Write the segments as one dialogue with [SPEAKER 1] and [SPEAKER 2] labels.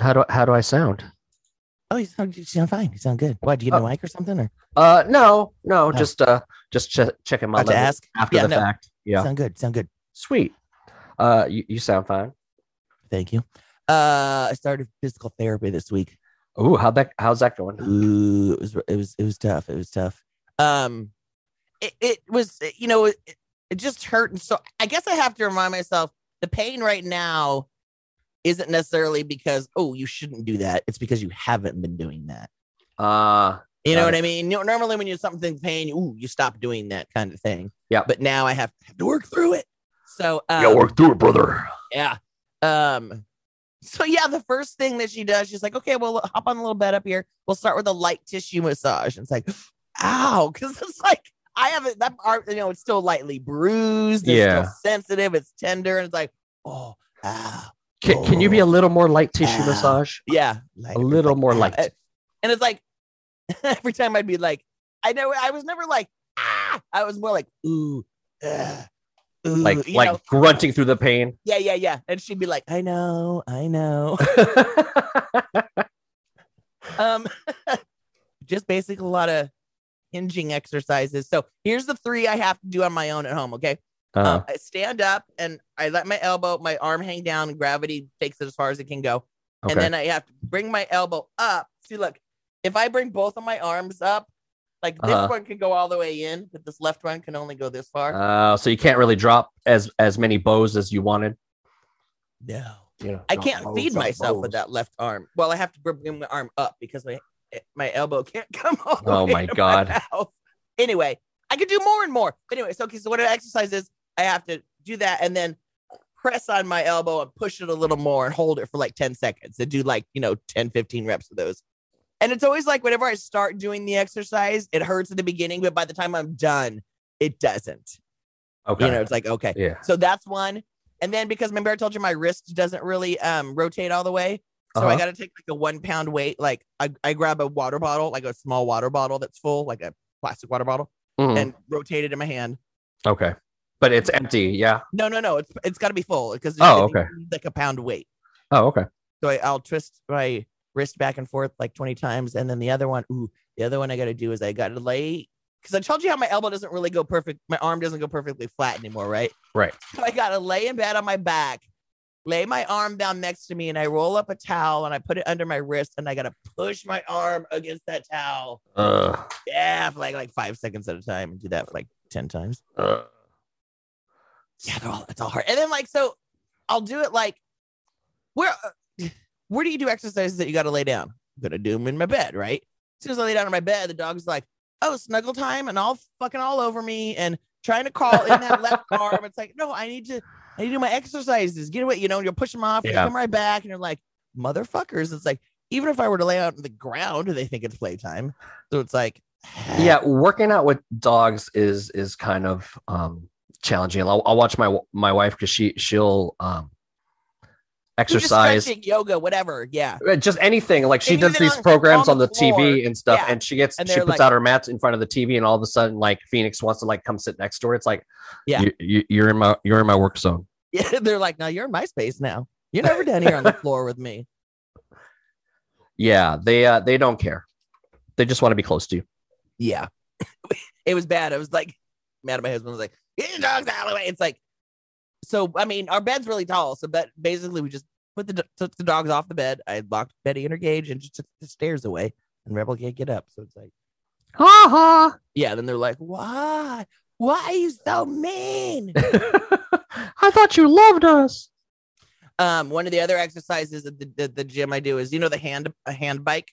[SPEAKER 1] How do how do I sound?
[SPEAKER 2] Oh, you sound, you sound fine. You sound good. Why? Do you get a
[SPEAKER 1] Oh.
[SPEAKER 2] mic or something? Or
[SPEAKER 1] Uh, no, no,
[SPEAKER 2] No.
[SPEAKER 1] just uh, just che- checking my
[SPEAKER 2] About to
[SPEAKER 1] level
[SPEAKER 2] ask?
[SPEAKER 1] after
[SPEAKER 2] Yeah,
[SPEAKER 1] the
[SPEAKER 2] no.
[SPEAKER 1] fact. Yeah,
[SPEAKER 2] Sound good. Sound good.
[SPEAKER 1] sweet. Uh, you, you sound fine.
[SPEAKER 2] Thank you. Uh, I started physical therapy this week.
[SPEAKER 1] Ooh, how that how's that going?
[SPEAKER 2] Ooh, it was it was it was tough. It was tough. Um, it, it was you know it, it just hurt, and so I guess I have to remind myself the pain right now isn't necessarily because oh you shouldn't do that. It's because you haven't been doing that.
[SPEAKER 1] Uh,
[SPEAKER 2] You know
[SPEAKER 1] Got
[SPEAKER 2] what I mean? You know, normally when you're something pain, ooh, you stop doing that kind of thing.
[SPEAKER 1] Yeah.
[SPEAKER 2] But now I have, have to work through it. So um,
[SPEAKER 1] through it, brother.
[SPEAKER 2] yeah. Um. So yeah, the first thing that she does, she's like, "Okay, well, hop on a little bed up here. We'll start with a light tissue massage." And it's like, "Ow," because it's like I haven't that part. You know, it's still lightly bruised. It's
[SPEAKER 1] Yeah.
[SPEAKER 2] still sensitive. It's tender, and it's like, "Oh, ow,
[SPEAKER 1] Can, can you be a little more light tissue
[SPEAKER 2] Ah.
[SPEAKER 1] massage?
[SPEAKER 2] yeah."
[SPEAKER 1] A little more light.
[SPEAKER 2] And it's like every time I'd be like, I know I was never like, ah. I was more like, ooh, ah, ooh,"
[SPEAKER 1] like
[SPEAKER 2] you
[SPEAKER 1] like
[SPEAKER 2] know?
[SPEAKER 1] grunting through the pain.
[SPEAKER 2] yeah, yeah, yeah. And she'd be like, I know, I know. Oh, um just basically a lot of hinging exercises so here's the three i have to do on my own at home okay
[SPEAKER 1] Uh,
[SPEAKER 2] um, i stand up and i let my elbow my arm hang down and gravity takes it as far as it can go
[SPEAKER 1] okay.
[SPEAKER 2] and then i have to bring my elbow up see look if i bring both of my arms up like this
[SPEAKER 1] Uh-huh.
[SPEAKER 2] one can go all the way in but this left one can only go this far
[SPEAKER 1] uh, so you can't really drop as as many bows as you wanted.
[SPEAKER 2] no
[SPEAKER 1] You know,
[SPEAKER 2] i
[SPEAKER 1] Drop
[SPEAKER 2] can't
[SPEAKER 1] bows,
[SPEAKER 2] feed
[SPEAKER 1] drop
[SPEAKER 2] myself with
[SPEAKER 1] bows.
[SPEAKER 2] that left arm well i have to bring my arm up because my eh, my elbow can't come all the
[SPEAKER 1] Oh
[SPEAKER 2] way
[SPEAKER 1] my
[SPEAKER 2] to
[SPEAKER 1] God.
[SPEAKER 2] mouth. Anyway, I could do more and more. But anyway, so okay, so what an exercise is, I have to do that and then press on my elbow and push it a little more and hold it for like 10 seconds and do like, you know, 10, 15 reps of those. And it's always like whenever I start doing the exercise, it hurts in the beginning, but by the time I'm done, it doesn't.
[SPEAKER 1] Okay.
[SPEAKER 2] You know, it's like, okay.
[SPEAKER 1] yeah.
[SPEAKER 2] So that's one. And then because remember I told you my wrist doesn't really um rotate all the way. So I
[SPEAKER 1] Uh-huh.
[SPEAKER 2] got to take like a one pound weight. Like I, I grab a water bottle, like a small water bottle that's full, like a plastic water bottle,
[SPEAKER 1] Mm,
[SPEAKER 2] and rotate it in my hand.
[SPEAKER 1] okay. But it's empty. Yeah.
[SPEAKER 2] No, no, no. It's it's got to be full because
[SPEAKER 1] Oh, okay.
[SPEAKER 2] like a pound weight.
[SPEAKER 1] Oh, okay.
[SPEAKER 2] So I, I'll twist my wrist back and forth like twenty times, and then the other one. Ooh, the other one I got to do is I got to lay because I told you how my elbow doesn't really go perfect. My arm doesn't go perfectly flat anymore, right?
[SPEAKER 1] Right.
[SPEAKER 2] So I got to lay in bed on my back, lay my arm down next to me, and I roll up a towel and I put it under my wrist, and I got to push my arm against that towel.
[SPEAKER 1] Uh,
[SPEAKER 2] Yeah, for like like five seconds at a time, and do that for like ten times.
[SPEAKER 1] uh.
[SPEAKER 2] Yeah, they're all, it's all hard. And then like so, I'll do it like where where do you do exercises that you got to lay down? I'm gonna do them in my bed, right? As soon as I lay down in my bed, the dog's like, "Oh, snuggle time," and all fucking all over me and trying to crawl in that left arm. It's like, no, I need to, I need to do my exercises. Get away, you know. and You're pushing them off. You
[SPEAKER 1] Yeah.
[SPEAKER 2] come right back, and you're like, motherfuckers. It's like even if I were to lay out on the ground, they think it's playtime. So it's like,
[SPEAKER 1] yeah working out with dogs is is kind of um challenging i'll, I'll watch my my wife because she she'll um
[SPEAKER 2] do just
[SPEAKER 1] exercise
[SPEAKER 2] stretching, yoga, whatever. Yeah.
[SPEAKER 1] Uh, just anything like she
[SPEAKER 2] And
[SPEAKER 1] does
[SPEAKER 2] even
[SPEAKER 1] these
[SPEAKER 2] on-
[SPEAKER 1] programs
[SPEAKER 2] on
[SPEAKER 1] on
[SPEAKER 2] the
[SPEAKER 1] the, tv
[SPEAKER 2] floor.
[SPEAKER 1] and stuff
[SPEAKER 2] Yeah.
[SPEAKER 1] and she gets
[SPEAKER 2] And
[SPEAKER 1] she
[SPEAKER 2] they're
[SPEAKER 1] puts
[SPEAKER 2] like-
[SPEAKER 1] out her mats in front of the tv and all of a sudden like phoenix wants to like come sit next to her it's like
[SPEAKER 2] Yeah.
[SPEAKER 1] you, you, you're in my you're in my work zone
[SPEAKER 2] Yeah, they're like, now you're in my space now. You're never down here on the floor with me.
[SPEAKER 1] yeah they uh they don't care they just want to be close to you
[SPEAKER 2] Yeah. it was bad. I was like, mad at my husband. I was like, get your dogs out of the way. It's like, so, I mean, our bed's really tall. So, but basically, we just put the do- took the dogs off the bed. I locked Betty in her cage and just took the stairs away. And Rebel can't get up. So it's like,
[SPEAKER 1] ha ha
[SPEAKER 2] yeah. Then they're like, why? Why are you so mean?
[SPEAKER 1] i thought you loved us
[SPEAKER 2] um, one of the other exercises at the, the, the gym I do is, you know, the hand a hand bike.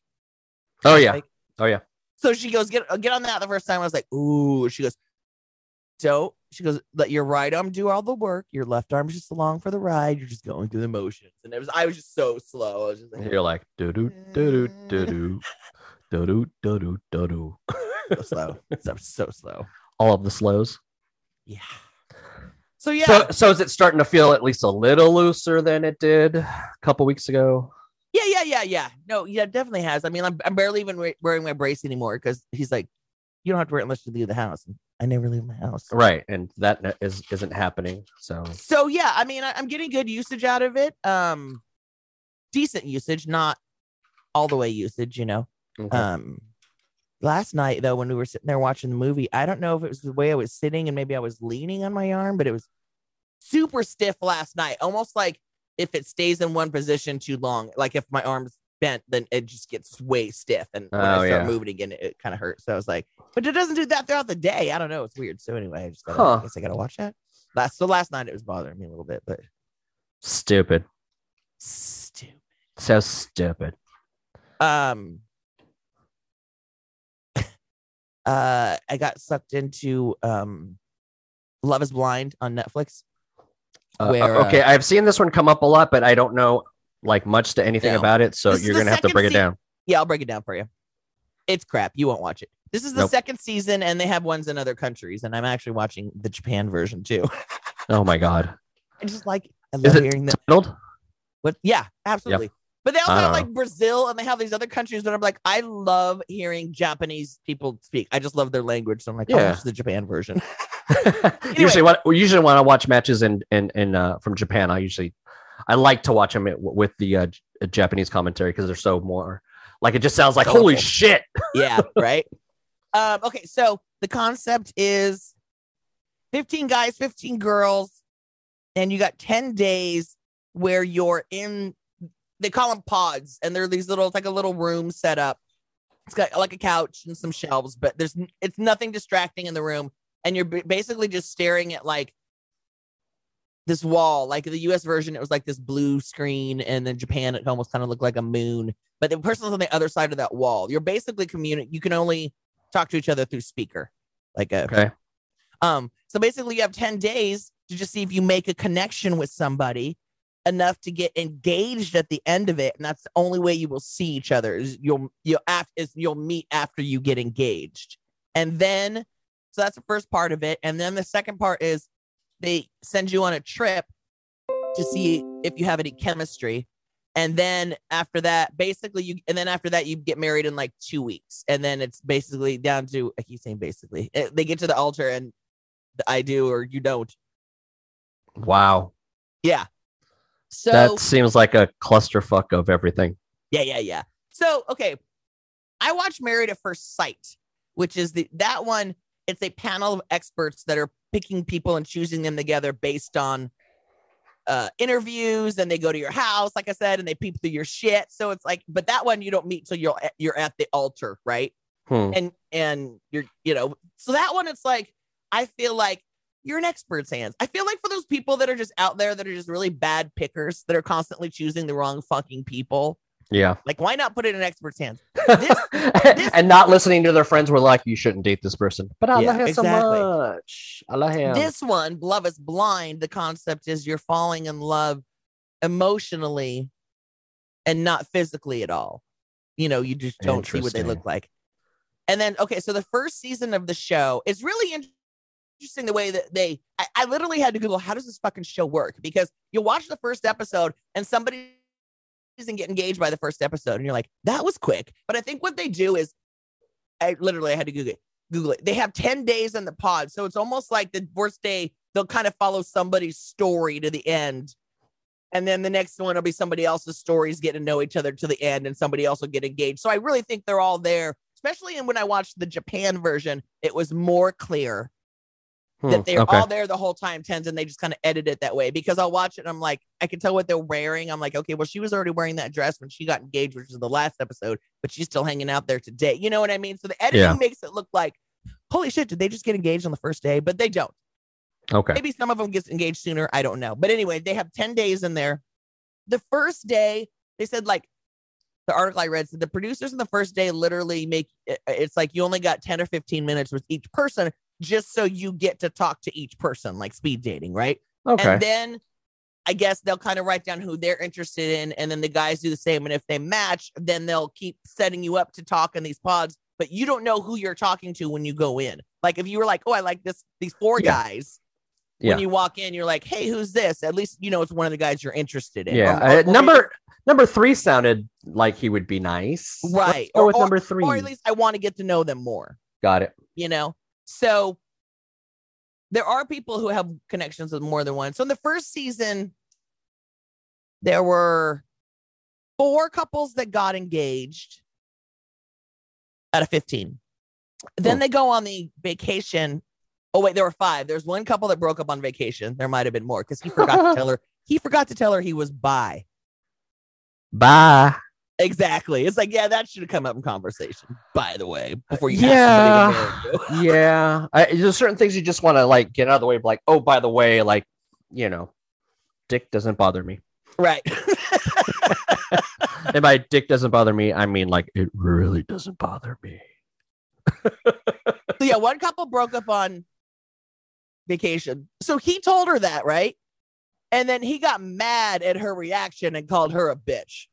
[SPEAKER 1] oh yeah
[SPEAKER 2] Like-
[SPEAKER 1] Oh, yeah.
[SPEAKER 2] So she goes, get uh, get on that the first time. I was like, ooh. She goes, don't. She goes, let your right arm do all the work. Your left arm's just along for the ride. You're just going through the motions. And it was, I was just so slow. I was just like,
[SPEAKER 1] you're like do do do do do do do do do do do
[SPEAKER 2] so slow. So, so slow.
[SPEAKER 1] all of the slows.
[SPEAKER 2] Yeah. So yeah,
[SPEAKER 1] So, so is it starting to feel at least a little looser than it did a couple weeks ago?
[SPEAKER 2] yeah, yeah, yeah, yeah. No, yeah, it definitely has. I mean, I'm, I'm barely even we- wearing my brace anymore because he's like, you don't have to wear it unless you leave the house. I never leave my house.
[SPEAKER 1] Right, and that ne- is isn't happening. So,
[SPEAKER 2] So yeah, I mean, I, I'm getting good usage out of it. Um, decent usage, not all the way usage, you know.
[SPEAKER 1] Okay.
[SPEAKER 2] Um, last night though, when we were sitting there watching the movie, I don't know if it was the way I was sitting and maybe I was leaning on my arm, but it was super stiff last night. Almost like if it stays in one position too long, like if my arm's bent, then it just gets way stiff. And when
[SPEAKER 1] Oh,
[SPEAKER 2] I start
[SPEAKER 1] yeah.
[SPEAKER 2] moving again, it, kind of hurts. So I was like, but it doesn't do that throughout the day. I don't know. It's weird. So anyway, I just gotta,
[SPEAKER 1] Huh.
[SPEAKER 2] I guess I gotta watch that. Last so last night it was bothering me a little bit, but
[SPEAKER 1] Stupid.
[SPEAKER 2] stupid.
[SPEAKER 1] So stupid.
[SPEAKER 2] um uh i got sucked into um love is blind on netflix
[SPEAKER 1] Uh,
[SPEAKER 2] Where,
[SPEAKER 1] uh, okay, I've seen this one come up a lot, but I don't know like much to anything
[SPEAKER 2] No.
[SPEAKER 1] about it. So
[SPEAKER 2] This is
[SPEAKER 1] you're
[SPEAKER 2] the
[SPEAKER 1] gonna have to
[SPEAKER 2] second
[SPEAKER 1] break it
[SPEAKER 2] se-
[SPEAKER 1] down.
[SPEAKER 2] yeah i'll break it down for you it's crap you won't watch it this is the
[SPEAKER 1] Nope.
[SPEAKER 2] second season and they have ones in other countries and i'm actually watching the japan version too
[SPEAKER 1] Oh my god.
[SPEAKER 2] i just like i
[SPEAKER 1] Is
[SPEAKER 2] love
[SPEAKER 1] it
[SPEAKER 2] hearing that
[SPEAKER 1] titled?
[SPEAKER 2] What? Yeah, absolutely. But they also
[SPEAKER 1] I don't
[SPEAKER 2] have like Brazil and they have these other countries that I'm like, I love hearing Japanese people speak. I just love their language. So I'm like,
[SPEAKER 1] Yeah.
[SPEAKER 2] yeah. watch the Japan version.
[SPEAKER 1] usually, what we usually want to watch matches in in in uh, from Japan. I usually I like to watch them it- with the uh, J- Japanese commentary because they're so more like it just sounds like holy
[SPEAKER 2] Colorful.
[SPEAKER 1] shit.
[SPEAKER 2] yeah, right. Um, okay, so the concept is 15 guys, 15 girls, and you got 10 days where you're in they call them pods, and they're these little it's like a little room set up. It's got like a couch and some shelves, but there's n- it's nothing distracting in the room, and you're b- basically just staring at like this wall. Like the US version, it was like this blue screen, and then Japan it almost kind of looked like a moon but the person's on the other side of that wall. You're basically communicating. You can only talk to each other through speaker, like a
[SPEAKER 1] Okay.
[SPEAKER 2] um. So basically, you have ten days to just see if you make a connection with somebody enough to get engaged at the end of it, and that's the only way you will see each other. Is you'll you'll af- is you'll meet after you get engaged, and then so that's the first part of it, and then the second part is they send you on a trip to see if you have any chemistry and then after that basically you and then after that you get married in like two weeks and then it's basically down to i keep saying basically Eh, they get to the altar and the i do or you don't
[SPEAKER 1] Wow,
[SPEAKER 2] so
[SPEAKER 1] that seems like a clusterfuck of everything.
[SPEAKER 2] yeah yeah yeah so okay i watched married at first sight which is the that one it's a panel of experts that are picking people and choosing them together based on uh interviews and they go to your house like i said and they peep through your shit so it's like but that one you don't meet till you're at- you're at the altar right
[SPEAKER 1] Hmm.
[SPEAKER 2] and and you're you know so that one it's like i feel like you're an expert's hands i feel like for those people that are just out there that are just really bad pickers that are constantly choosing the wrong fucking people
[SPEAKER 1] Yeah,
[SPEAKER 2] like why not put it in expert's hands this-
[SPEAKER 1] and not listening to their friends were like, "You shouldn't date this person." But I
[SPEAKER 2] Yeah,
[SPEAKER 1] love him
[SPEAKER 2] exactly.
[SPEAKER 1] so much. I love him.
[SPEAKER 2] this one love is blind the concept is you're falling in love emotionally and not physically at all you know you just don't see what they
[SPEAKER 1] Interesting.
[SPEAKER 2] look like and then okay so the first season of the show is really in- interesting the way that they I, I literally had to google how does this fucking show work because you watch the first episode and somebody doesn't get engaged by the first episode and you're like that was quick but i think what they do is i literally had to google it google it they have 10 days in the pod so it's almost like the first day they'll kind of follow somebody's story to the end and then the next one will be somebody else's stories getting to know each other to the end and somebody else will get engaged so i really think they're all there especially in when i watched the japan version it was more clear
[SPEAKER 1] Hmm,
[SPEAKER 2] that they're
[SPEAKER 1] okay.
[SPEAKER 2] all there the whole time, tens, and they just kind of edit it that way. Because I'll watch it, and I'm like, I can tell what they're wearing. I'm like, okay, well, she was already wearing that dress when she got engaged, which is the last episode, but she's still hanging out there today. You know what I mean? So the editing
[SPEAKER 1] Yeah.
[SPEAKER 2] makes it look like, holy shit, did they just get engaged on the first day? But they don't.
[SPEAKER 1] okay.
[SPEAKER 2] Maybe some of them gets engaged sooner. I don't know. But anyway, they have 10 days in there. The first day, they said like the article I read said the producers in the first day literally make it- it's like you only got 10 or 15 minutes with each person just so you get to talk to each person, like speed dating, right?
[SPEAKER 1] Okay.
[SPEAKER 2] And then I guess they'll kind of write down who they're interested in. And then the guys do the same. And if they match, then they'll keep setting you up to talk in these pods. But you don't know who you're talking to when you go in. Like if you were like, oh, I like this, these four
[SPEAKER 1] Yeah.
[SPEAKER 2] guys.
[SPEAKER 1] Yeah.
[SPEAKER 2] When you walk in, you're like, hey, who's this? At least you know it's one of the guys you're interested in.
[SPEAKER 1] yeah.
[SPEAKER 2] Or-
[SPEAKER 1] uh,
[SPEAKER 2] or- or
[SPEAKER 1] number number three sounded like he would be nice. Let's
[SPEAKER 2] Right.
[SPEAKER 1] go
[SPEAKER 2] Or-
[SPEAKER 1] with
[SPEAKER 2] or-
[SPEAKER 1] number three.
[SPEAKER 2] maybe- or at least I want to get to know them more.
[SPEAKER 1] Got it.
[SPEAKER 2] you know so there are people who have connections with more than one so in the first season there were four couples that got engaged out of 15. Then
[SPEAKER 1] Hmm.
[SPEAKER 2] they go on the vacation. Oh, wait, there were five. There's one couple that broke up on vacation. There might have been more because he forgot to tell her. He forgot to tell her he was bi.
[SPEAKER 1] Bye.
[SPEAKER 2] Exactly. It's like, yeah, that should have come up in conversation, by the way, before you
[SPEAKER 1] Yeah.
[SPEAKER 2] ask somebody to marry you.
[SPEAKER 1] yeah, I, there's certain things you just want to like get out of the way. but, Like, oh, by the way, like, you know, dick doesn't bother me.
[SPEAKER 2] Right.
[SPEAKER 1] and by dick doesn't bother me, I mean like it really doesn't bother me.
[SPEAKER 2] So yeah, one couple broke up on vacation. So he told her that, right? And then he got mad at her reaction and called her a bitch.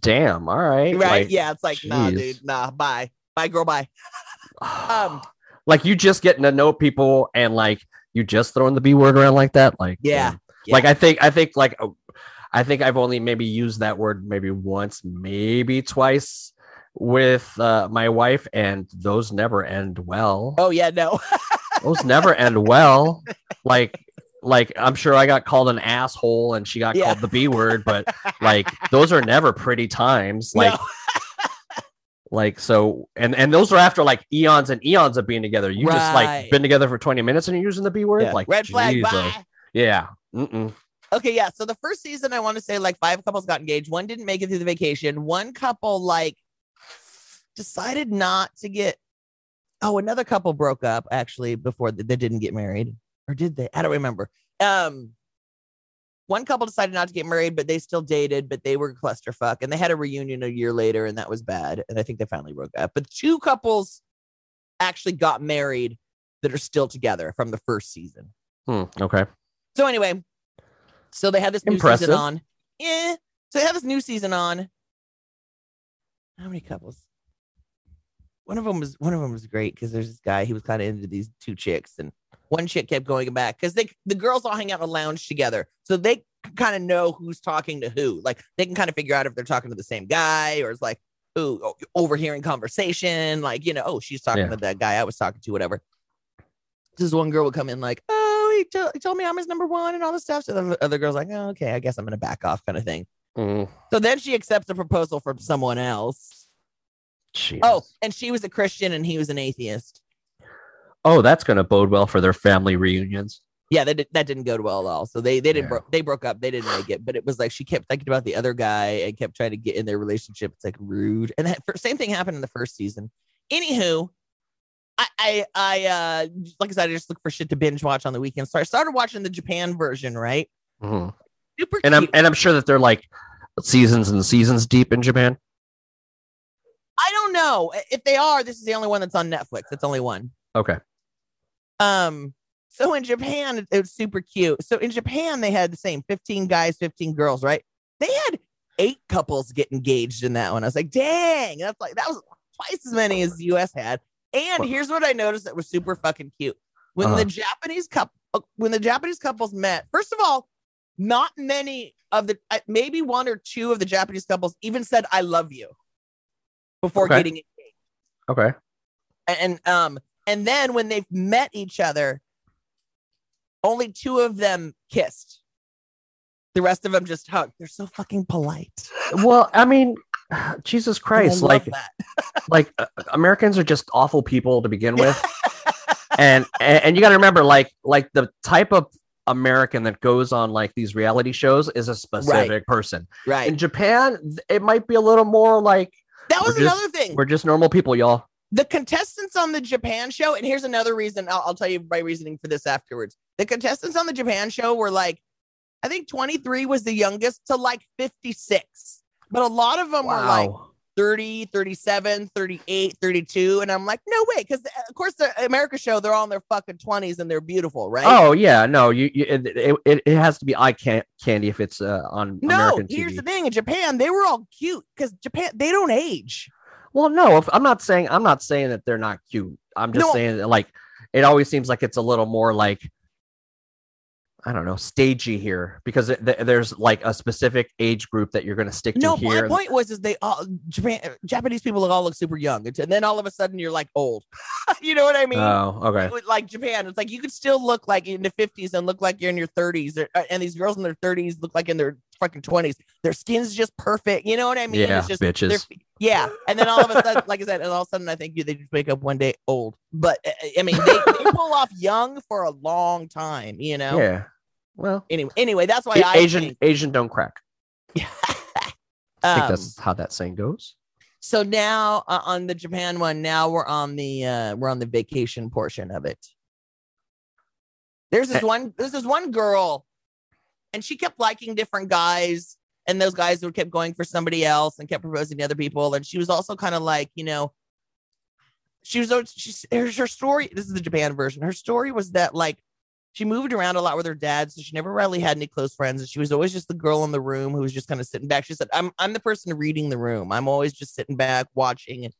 [SPEAKER 1] Damn. All right.
[SPEAKER 2] Right?
[SPEAKER 1] Like,
[SPEAKER 2] yeah, it's like, nah,
[SPEAKER 1] jeez.
[SPEAKER 2] dude, nah, bye. Bye, girl, bye. Um,
[SPEAKER 1] like you just getting to know people and like you just throwing the b word around like that. Like,
[SPEAKER 2] Yeah,
[SPEAKER 1] damn.
[SPEAKER 2] yeah.
[SPEAKER 1] Like I think I think like oh, I think I've only maybe used that word maybe once, maybe twice with uh, my wife, and those never end well.
[SPEAKER 2] Oh yeah, no.
[SPEAKER 1] those never end well. Like, like I'm sure I got called an asshole and she got
[SPEAKER 2] Yeah.
[SPEAKER 1] called the B word, but like those are never pretty times. Like,
[SPEAKER 2] No.
[SPEAKER 1] like so, and and those are after like eons and eons of being together. You just
[SPEAKER 2] Right.
[SPEAKER 1] like been together for 20 minutes and you're using the B word.
[SPEAKER 2] Yeah.
[SPEAKER 1] Like
[SPEAKER 2] Red flag,
[SPEAKER 1] Jesus.
[SPEAKER 2] bye.
[SPEAKER 1] Yeah. Mm-mm.
[SPEAKER 2] Okay, yeah. So the first season, I want to say like five couples got engaged. One didn't make it through the vacation. One couple like decided not to get. Oh, another couple broke up actually before th- they didn't get married, or did they? I don't remember. Um, one couple decided not to get married, but they still dated, but they were clusterfuck, and they had a reunion a year later, and that was bad. And I think they finally broke up. But two couples actually got married that are still together from the first season.
[SPEAKER 1] Hmm. Okay.
[SPEAKER 2] So anyway, so they had this new
[SPEAKER 1] Impressive.
[SPEAKER 2] season on. Yeah. So they have this new season on. How many couples? One of them was one of them was great because there's this guy he was kind of into these two chicks and one chick kept going back because they the girls all hang out in a lounge together so they kind of know who's talking to who like they can kind of figure out if they're talking to the same guy or it's like who o- overhearing conversation like you know oh she's talking
[SPEAKER 1] Yeah.
[SPEAKER 2] to that guy I was talking to whatever this one girl would come in like, oh, he, to- he told me I'm his number one and all this stuff. So the other girl's like, oh, okay, I guess I'm gonna back off, kind of thing.
[SPEAKER 1] Mm.
[SPEAKER 2] So then she accepts a proposal from someone else.
[SPEAKER 1] Jesus.
[SPEAKER 2] Oh, and she was a Christian and he was an atheist.
[SPEAKER 1] Oh, that's gonna bode well for their family reunions.
[SPEAKER 2] Yeah, that, did, that didn't go well at all. So they they didn't
[SPEAKER 1] Yeah.
[SPEAKER 2] bro- they broke up. They didn't make it. But it was like she kept thinking about the other guy and kept trying to get in their relationship. It's like rude. And that fir- same thing happened in the first season. Anywho, I I, I uh like I said, I just look for shit to binge watch on the weekend. So I started watching the Japan version, right?
[SPEAKER 1] Mhm.
[SPEAKER 2] Super
[SPEAKER 1] And I'm
[SPEAKER 2] cute.
[SPEAKER 1] and I'm sure that they're like seasons and seasons deep in Japan.
[SPEAKER 2] I don't know if they are. This is the only one that's on Netflix. It's only one.
[SPEAKER 1] Okay.
[SPEAKER 2] Um, so in Japan, it, it was super cute. So in Japan, they had the same 15 guys, 15 girls, right? They had eight couples get engaged in that one. I was like, dang, that's like that was twice as many as the US had. And
[SPEAKER 1] Wow.
[SPEAKER 2] here's what I noticed that was super fucking cute. When
[SPEAKER 1] Uh-huh.
[SPEAKER 2] the Japanese couple uh, when the Japanese couples met, first of all, not many of the uh, maybe one or two of the Japanese couples even said I love you before
[SPEAKER 1] Okay.
[SPEAKER 2] getting
[SPEAKER 1] Okay.
[SPEAKER 2] and um and then when they've met each other only two of them kissed the rest of them just hugged they're so fucking polite
[SPEAKER 1] Well, I mean, Jesus
[SPEAKER 2] And I
[SPEAKER 1] Christ,
[SPEAKER 2] love
[SPEAKER 1] like
[SPEAKER 2] that.
[SPEAKER 1] like uh, Americans are just awful people to begin with. and, and and you got to remember like like the type of American that goes on like these reality shows is a specific person. In
[SPEAKER 2] right
[SPEAKER 1] Japan, th- it might be a little more like
[SPEAKER 2] that was
[SPEAKER 1] we're just-
[SPEAKER 2] another thing
[SPEAKER 1] we're just normal people, y'all.
[SPEAKER 2] the contestants on the japan show and here's another reason I'll, I'll tell you my reasoning for this afterwards the contestants on the japan show were like i think 23 was the youngest to like 56 but a lot of them were like 30, 37, 38, 32. And I'm like, no way. Cause uh, of course, the America show, they're all in their fucking 20s and they're beautiful, right?
[SPEAKER 1] Oh yeah, no, you, you it, it- it it has to be eye can- candy if it's uh, on
[SPEAKER 2] no.
[SPEAKER 1] American TV.
[SPEAKER 2] here's the thing in Japan, they were all cute because Japan, they don't age.
[SPEAKER 1] Well, no, if, I'm not saying I'm not saying that they're not cute. I'm just
[SPEAKER 2] No.
[SPEAKER 1] saying that like it always seems like it's a little more like I don't know, stagey here because it, th- there's like a specific age group that you're going to stick to
[SPEAKER 2] No, my
[SPEAKER 1] here.
[SPEAKER 2] point was, is they all, Japan, uh, Japanese people all look super young. It's- And then all of a sudden you're like old. you know what I mean?
[SPEAKER 1] oh, okay.
[SPEAKER 2] With, like Japan, uh, it's like you could still look like in the 50s and look like you're in your 30s. Or- And these girls in their 30s look like in their fucking twenties. Their skin's just perfect. You know what I mean?
[SPEAKER 1] Yeah,
[SPEAKER 2] it's just
[SPEAKER 1] bitches.
[SPEAKER 2] their fe- yeah. And then all of a sudden, like I said, and all of a sudden I think they just wake up one day old. But uh, I mean, they, they pull off young for a long time. You know.
[SPEAKER 1] Yeah. Well,
[SPEAKER 2] Anyway, anyway, that's why
[SPEAKER 1] A-
[SPEAKER 2] I
[SPEAKER 1] Asian
[SPEAKER 2] think-
[SPEAKER 1] Asian don't crack. I think
[SPEAKER 2] Um,
[SPEAKER 1] that's how that saying goes.
[SPEAKER 2] so now uh, on the Japan one, now we're on the uh, we're on the vacation portion of it. There's this
[SPEAKER 1] Eh.
[SPEAKER 2] one there's this one girl, and she kept liking different guys, and those guys would kept going for somebody else and kept proposing to other people, and she was also kind of like you know. She was al- she's her, her story. This is the Japan version. Her story was that like she moved around a lot with her dad, so she never really had any close friends. And she was always just the girl in the room who was just kind of sitting back. She said, I'm I'm the person reading the room. I'm always just sitting back, watching and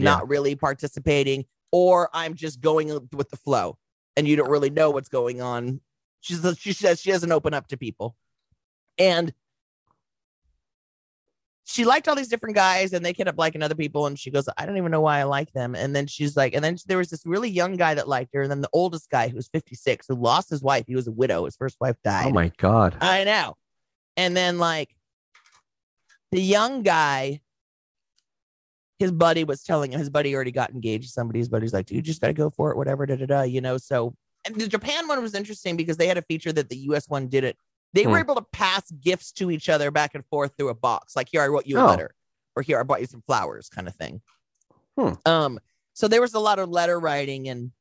[SPEAKER 2] not really participating, or I'm just going with the flow and you don't really know what's going on. She says she says she doesn't open up to people. And she liked all these different guys and they kept up liking other people. And she goes, I don't even know why I like them. And then she's like, and then there was this really young guy that liked her. And then the oldest guy who was 56 who lost his wife. He was a widow. His first wife died.
[SPEAKER 1] Oh my god.
[SPEAKER 2] I know. And then like the young guy, his buddy was telling him his buddy already got engaged to somebody. His buddy's like, dude, you just gotta go for it, whatever, da da da. You know, so and the Japan one was interesting because they had a feature that the US one didn't. They were
[SPEAKER 1] Hmm.
[SPEAKER 2] able to pass gifts to each other back and forth through a box. Like here I wrote you a
[SPEAKER 1] Oh.
[SPEAKER 2] letter, or here I bought you some flowers, kind of thing.
[SPEAKER 1] Hmm.
[SPEAKER 2] Um, so there was a lot of letter writing and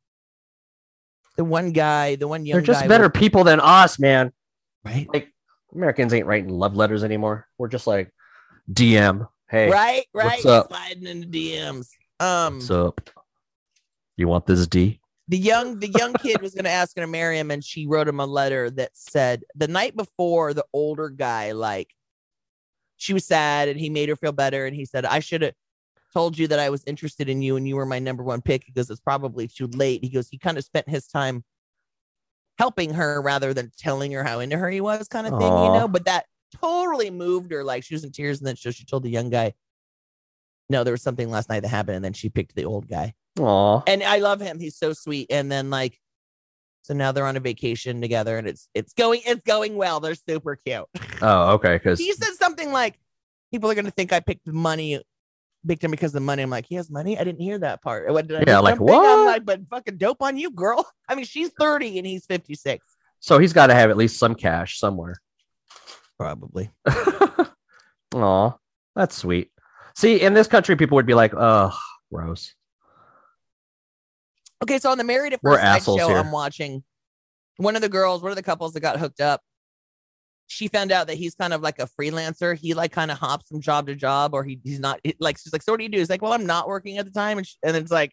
[SPEAKER 2] the one guy, the one young
[SPEAKER 1] They're just
[SPEAKER 2] guy
[SPEAKER 1] better people than us, man.
[SPEAKER 2] was- right?
[SPEAKER 1] Americans ain't writing love letters anymore. We're just like DM. Hey,
[SPEAKER 2] right, right.
[SPEAKER 1] what's up?
[SPEAKER 2] Sliding into DMs. Um,
[SPEAKER 1] what's up? You want this D?
[SPEAKER 2] the young the young kid was going to ask her to marry him, and she wrote him a letter that said the night before the older guy like she was sad, and he made her feel better, and he said I should have told you that I was interested in you, and you were my number one pick. He goes it's probably too late. He goes he kind of spent his time helping her rather than telling her how into her he was, kind of thing,
[SPEAKER 1] Aw.
[SPEAKER 2] you know. But that totally moved her. Like she was in tears, and then so she told the young guy. No, there was something last night that happened, and then she picked the old guy
[SPEAKER 1] Aw.
[SPEAKER 2] and I love him. He's so sweet. And then like, so now they're on a vacation together, and it's it's going it's going well. They're super cute.
[SPEAKER 1] Oh, okay. Because
[SPEAKER 2] He said something like, "People are gonna think I picked the money, picked him because of the money." I'm like, "He has money? I didn't hear that part." What did I
[SPEAKER 1] Yeah,
[SPEAKER 2] do
[SPEAKER 1] like,
[SPEAKER 2] something?" I'm
[SPEAKER 1] what?
[SPEAKER 2] like, "But fucking dope on you, girl." I mean, she's 30 and he's 56,
[SPEAKER 1] so he's got to have at least some cash somewhere.
[SPEAKER 2] probably.
[SPEAKER 1] Aw, that's sweet. See, in this country, people would be like, "Ugh, gross."
[SPEAKER 2] Okay, so on the Married at
[SPEAKER 1] We're
[SPEAKER 2] First Sight show
[SPEAKER 1] assholes here.
[SPEAKER 2] I'm watching, one of the girls, one of the couples that got hooked up, she found out that he's kind of like a freelancer. He like kind of hops from job to job, or he, he's not he- like she's like, so what do you do? He's like, well, I'm not working at the time, and, she, and it's like,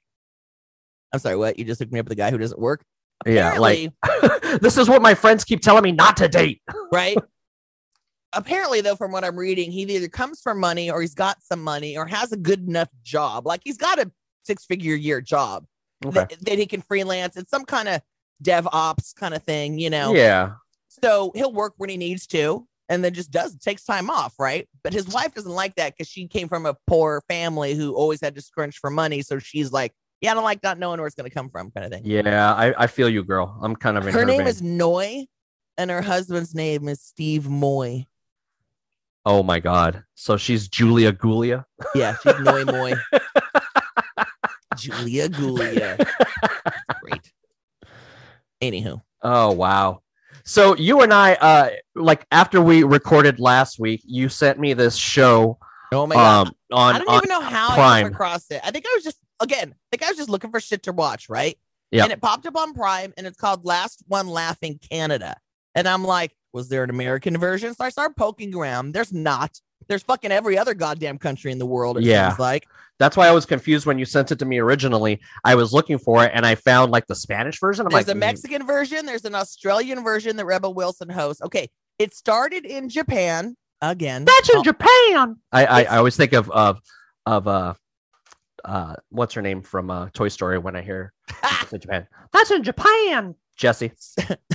[SPEAKER 2] I'm sorry, what? You just hooked me up with a guy who doesn't work?
[SPEAKER 1] Yeah, like this is what my friends keep telling me not to date.
[SPEAKER 2] right? Apparently, though, from what I'm reading, he either comes from money or he's got some money or has a good enough job. Like he's got a six figure year job
[SPEAKER 1] Okay.
[SPEAKER 2] that, that he can freelance. It's some kind of DevOps kind of thing, you know?
[SPEAKER 1] Yeah.
[SPEAKER 2] So he'll work when he needs to and then just does takes time off, right? But his wife doesn't like that because she came from a poor family who always had to scrunch for money. So she's like, yeah, I don't like not knowing where it's going to come from, kind of thing.
[SPEAKER 1] Yeah, I, I feel you, girl. I'm kind of in her,
[SPEAKER 2] her name
[SPEAKER 1] vein.
[SPEAKER 2] is Noy and her husband's name is Steve Moy.
[SPEAKER 1] Oh my god. So she's Julia Gulia.
[SPEAKER 2] Yeah, she's Noi Moy. Julia Gulia. Great. Anywho,
[SPEAKER 1] Oh wow. So you and I, uh, like after we recorded last week, you sent me this show
[SPEAKER 2] oh my god,
[SPEAKER 1] um, on
[SPEAKER 2] I don't
[SPEAKER 1] on
[SPEAKER 2] even know how I
[SPEAKER 1] Prime.
[SPEAKER 2] came across it. I think I was just again, I think I was just looking for shit to watch, right?
[SPEAKER 1] Yep.
[SPEAKER 2] And it popped up on Prime, and it's called Last One Laughing Canada, and I'm like, was there an American version? So I started poking around. There's not. There's fucking every other goddamn country in the world. It
[SPEAKER 1] Yeah.
[SPEAKER 2] seems like
[SPEAKER 1] That's why I was confused when you sent it to me originally. I was looking for it and I found like the Spanish version. I'm
[SPEAKER 2] There's
[SPEAKER 1] like,
[SPEAKER 2] a Mexican version. There's an Australian version that Rebel Wilson hosts. Okay, it started in Japan again.
[SPEAKER 1] That's in
[SPEAKER 2] Oh,
[SPEAKER 1] Japan. I, I, I always think of of of uh uh what's her name from uh Toy Story when I hear it's in Japan. That's in Japan. Jesse.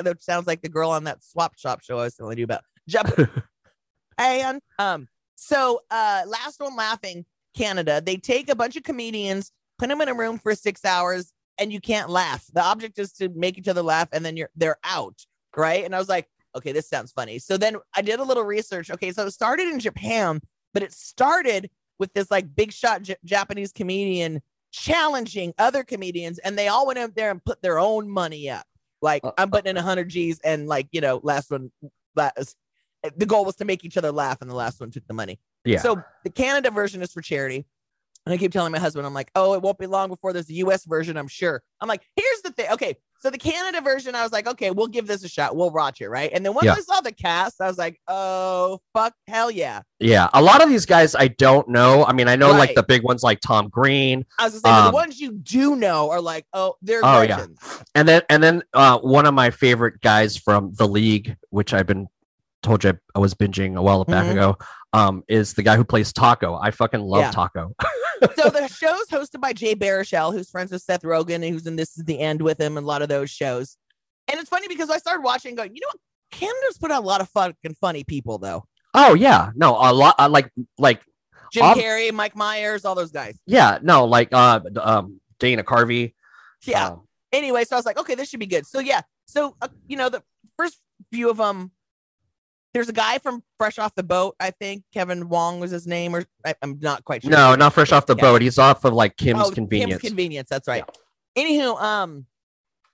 [SPEAKER 2] that sounds like the girl on that swap shop show I was telling you about. Japan. um, so uh, last one laughing Canada. They take a bunch of comedians, put them in a room for six hours, and you can't laugh. The object is to make each other laugh, and then you're they're out, right? And I was like, okay, this sounds funny. So then I did a little research. Okay, so it started in Japan, but it started with this like big shot J- Japanese comedian challenging other comedians, and they all went up there and put their own money up. Like
[SPEAKER 1] Uh,
[SPEAKER 2] I'm putting in 100 G's, and like you know, last one, last, the goal was to make each other laugh, and the last one took the money.
[SPEAKER 1] Yeah.
[SPEAKER 2] So the Canada version is for charity. And I keep telling my husband, I'm like, oh, it won't be long before there's a US version, I'm sure. I'm like, here's the thing. Okay. So the Canada version, I was like, okay, we'll give this a shot. We'll watch it. Right. And then once
[SPEAKER 1] Yeah.
[SPEAKER 2] I saw the cast, I was like, oh, fuck, hell yeah.
[SPEAKER 1] yeah. A lot of these guys I don't know. I mean, I know like
[SPEAKER 2] Right.
[SPEAKER 1] the big ones like Tom Green,
[SPEAKER 2] I was just saying,
[SPEAKER 1] Um,
[SPEAKER 2] the ones you do know are like, oh, they're
[SPEAKER 1] Oh, yeah.
[SPEAKER 2] versions.
[SPEAKER 1] and then and then uh, one of my favorite guys from the league, which I've been told you I was binging a while back
[SPEAKER 2] Mhm.
[SPEAKER 1] ago, um, is the guy who plays Taco. I fucking love
[SPEAKER 2] Yeah.
[SPEAKER 1] Taco.
[SPEAKER 2] so the show's hosted by Jay Baruchel, who's friends with Seth Rogen, and who's in This Is the End with him, and a lot of those shows. And it's funny because I started watching, going, you know what? Canada's put out a lot of fucking funny people, though.
[SPEAKER 1] oh yeah, no, a lot uh, like like
[SPEAKER 2] Jim
[SPEAKER 1] Ob-
[SPEAKER 2] Carrey, Mike Myers, all those guys.
[SPEAKER 1] yeah, no, like uh, d- um, Dana Carvey.
[SPEAKER 2] Yeah.
[SPEAKER 1] um,
[SPEAKER 2] anyway, so I was like, okay, this should be good. So yeah, so uh, you know, the first few of them, there's a guy from Fresh Off the Boat, I think Kevin Wong was his name, or I, I'm not quite sure.
[SPEAKER 1] no, not fresh off the
[SPEAKER 2] Yeah.
[SPEAKER 1] boat. He's off of like Kim's
[SPEAKER 2] Oh,
[SPEAKER 1] Convenience.
[SPEAKER 2] Kim's Convenience. That's right. Anywho, um,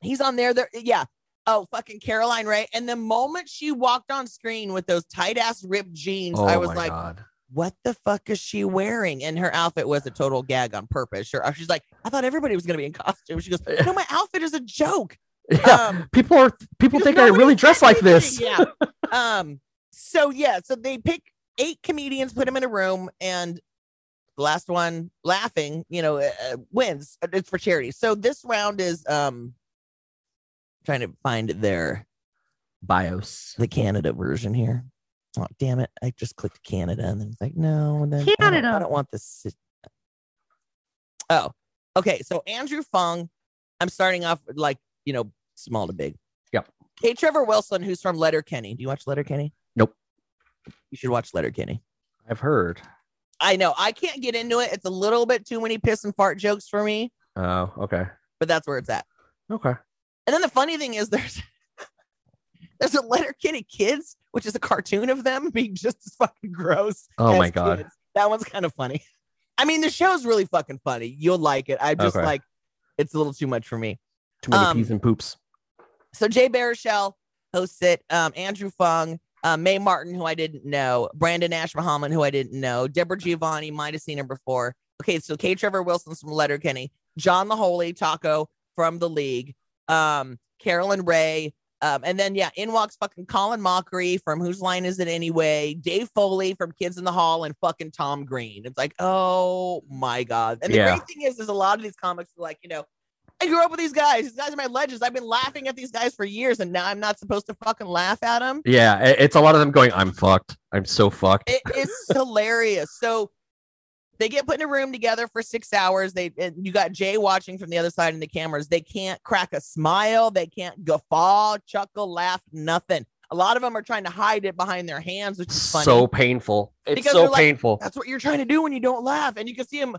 [SPEAKER 2] he's on there. There, yeah. Oh, fucking Caroline Ray. And the moment she walked on screen with those tight ass ripped jeans,
[SPEAKER 1] oh
[SPEAKER 2] I was
[SPEAKER 1] my
[SPEAKER 2] like,
[SPEAKER 1] god.
[SPEAKER 2] what the fuck is she wearing? And her outfit was a total gag on purpose. Sure. She's like, I thought everybody was gonna be in costume. She goes, No, my outfit is a joke.
[SPEAKER 1] Yeah.
[SPEAKER 2] Um,
[SPEAKER 1] people are people
[SPEAKER 2] Because
[SPEAKER 1] think I
[SPEAKER 2] nobody
[SPEAKER 1] really
[SPEAKER 2] said
[SPEAKER 1] dress like this.
[SPEAKER 2] anything. Yeah. um. So yeah. So they pick eight comedians, put them in a room, and the last one laughing, you know, uh, uh, wins. It's for charity. So this round is um trying to find their
[SPEAKER 1] Bios.
[SPEAKER 2] the Canada version here. Oh damn it! I just clicked Canada, and then it's like no, and then I don't- I
[SPEAKER 1] Canada.
[SPEAKER 2] don't, want this. si- Oh, okay. So Andrew Fung, I'm starting off with, like you know small to big.
[SPEAKER 1] Yep.
[SPEAKER 2] Hey, Trevor Wilson, who's from Letterkenny. Do you watch Letterkenny?
[SPEAKER 1] Nope.
[SPEAKER 2] You should watch Letterkenny.
[SPEAKER 1] I've heard.
[SPEAKER 2] I know I can't get into it. It's a little bit too many piss and fart jokes for me,
[SPEAKER 1] Oh, okay.
[SPEAKER 2] but that's where it's at.
[SPEAKER 1] Okay.
[SPEAKER 2] And then the funny thing is there's there's a Letterkenny Kids, which is a cartoon of them being just as fucking gross.
[SPEAKER 1] Oh
[SPEAKER 2] as
[SPEAKER 1] my god.
[SPEAKER 2] kids. That one's kind of funny. I mean, the show's really fucking funny. You'll like it. I just
[SPEAKER 1] Okay.
[SPEAKER 2] like it's a little too much for me.
[SPEAKER 1] Too many
[SPEAKER 2] Um,
[SPEAKER 1] peas and poops.
[SPEAKER 2] So Jay Baruchel hosts it. Um, Andrew Fung, uh, Mae Martin, who I didn't know, Brandon Ash Muhammad, who I didn't know, Deborah Giovanni, might have seen her before. Okay, so K. Trevor Wilson's from Letterkenny, John the Holy Taco from the League, um, Carolyn Ray, um, and then yeah, in walks fucking Colin Mockery from Whose Line Is It Anyway, Dave Foley from Kids in the Hall, and fucking Tom Green. It's like, oh my god! And the
[SPEAKER 1] Yeah.
[SPEAKER 2] great thing is, is a lot of these comics are like, you know, I grew up with these guys. These guys are my legends. I've been laughing at these guys for years, and now I'm not supposed to fucking laugh at them.
[SPEAKER 1] Yeah, it- it's a lot of them going. I'm fucked. I'm so fucked.
[SPEAKER 2] It is hilarious. So they get put in a room together for six hours. They and you got Jay watching from the other side in the cameras. They can't crack a smile. They can't guffaw, chuckle, laugh, nothing. A lot of them are trying to hide it behind their hands, which is funny.
[SPEAKER 1] So painful. It's
[SPEAKER 2] Because
[SPEAKER 1] so
[SPEAKER 2] they're like-
[SPEAKER 1] painful.
[SPEAKER 2] That's what you're trying to do when you don't laugh, and you can see them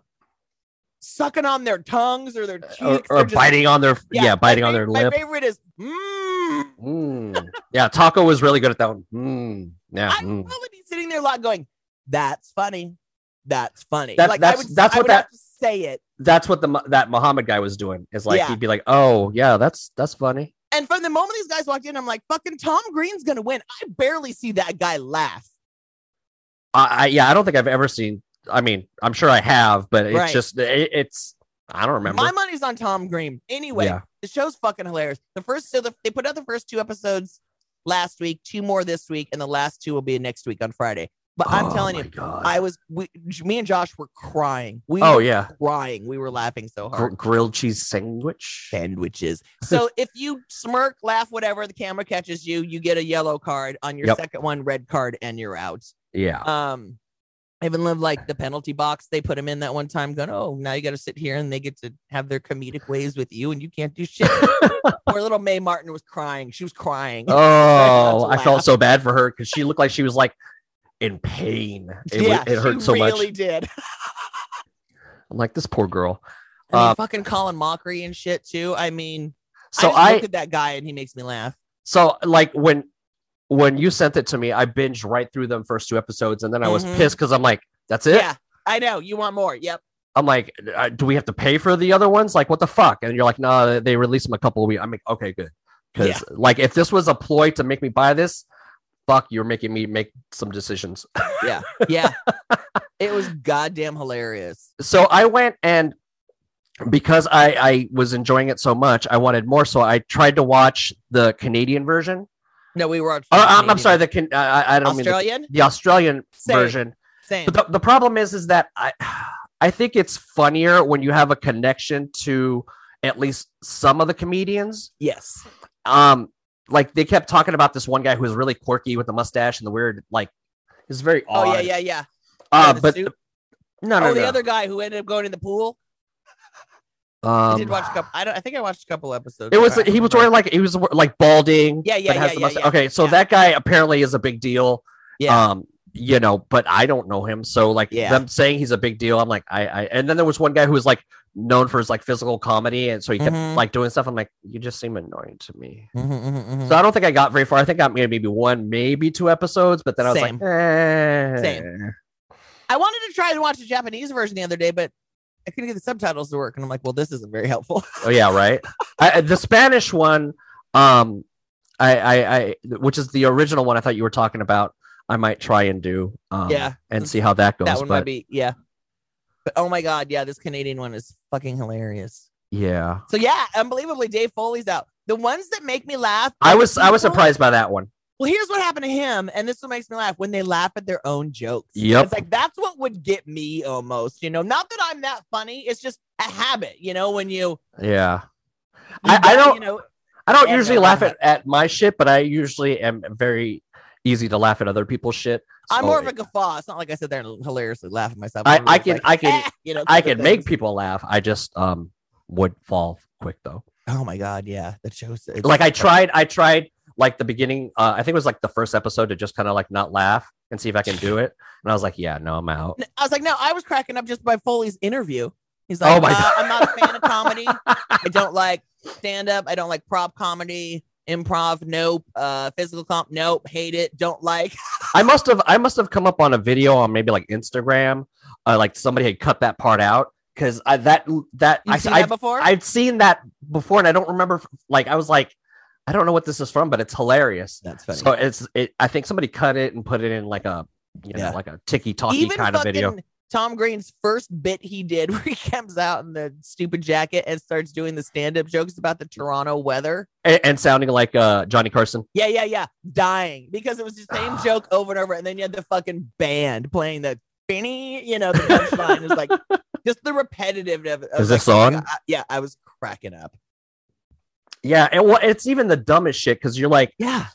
[SPEAKER 2] sucking on their tongues or their cheeks
[SPEAKER 1] Or,
[SPEAKER 2] They're
[SPEAKER 1] or
[SPEAKER 2] just-
[SPEAKER 1] biting on their yeah,
[SPEAKER 2] my
[SPEAKER 1] biting on
[SPEAKER 2] fav-
[SPEAKER 1] their
[SPEAKER 2] my
[SPEAKER 1] lip.
[SPEAKER 2] favorite is mmm.
[SPEAKER 1] Mm. Yeah, Taco was really good at that one. Mm. Yeah.
[SPEAKER 2] I would
[SPEAKER 1] mm.
[SPEAKER 2] probably be sitting there like going, "That's funny, that's funny."
[SPEAKER 1] That-
[SPEAKER 2] like
[SPEAKER 1] that's-
[SPEAKER 2] I would,
[SPEAKER 1] that's
[SPEAKER 2] I
[SPEAKER 1] what
[SPEAKER 2] would have to say it.
[SPEAKER 1] That's what the Mu- that Muhammad guy was doing. Is like
[SPEAKER 2] Yeah.
[SPEAKER 1] he'd be like, "Oh yeah, that's that's funny."
[SPEAKER 2] And from the moment these guys walked in, I'm like, "Fucking Tom Green's gonna win." I barely see that guy laugh.
[SPEAKER 1] I, I yeah, I don't think I've ever seen. I mean, I'm sure I have, but it's
[SPEAKER 2] Right.
[SPEAKER 1] just it, it's. I don't remember.
[SPEAKER 2] My money's on Tom Green. Anyway,
[SPEAKER 1] Yeah.
[SPEAKER 2] the show's fucking hilarious. The first, so the, they put out the first two episodes last week, two more this week, and the last two will be next week on Friday. But I'm
[SPEAKER 1] Oh
[SPEAKER 2] telling
[SPEAKER 1] my
[SPEAKER 2] you,
[SPEAKER 1] God.
[SPEAKER 2] I was, we, me and Josh were crying. We
[SPEAKER 1] oh
[SPEAKER 2] were
[SPEAKER 1] yeah,
[SPEAKER 2] crying. We were laughing so hard.
[SPEAKER 1] Gr- grilled cheese sandwich.
[SPEAKER 2] sandwiches. So if you smirk, laugh, whatever, the camera catches you, you get a yellow card on your
[SPEAKER 1] Yep.
[SPEAKER 2] second one, red card, and you're out.
[SPEAKER 1] Yeah,
[SPEAKER 2] Um, I even love like the penalty box they put him in that one time, going, Oh, now you got to sit here and they get to have their comedic ways with you, and you can't do shit. Poor little Mae Martin was crying. She was crying.
[SPEAKER 1] Oh,
[SPEAKER 2] I
[SPEAKER 1] I
[SPEAKER 2] had to
[SPEAKER 1] felt
[SPEAKER 2] laugh.
[SPEAKER 1] so bad for her because she looked like she was like in pain. It, wa-
[SPEAKER 2] yeah,
[SPEAKER 1] it hurt
[SPEAKER 2] she
[SPEAKER 1] so
[SPEAKER 2] really
[SPEAKER 1] much.
[SPEAKER 2] did.
[SPEAKER 1] I'm like this poor girl.
[SPEAKER 2] I mean,
[SPEAKER 1] Um,
[SPEAKER 2] fucking Colin Mockery and shit too. I mean,
[SPEAKER 1] So
[SPEAKER 2] just
[SPEAKER 1] I,
[SPEAKER 2] look at that guy and he makes me laugh.
[SPEAKER 1] so like when when you sent it to me, I binged right through them first two episodes, and then I was
[SPEAKER 2] Mhm.
[SPEAKER 1] pissed because I'm like, that's it.
[SPEAKER 2] Yeah, I know. You want more? Yep.
[SPEAKER 1] I'm like, uh, do we have to pay for the other ones? Like, what the fuck? And you're like, no, they release them a couple of weeks. I'm like, okay, good. Because
[SPEAKER 2] Yeah.
[SPEAKER 1] like, if this was a ploy to make me buy this, fuck, you're making me make some decisions.
[SPEAKER 2] Yeah. it was goddamn hilarious.
[SPEAKER 1] so I went and because I I was enjoying it so much, I wanted more. So I tried to watch the Canadian version.
[SPEAKER 2] No, we were on.
[SPEAKER 1] Or, Uh, I'm, I'm sorry, the can I, I- I don't mean
[SPEAKER 2] Australian.
[SPEAKER 1] the, the Australian
[SPEAKER 2] Same.
[SPEAKER 1] version.
[SPEAKER 2] Same.
[SPEAKER 1] But the, the problem is, is that I, I think it's funnier when you have a connection to at least some of the comedians.
[SPEAKER 2] yes.
[SPEAKER 1] Um, like they kept talking about this one guy who was really quirky with the mustache and the weird, like, it's very odd.
[SPEAKER 2] Oh yeah, yeah, yeah. Yeah,
[SPEAKER 1] Uh,
[SPEAKER 2] the
[SPEAKER 1] but
[SPEAKER 2] suit.
[SPEAKER 1] no, no,
[SPEAKER 2] oh,
[SPEAKER 1] no.
[SPEAKER 2] the other guy who ended up going in the pool. I
[SPEAKER 1] um,
[SPEAKER 2] did watch a couple. I don't. I think I watched a couple episodes.
[SPEAKER 1] it was
[SPEAKER 2] I don't
[SPEAKER 1] he was
[SPEAKER 2] remember.
[SPEAKER 1] wearing like he was like balding.
[SPEAKER 2] Yeah, yeah,
[SPEAKER 1] but has
[SPEAKER 2] yeah,
[SPEAKER 1] the
[SPEAKER 2] yeah,
[SPEAKER 1] mustache.
[SPEAKER 2] yeah.
[SPEAKER 1] Okay, so
[SPEAKER 2] yeah.
[SPEAKER 1] that guy apparently is a big deal.
[SPEAKER 2] Yeah.
[SPEAKER 1] Um, you know, but I don't know him. So like
[SPEAKER 2] Yeah.
[SPEAKER 1] them saying he's a big deal, I'm like, I, I and then there was one guy who was like known for his like physical comedy, and so he kept
[SPEAKER 2] Mhm.
[SPEAKER 1] like doing stuff. I'm like, you just seem annoying to me.
[SPEAKER 2] Mhm, mhm, mhm.
[SPEAKER 1] So I don't think I got very far. I think I made maybe one, maybe two episodes, but then I was
[SPEAKER 2] Same.
[SPEAKER 1] like, eh.
[SPEAKER 2] Same. I wanted to try and watch the Japanese version the other day, but I couldn't get the subtitles to work, and I'm like, well, this isn't very helpful.
[SPEAKER 1] Oh yeah, right. I, I- the Spanish one, um, I, I, I, which is the original one. I thought you were talking about. I might try and do, um,
[SPEAKER 2] Yeah.
[SPEAKER 1] and see how that goes.
[SPEAKER 2] that one
[SPEAKER 1] but
[SPEAKER 2] might be yeah. But oh my god, yeah, this Canadian one is fucking hilarious.
[SPEAKER 1] yeah,
[SPEAKER 2] So yeah, unbelievably, Dave Foley's out. The ones that make me laugh.
[SPEAKER 1] I
[SPEAKER 2] are the
[SPEAKER 1] was, I was
[SPEAKER 2] people-
[SPEAKER 1] surprised by that one.
[SPEAKER 2] Well, here's what happened to him, and this one makes me laugh when they laugh at their own jokes.
[SPEAKER 1] Yep.
[SPEAKER 2] It's like that's what would get me almost, you know. Not that I'm that funny, it's just a habit, you know, when you,
[SPEAKER 1] Yeah,
[SPEAKER 2] you
[SPEAKER 1] I- I
[SPEAKER 2] gotta,
[SPEAKER 1] don't-
[SPEAKER 2] you know,
[SPEAKER 1] I don't
[SPEAKER 2] Yeah,
[SPEAKER 1] usually
[SPEAKER 2] no,
[SPEAKER 1] laugh
[SPEAKER 2] I'm
[SPEAKER 1] at, at my shit, but I usually am very easy to laugh at other people's shit.
[SPEAKER 2] I'm
[SPEAKER 1] So
[SPEAKER 2] more of a guffaw. It's not like I sit there and hilariously laugh at myself.
[SPEAKER 1] I-
[SPEAKER 2] I'm
[SPEAKER 1] I
[SPEAKER 2] just
[SPEAKER 1] can-
[SPEAKER 2] like,
[SPEAKER 1] I can-
[SPEAKER 2] "Eh," you know,
[SPEAKER 1] I
[SPEAKER 2] type
[SPEAKER 1] can
[SPEAKER 2] of
[SPEAKER 1] make
[SPEAKER 2] things.
[SPEAKER 1] people laugh. I just um would fall quick though.
[SPEAKER 2] Oh my god, yeah, that shows it's-
[SPEAKER 1] Like I tried, I tried like the beginning. Uh, I think it was like the first episode to just kind of like not laugh and see if I can do it. And I was like, yeah, no, I'm out.
[SPEAKER 2] I was like, no, I was cracking up just by Foley's interview. He's like,
[SPEAKER 1] Oh my
[SPEAKER 2] uh,
[SPEAKER 1] God.
[SPEAKER 2] I'm not a fan of comedy. I don't like stand up. I don't like prop comedy, improv. Nope. Uh, physical comp. Nope. Hate it. Don't like.
[SPEAKER 1] I must have I must have come up on a video on maybe like Instagram, uh, like somebody had cut that part out because I that that
[SPEAKER 2] You've
[SPEAKER 1] I,
[SPEAKER 2] seen
[SPEAKER 1] I
[SPEAKER 2] that before?
[SPEAKER 1] I've seen that before and I don't remember like I was like I don't know what this is from, but it's hilarious.
[SPEAKER 2] That's funny.
[SPEAKER 1] So it's it I think somebody cut it and put it in like a you know
[SPEAKER 2] Yeah.
[SPEAKER 1] like a ticky talky
[SPEAKER 2] Even
[SPEAKER 1] kind of
[SPEAKER 2] fucking
[SPEAKER 1] video.
[SPEAKER 2] Tom Green's first bit he did where he comes out in the stupid jacket and starts doing the stand up jokes about the Toronto weather.
[SPEAKER 1] And, and sounding like uh Johnny Carson.
[SPEAKER 2] Yeah, yeah, yeah. Dying because it was the same joke over and over. And then you had the fucking band playing the finny, you know, the punchline is like just the repetitive of it. I
[SPEAKER 1] Is
[SPEAKER 2] was
[SPEAKER 1] this
[SPEAKER 2] like,
[SPEAKER 1] on?
[SPEAKER 2] I- I- yeah, I was cracking up.
[SPEAKER 1] Yeah, and well, it's even the dumbest shit because you're like
[SPEAKER 2] Yeah.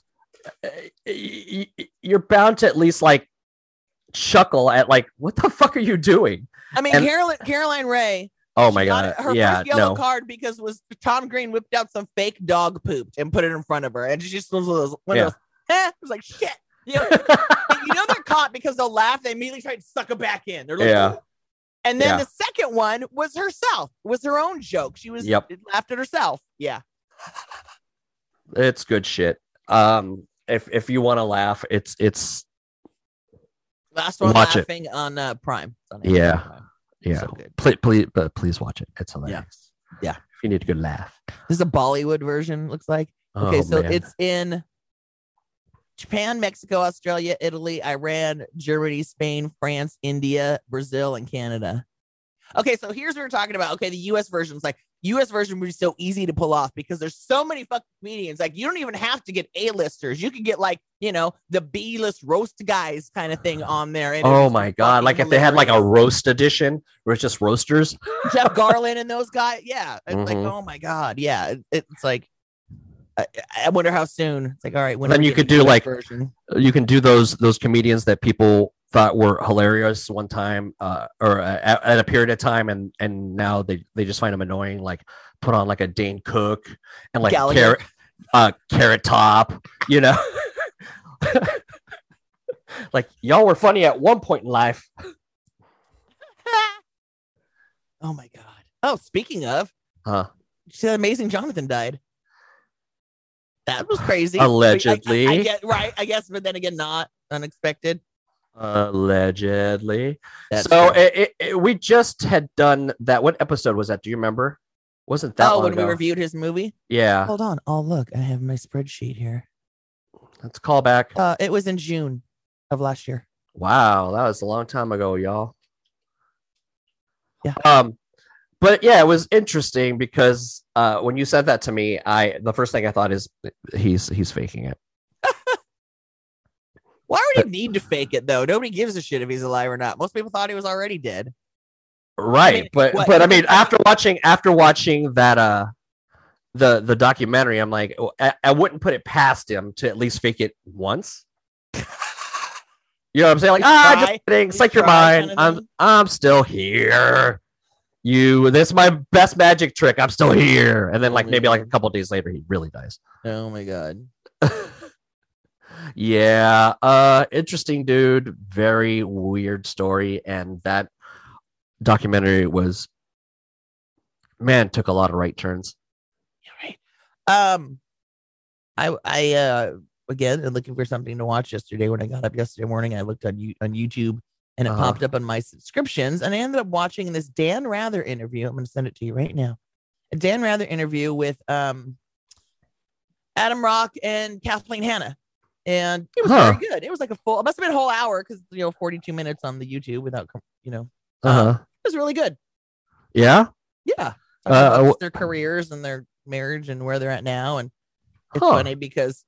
[SPEAKER 1] uh, y- y- you're bound to at least like chuckle at like what the fuck are you doing?
[SPEAKER 2] I mean,
[SPEAKER 1] And-
[SPEAKER 2] Caroline, Caroline Ray.
[SPEAKER 1] Oh
[SPEAKER 2] she
[SPEAKER 1] my
[SPEAKER 2] got
[SPEAKER 1] god.
[SPEAKER 2] it- Her
[SPEAKER 1] yeah,
[SPEAKER 2] first yellow
[SPEAKER 1] no.
[SPEAKER 2] card because was Tom Green whipped out some fake dog pooped and put it in front of her. And she just was one of those, one
[SPEAKER 1] Yeah.
[SPEAKER 2] of those eh, it was like, shit. You know, you know they're caught because they'll laugh. They immediately try to suck it back in. They're like,
[SPEAKER 1] Yeah.
[SPEAKER 2] And then
[SPEAKER 1] Yeah.
[SPEAKER 2] the second one was herself, was her own joke. She was
[SPEAKER 1] Yep.
[SPEAKER 2] laughed at herself. Yeah.
[SPEAKER 1] it's good shit. Um if if you want to laugh, it's it's
[SPEAKER 2] Last one
[SPEAKER 1] Watch it.
[SPEAKER 2] laughing on uh, Prime. It's on
[SPEAKER 1] Yeah.
[SPEAKER 2] Amazon Prime.
[SPEAKER 1] yeah.
[SPEAKER 2] So good.
[SPEAKER 1] please, please, but please watch it. It's hilarious.
[SPEAKER 2] Yeah.
[SPEAKER 1] If you need a good laugh.
[SPEAKER 2] This is a Bollywood version, looks like. Okay,
[SPEAKER 1] Oh,
[SPEAKER 2] so
[SPEAKER 1] man.
[SPEAKER 2] it's in Japan, Mexico, Australia, Italy, Iran, Germany, Spain, France, India, Brazil, and Canada. Okay, so here's what we're talking about. Okay, the US version is like US version would be so easy to pull off because there's so many fucking comedians. Like you don't even have to get A-listers. You could get like, you know, the B-list roast guys kind of thing on there. and it
[SPEAKER 1] oh
[SPEAKER 2] was
[SPEAKER 1] my god!
[SPEAKER 2] fucking
[SPEAKER 1] Like if they had like a
[SPEAKER 2] hilarious.
[SPEAKER 1] roast edition where it's just roasters.
[SPEAKER 2] Jeff Garland and those guys. Yeah. It's like,
[SPEAKER 1] Mhm.
[SPEAKER 2] oh my God. Yeah. It- it's like, I, I wonder how soon. It's like, all right. When
[SPEAKER 1] Then
[SPEAKER 2] are we
[SPEAKER 1] you could
[SPEAKER 2] getting
[SPEAKER 1] do,
[SPEAKER 2] the
[SPEAKER 1] like-
[SPEAKER 2] version?
[SPEAKER 1] You can do those those comedians that people thought were hilarious one time, uh, or uh, at, at a period of time, and and now they they just find them annoying. Like put on like a Dane Cook and like
[SPEAKER 2] Gallagher.
[SPEAKER 1] carrot uh, carrot top. You know. Like y'all were funny at one point in life.
[SPEAKER 2] oh my God. Oh, speaking of,
[SPEAKER 1] Huh.
[SPEAKER 2] you see that amazing Jonathan died. That was crazy.
[SPEAKER 1] Allegedly.
[SPEAKER 2] I, I get- right. I guess, but then again, not unexpected.
[SPEAKER 1] Allegedly.
[SPEAKER 2] That's
[SPEAKER 1] so
[SPEAKER 2] true.
[SPEAKER 1] it, it, it- we just had done that. What episode was that? Do you remember? Wasn't that
[SPEAKER 2] oh,
[SPEAKER 1] long
[SPEAKER 2] when
[SPEAKER 1] ago.
[SPEAKER 2] we reviewed his movie.
[SPEAKER 1] yeah,
[SPEAKER 2] Hold on. Oh, look, I have my spreadsheet here.
[SPEAKER 1] that's a callback.
[SPEAKER 2] Uh, it was in June of last year.
[SPEAKER 1] Wow, that was a long time ago, y'all.
[SPEAKER 2] Yeah.
[SPEAKER 1] Um, but yeah, it was interesting because uh, when you said that to me, I the first thing I thought is he's he's faking it.
[SPEAKER 2] Why would he need to fake it though? Nobody gives a shit if he's alive or not. Most people thought he was already dead.
[SPEAKER 1] Right, but
[SPEAKER 2] what-
[SPEAKER 1] but I mean, after watching after watching that uh the the documentary, I'm like, oh, I, I wouldn't put it past him to at least fake it once. You know what I'm saying? Like,
[SPEAKER 2] You
[SPEAKER 1] ah,
[SPEAKER 2] try.
[SPEAKER 1] just kidding.
[SPEAKER 2] You
[SPEAKER 1] Psych your
[SPEAKER 2] try
[SPEAKER 1] mind.
[SPEAKER 2] kinda
[SPEAKER 1] I'm
[SPEAKER 2] thing.
[SPEAKER 1] I'm still here. You, this is my best magic trick. I'm still here. And then, like
[SPEAKER 2] Oh,
[SPEAKER 1] maybe like a
[SPEAKER 2] man.
[SPEAKER 1] couple days later, he really dies.
[SPEAKER 2] Oh my god.
[SPEAKER 1] yeah. Uh, interesting dude. Very weird story. And that documentary was, man, took a lot of right turns.
[SPEAKER 2] Yeah, right. Um, I I uh again am looking for something to watch yesterday. When I got up yesterday morning, I looked on you on YouTube and it
[SPEAKER 1] Uh-huh.
[SPEAKER 2] popped up on my subscriptions, and I ended up watching this Dan Rather interview. I'm going to send it to you right now. A Dan Rather interview with um Adam Rock and Kathleen Hanna. And it was
[SPEAKER 1] Huh.
[SPEAKER 2] very good. It was like a full, it must have been a whole hour because, you know, 42 minutes on the YouTube without, com- you know,
[SPEAKER 1] Uh huh.
[SPEAKER 2] it was really good.
[SPEAKER 1] Yeah.
[SPEAKER 2] Yeah.
[SPEAKER 1] Uh,
[SPEAKER 2] Talking about
[SPEAKER 1] uh,
[SPEAKER 2] just their careers and their marriage and where they're at now. And it's
[SPEAKER 1] Huh.
[SPEAKER 2] funny because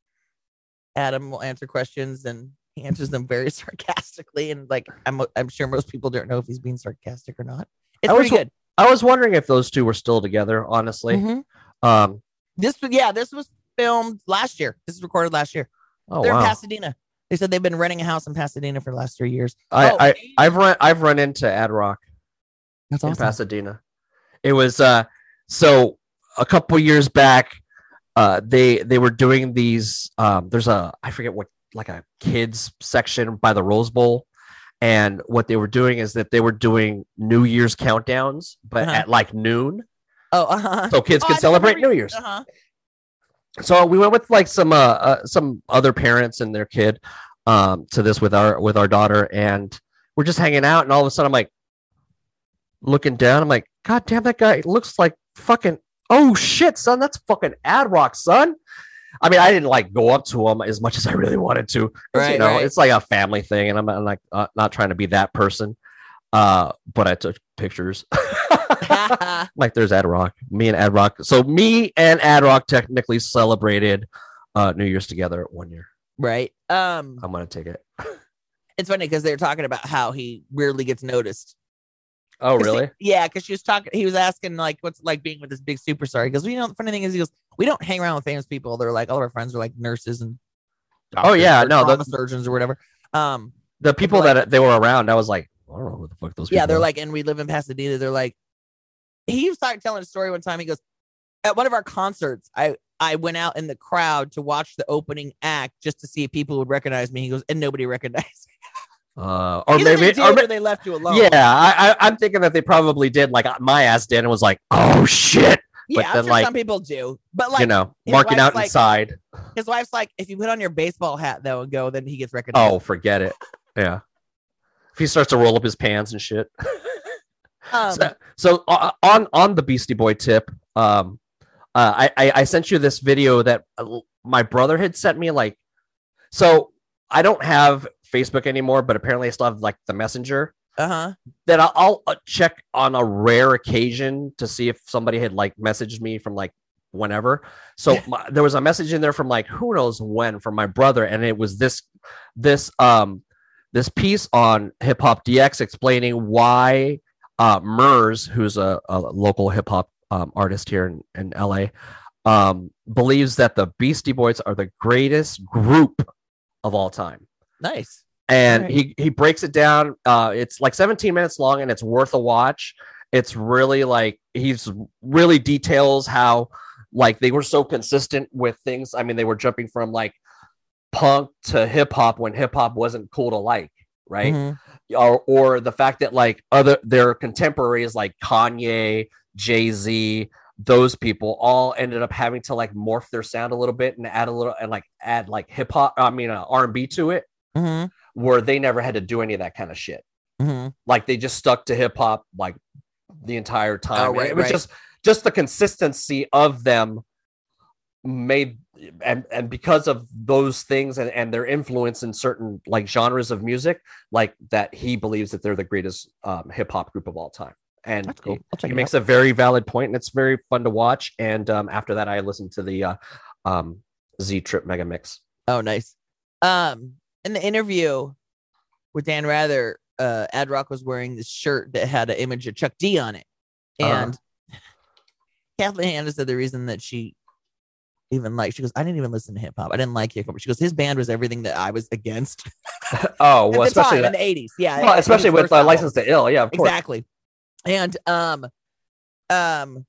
[SPEAKER 2] Adam will answer questions and he answers them very sarcastically. And like, I'm, I'm sure most people don't know if he's being sarcastic or not. It's
[SPEAKER 1] I
[SPEAKER 2] pretty
[SPEAKER 1] was
[SPEAKER 2] good.
[SPEAKER 1] I was wondering if those two were still together. Honestly.
[SPEAKER 2] Mhm.
[SPEAKER 1] Um.
[SPEAKER 2] This, was- yeah, this was filmed last year. This was recorded last year.
[SPEAKER 1] Oh
[SPEAKER 2] they're
[SPEAKER 1] wow.
[SPEAKER 2] in Pasadena. They said they've been renting a house in Pasadena for the last three years.
[SPEAKER 1] I,
[SPEAKER 2] Oh,
[SPEAKER 1] I I've run I've run into Adrock.
[SPEAKER 2] That's
[SPEAKER 1] in Pasadena. It was uh so a couple years back uh they they were doing these um there's a I forget what like a kids section by the Rose Bowl and what they were doing is that they were doing New Year's countdowns but
[SPEAKER 2] Uh-huh.
[SPEAKER 1] at like noon
[SPEAKER 2] Oh, uh-huh.
[SPEAKER 1] so kids
[SPEAKER 2] Oh, I
[SPEAKER 1] could
[SPEAKER 2] do
[SPEAKER 1] celebrate
[SPEAKER 2] remember
[SPEAKER 1] New Year's.
[SPEAKER 2] Uh-huh.
[SPEAKER 1] So we went with like some uh, uh some other parents and their kid um to this with our with our daughter and we're just hanging out and all of a sudden I'm like looking down I'm like god damn that guy looks like fucking oh shit son that's fucking ad rock son I mean I didn't like go up to him as much as I really wanted to 'cause, you
[SPEAKER 2] Right,
[SPEAKER 1] know
[SPEAKER 2] right.
[SPEAKER 1] it's like a family thing and I'm, I'm like uh, not trying to be that person uh but I took pictures like there's Ad Rock, me and Ad Rock. So me and Ad Rock technically celebrated uh, New Year's together one year.
[SPEAKER 2] right. Um,
[SPEAKER 1] I'm gonna take it.
[SPEAKER 2] it's funny because they were talking about how he rarely gets noticed.
[SPEAKER 1] Oh
[SPEAKER 2] 'Cause he- yeah, because she was talking. He was asking like, "What's it like being with this big superstar?" Because we you know the funny thing is, he goes, "We don't hang around with famous people." They're like, all of our friends are like nurses and
[SPEAKER 1] Oh, yeah,
[SPEAKER 2] doctors or
[SPEAKER 1] no, the-
[SPEAKER 2] trauma surgeons or whatever. Um,
[SPEAKER 1] The people that they were around, I was like, I don't know who the fuck those.
[SPEAKER 2] yeah,
[SPEAKER 1] people
[SPEAKER 2] they're
[SPEAKER 1] are.
[SPEAKER 2] like, and we live in Pasadena. They're like, he was talking, telling a story one time. He goes, at one of our concerts, I I went out in the crowd to watch the opening act just to see if people would recognize me. He goes, and nobody recognized.
[SPEAKER 1] uh, or
[SPEAKER 2] me. Either they
[SPEAKER 1] maybe,
[SPEAKER 2] did
[SPEAKER 1] or
[SPEAKER 2] or
[SPEAKER 1] ma-
[SPEAKER 2] they left you alone.
[SPEAKER 1] yeah, I, I, I'm thinking that they probably did. Like my ass did, and was like, oh shit,
[SPEAKER 2] yeah.
[SPEAKER 1] but
[SPEAKER 2] I'm
[SPEAKER 1] then,
[SPEAKER 2] sure
[SPEAKER 1] like,
[SPEAKER 2] some people do, but like
[SPEAKER 1] you know,
[SPEAKER 2] his
[SPEAKER 1] marking
[SPEAKER 2] wife's
[SPEAKER 1] out
[SPEAKER 2] like-
[SPEAKER 1] inside.
[SPEAKER 2] his wife's like, if you put on your baseball hat though and go, then he gets recognized.
[SPEAKER 1] Oh, forget it. Yeah, if he starts to roll up his pants and shit.
[SPEAKER 2] Um,
[SPEAKER 1] so, so uh, on on the Beastie Boy tip, um, uh, I, I I sent you this video that uh, my brother had sent me. Like, so I don't have Facebook anymore, but apparently I still have like the Messenger
[SPEAKER 2] uh huh.
[SPEAKER 1] that I'll, I'll uh, check on a rare occasion to see if somebody had like messaged me from like whenever. So
[SPEAKER 2] Yeah.
[SPEAKER 1] my, there was a message in there from like who knows when from my brother, and it was this this um this piece on Hip Hop DX explaining why uh, Murs, who's a, a local hip hop um, artist here in, in LA, um, believes that the Beastie Boys are the greatest group of all time
[SPEAKER 2] Nice.
[SPEAKER 1] and
[SPEAKER 2] Right.
[SPEAKER 1] he he breaks it down uh it's like 17 minutes long and it's worth a watch it's really like he's really details how like they were so consistent with things i mean they were jumping from like punk to hip hop when hip hop wasn't cool to like right
[SPEAKER 2] Mhm.
[SPEAKER 1] or or the fact that like other their contemporaries like Kanye, Jay Z, those people all ended up having to like morph their sound a little bit and add a little and like add like hip hop, I mean uh, R and B to it,
[SPEAKER 2] Mm-hmm.
[SPEAKER 1] where they never had to do any of that kind of shit.
[SPEAKER 2] Mm-hmm.
[SPEAKER 1] Like they just stuck to hip hop like the entire time. And
[SPEAKER 2] Oh, right,
[SPEAKER 1] it was
[SPEAKER 2] right.
[SPEAKER 1] just just the consistency of them made and and because of those things and, and their influence in certain like genres of music, like that he believes that they're the greatest um, hip hop group of all time. And
[SPEAKER 2] That's cool. I'll check
[SPEAKER 1] he
[SPEAKER 2] it
[SPEAKER 1] makes a very valid point, and it's very fun to watch. And um, after that, I listened to the uh, um, Z Trip Mega Mix.
[SPEAKER 2] out. Oh, nice. Um, in the interview with Dan Rather, uh, Ad Rock was wearing this shirt that had an image of Chuck D on it,
[SPEAKER 1] Uh-huh.
[SPEAKER 2] and Kathleen Hanna said the reason that she even like she goes, I didn't even listen to hip hop. I didn't like hip hop. She goes, his band was everything that I was against
[SPEAKER 1] Oh well,
[SPEAKER 2] at the
[SPEAKER 1] especially
[SPEAKER 2] time in the eighties. Yeah,
[SPEAKER 1] well, especially with uh,
[SPEAKER 2] license.
[SPEAKER 1] License to Ill. Yeah, of course.
[SPEAKER 2] exactly and um um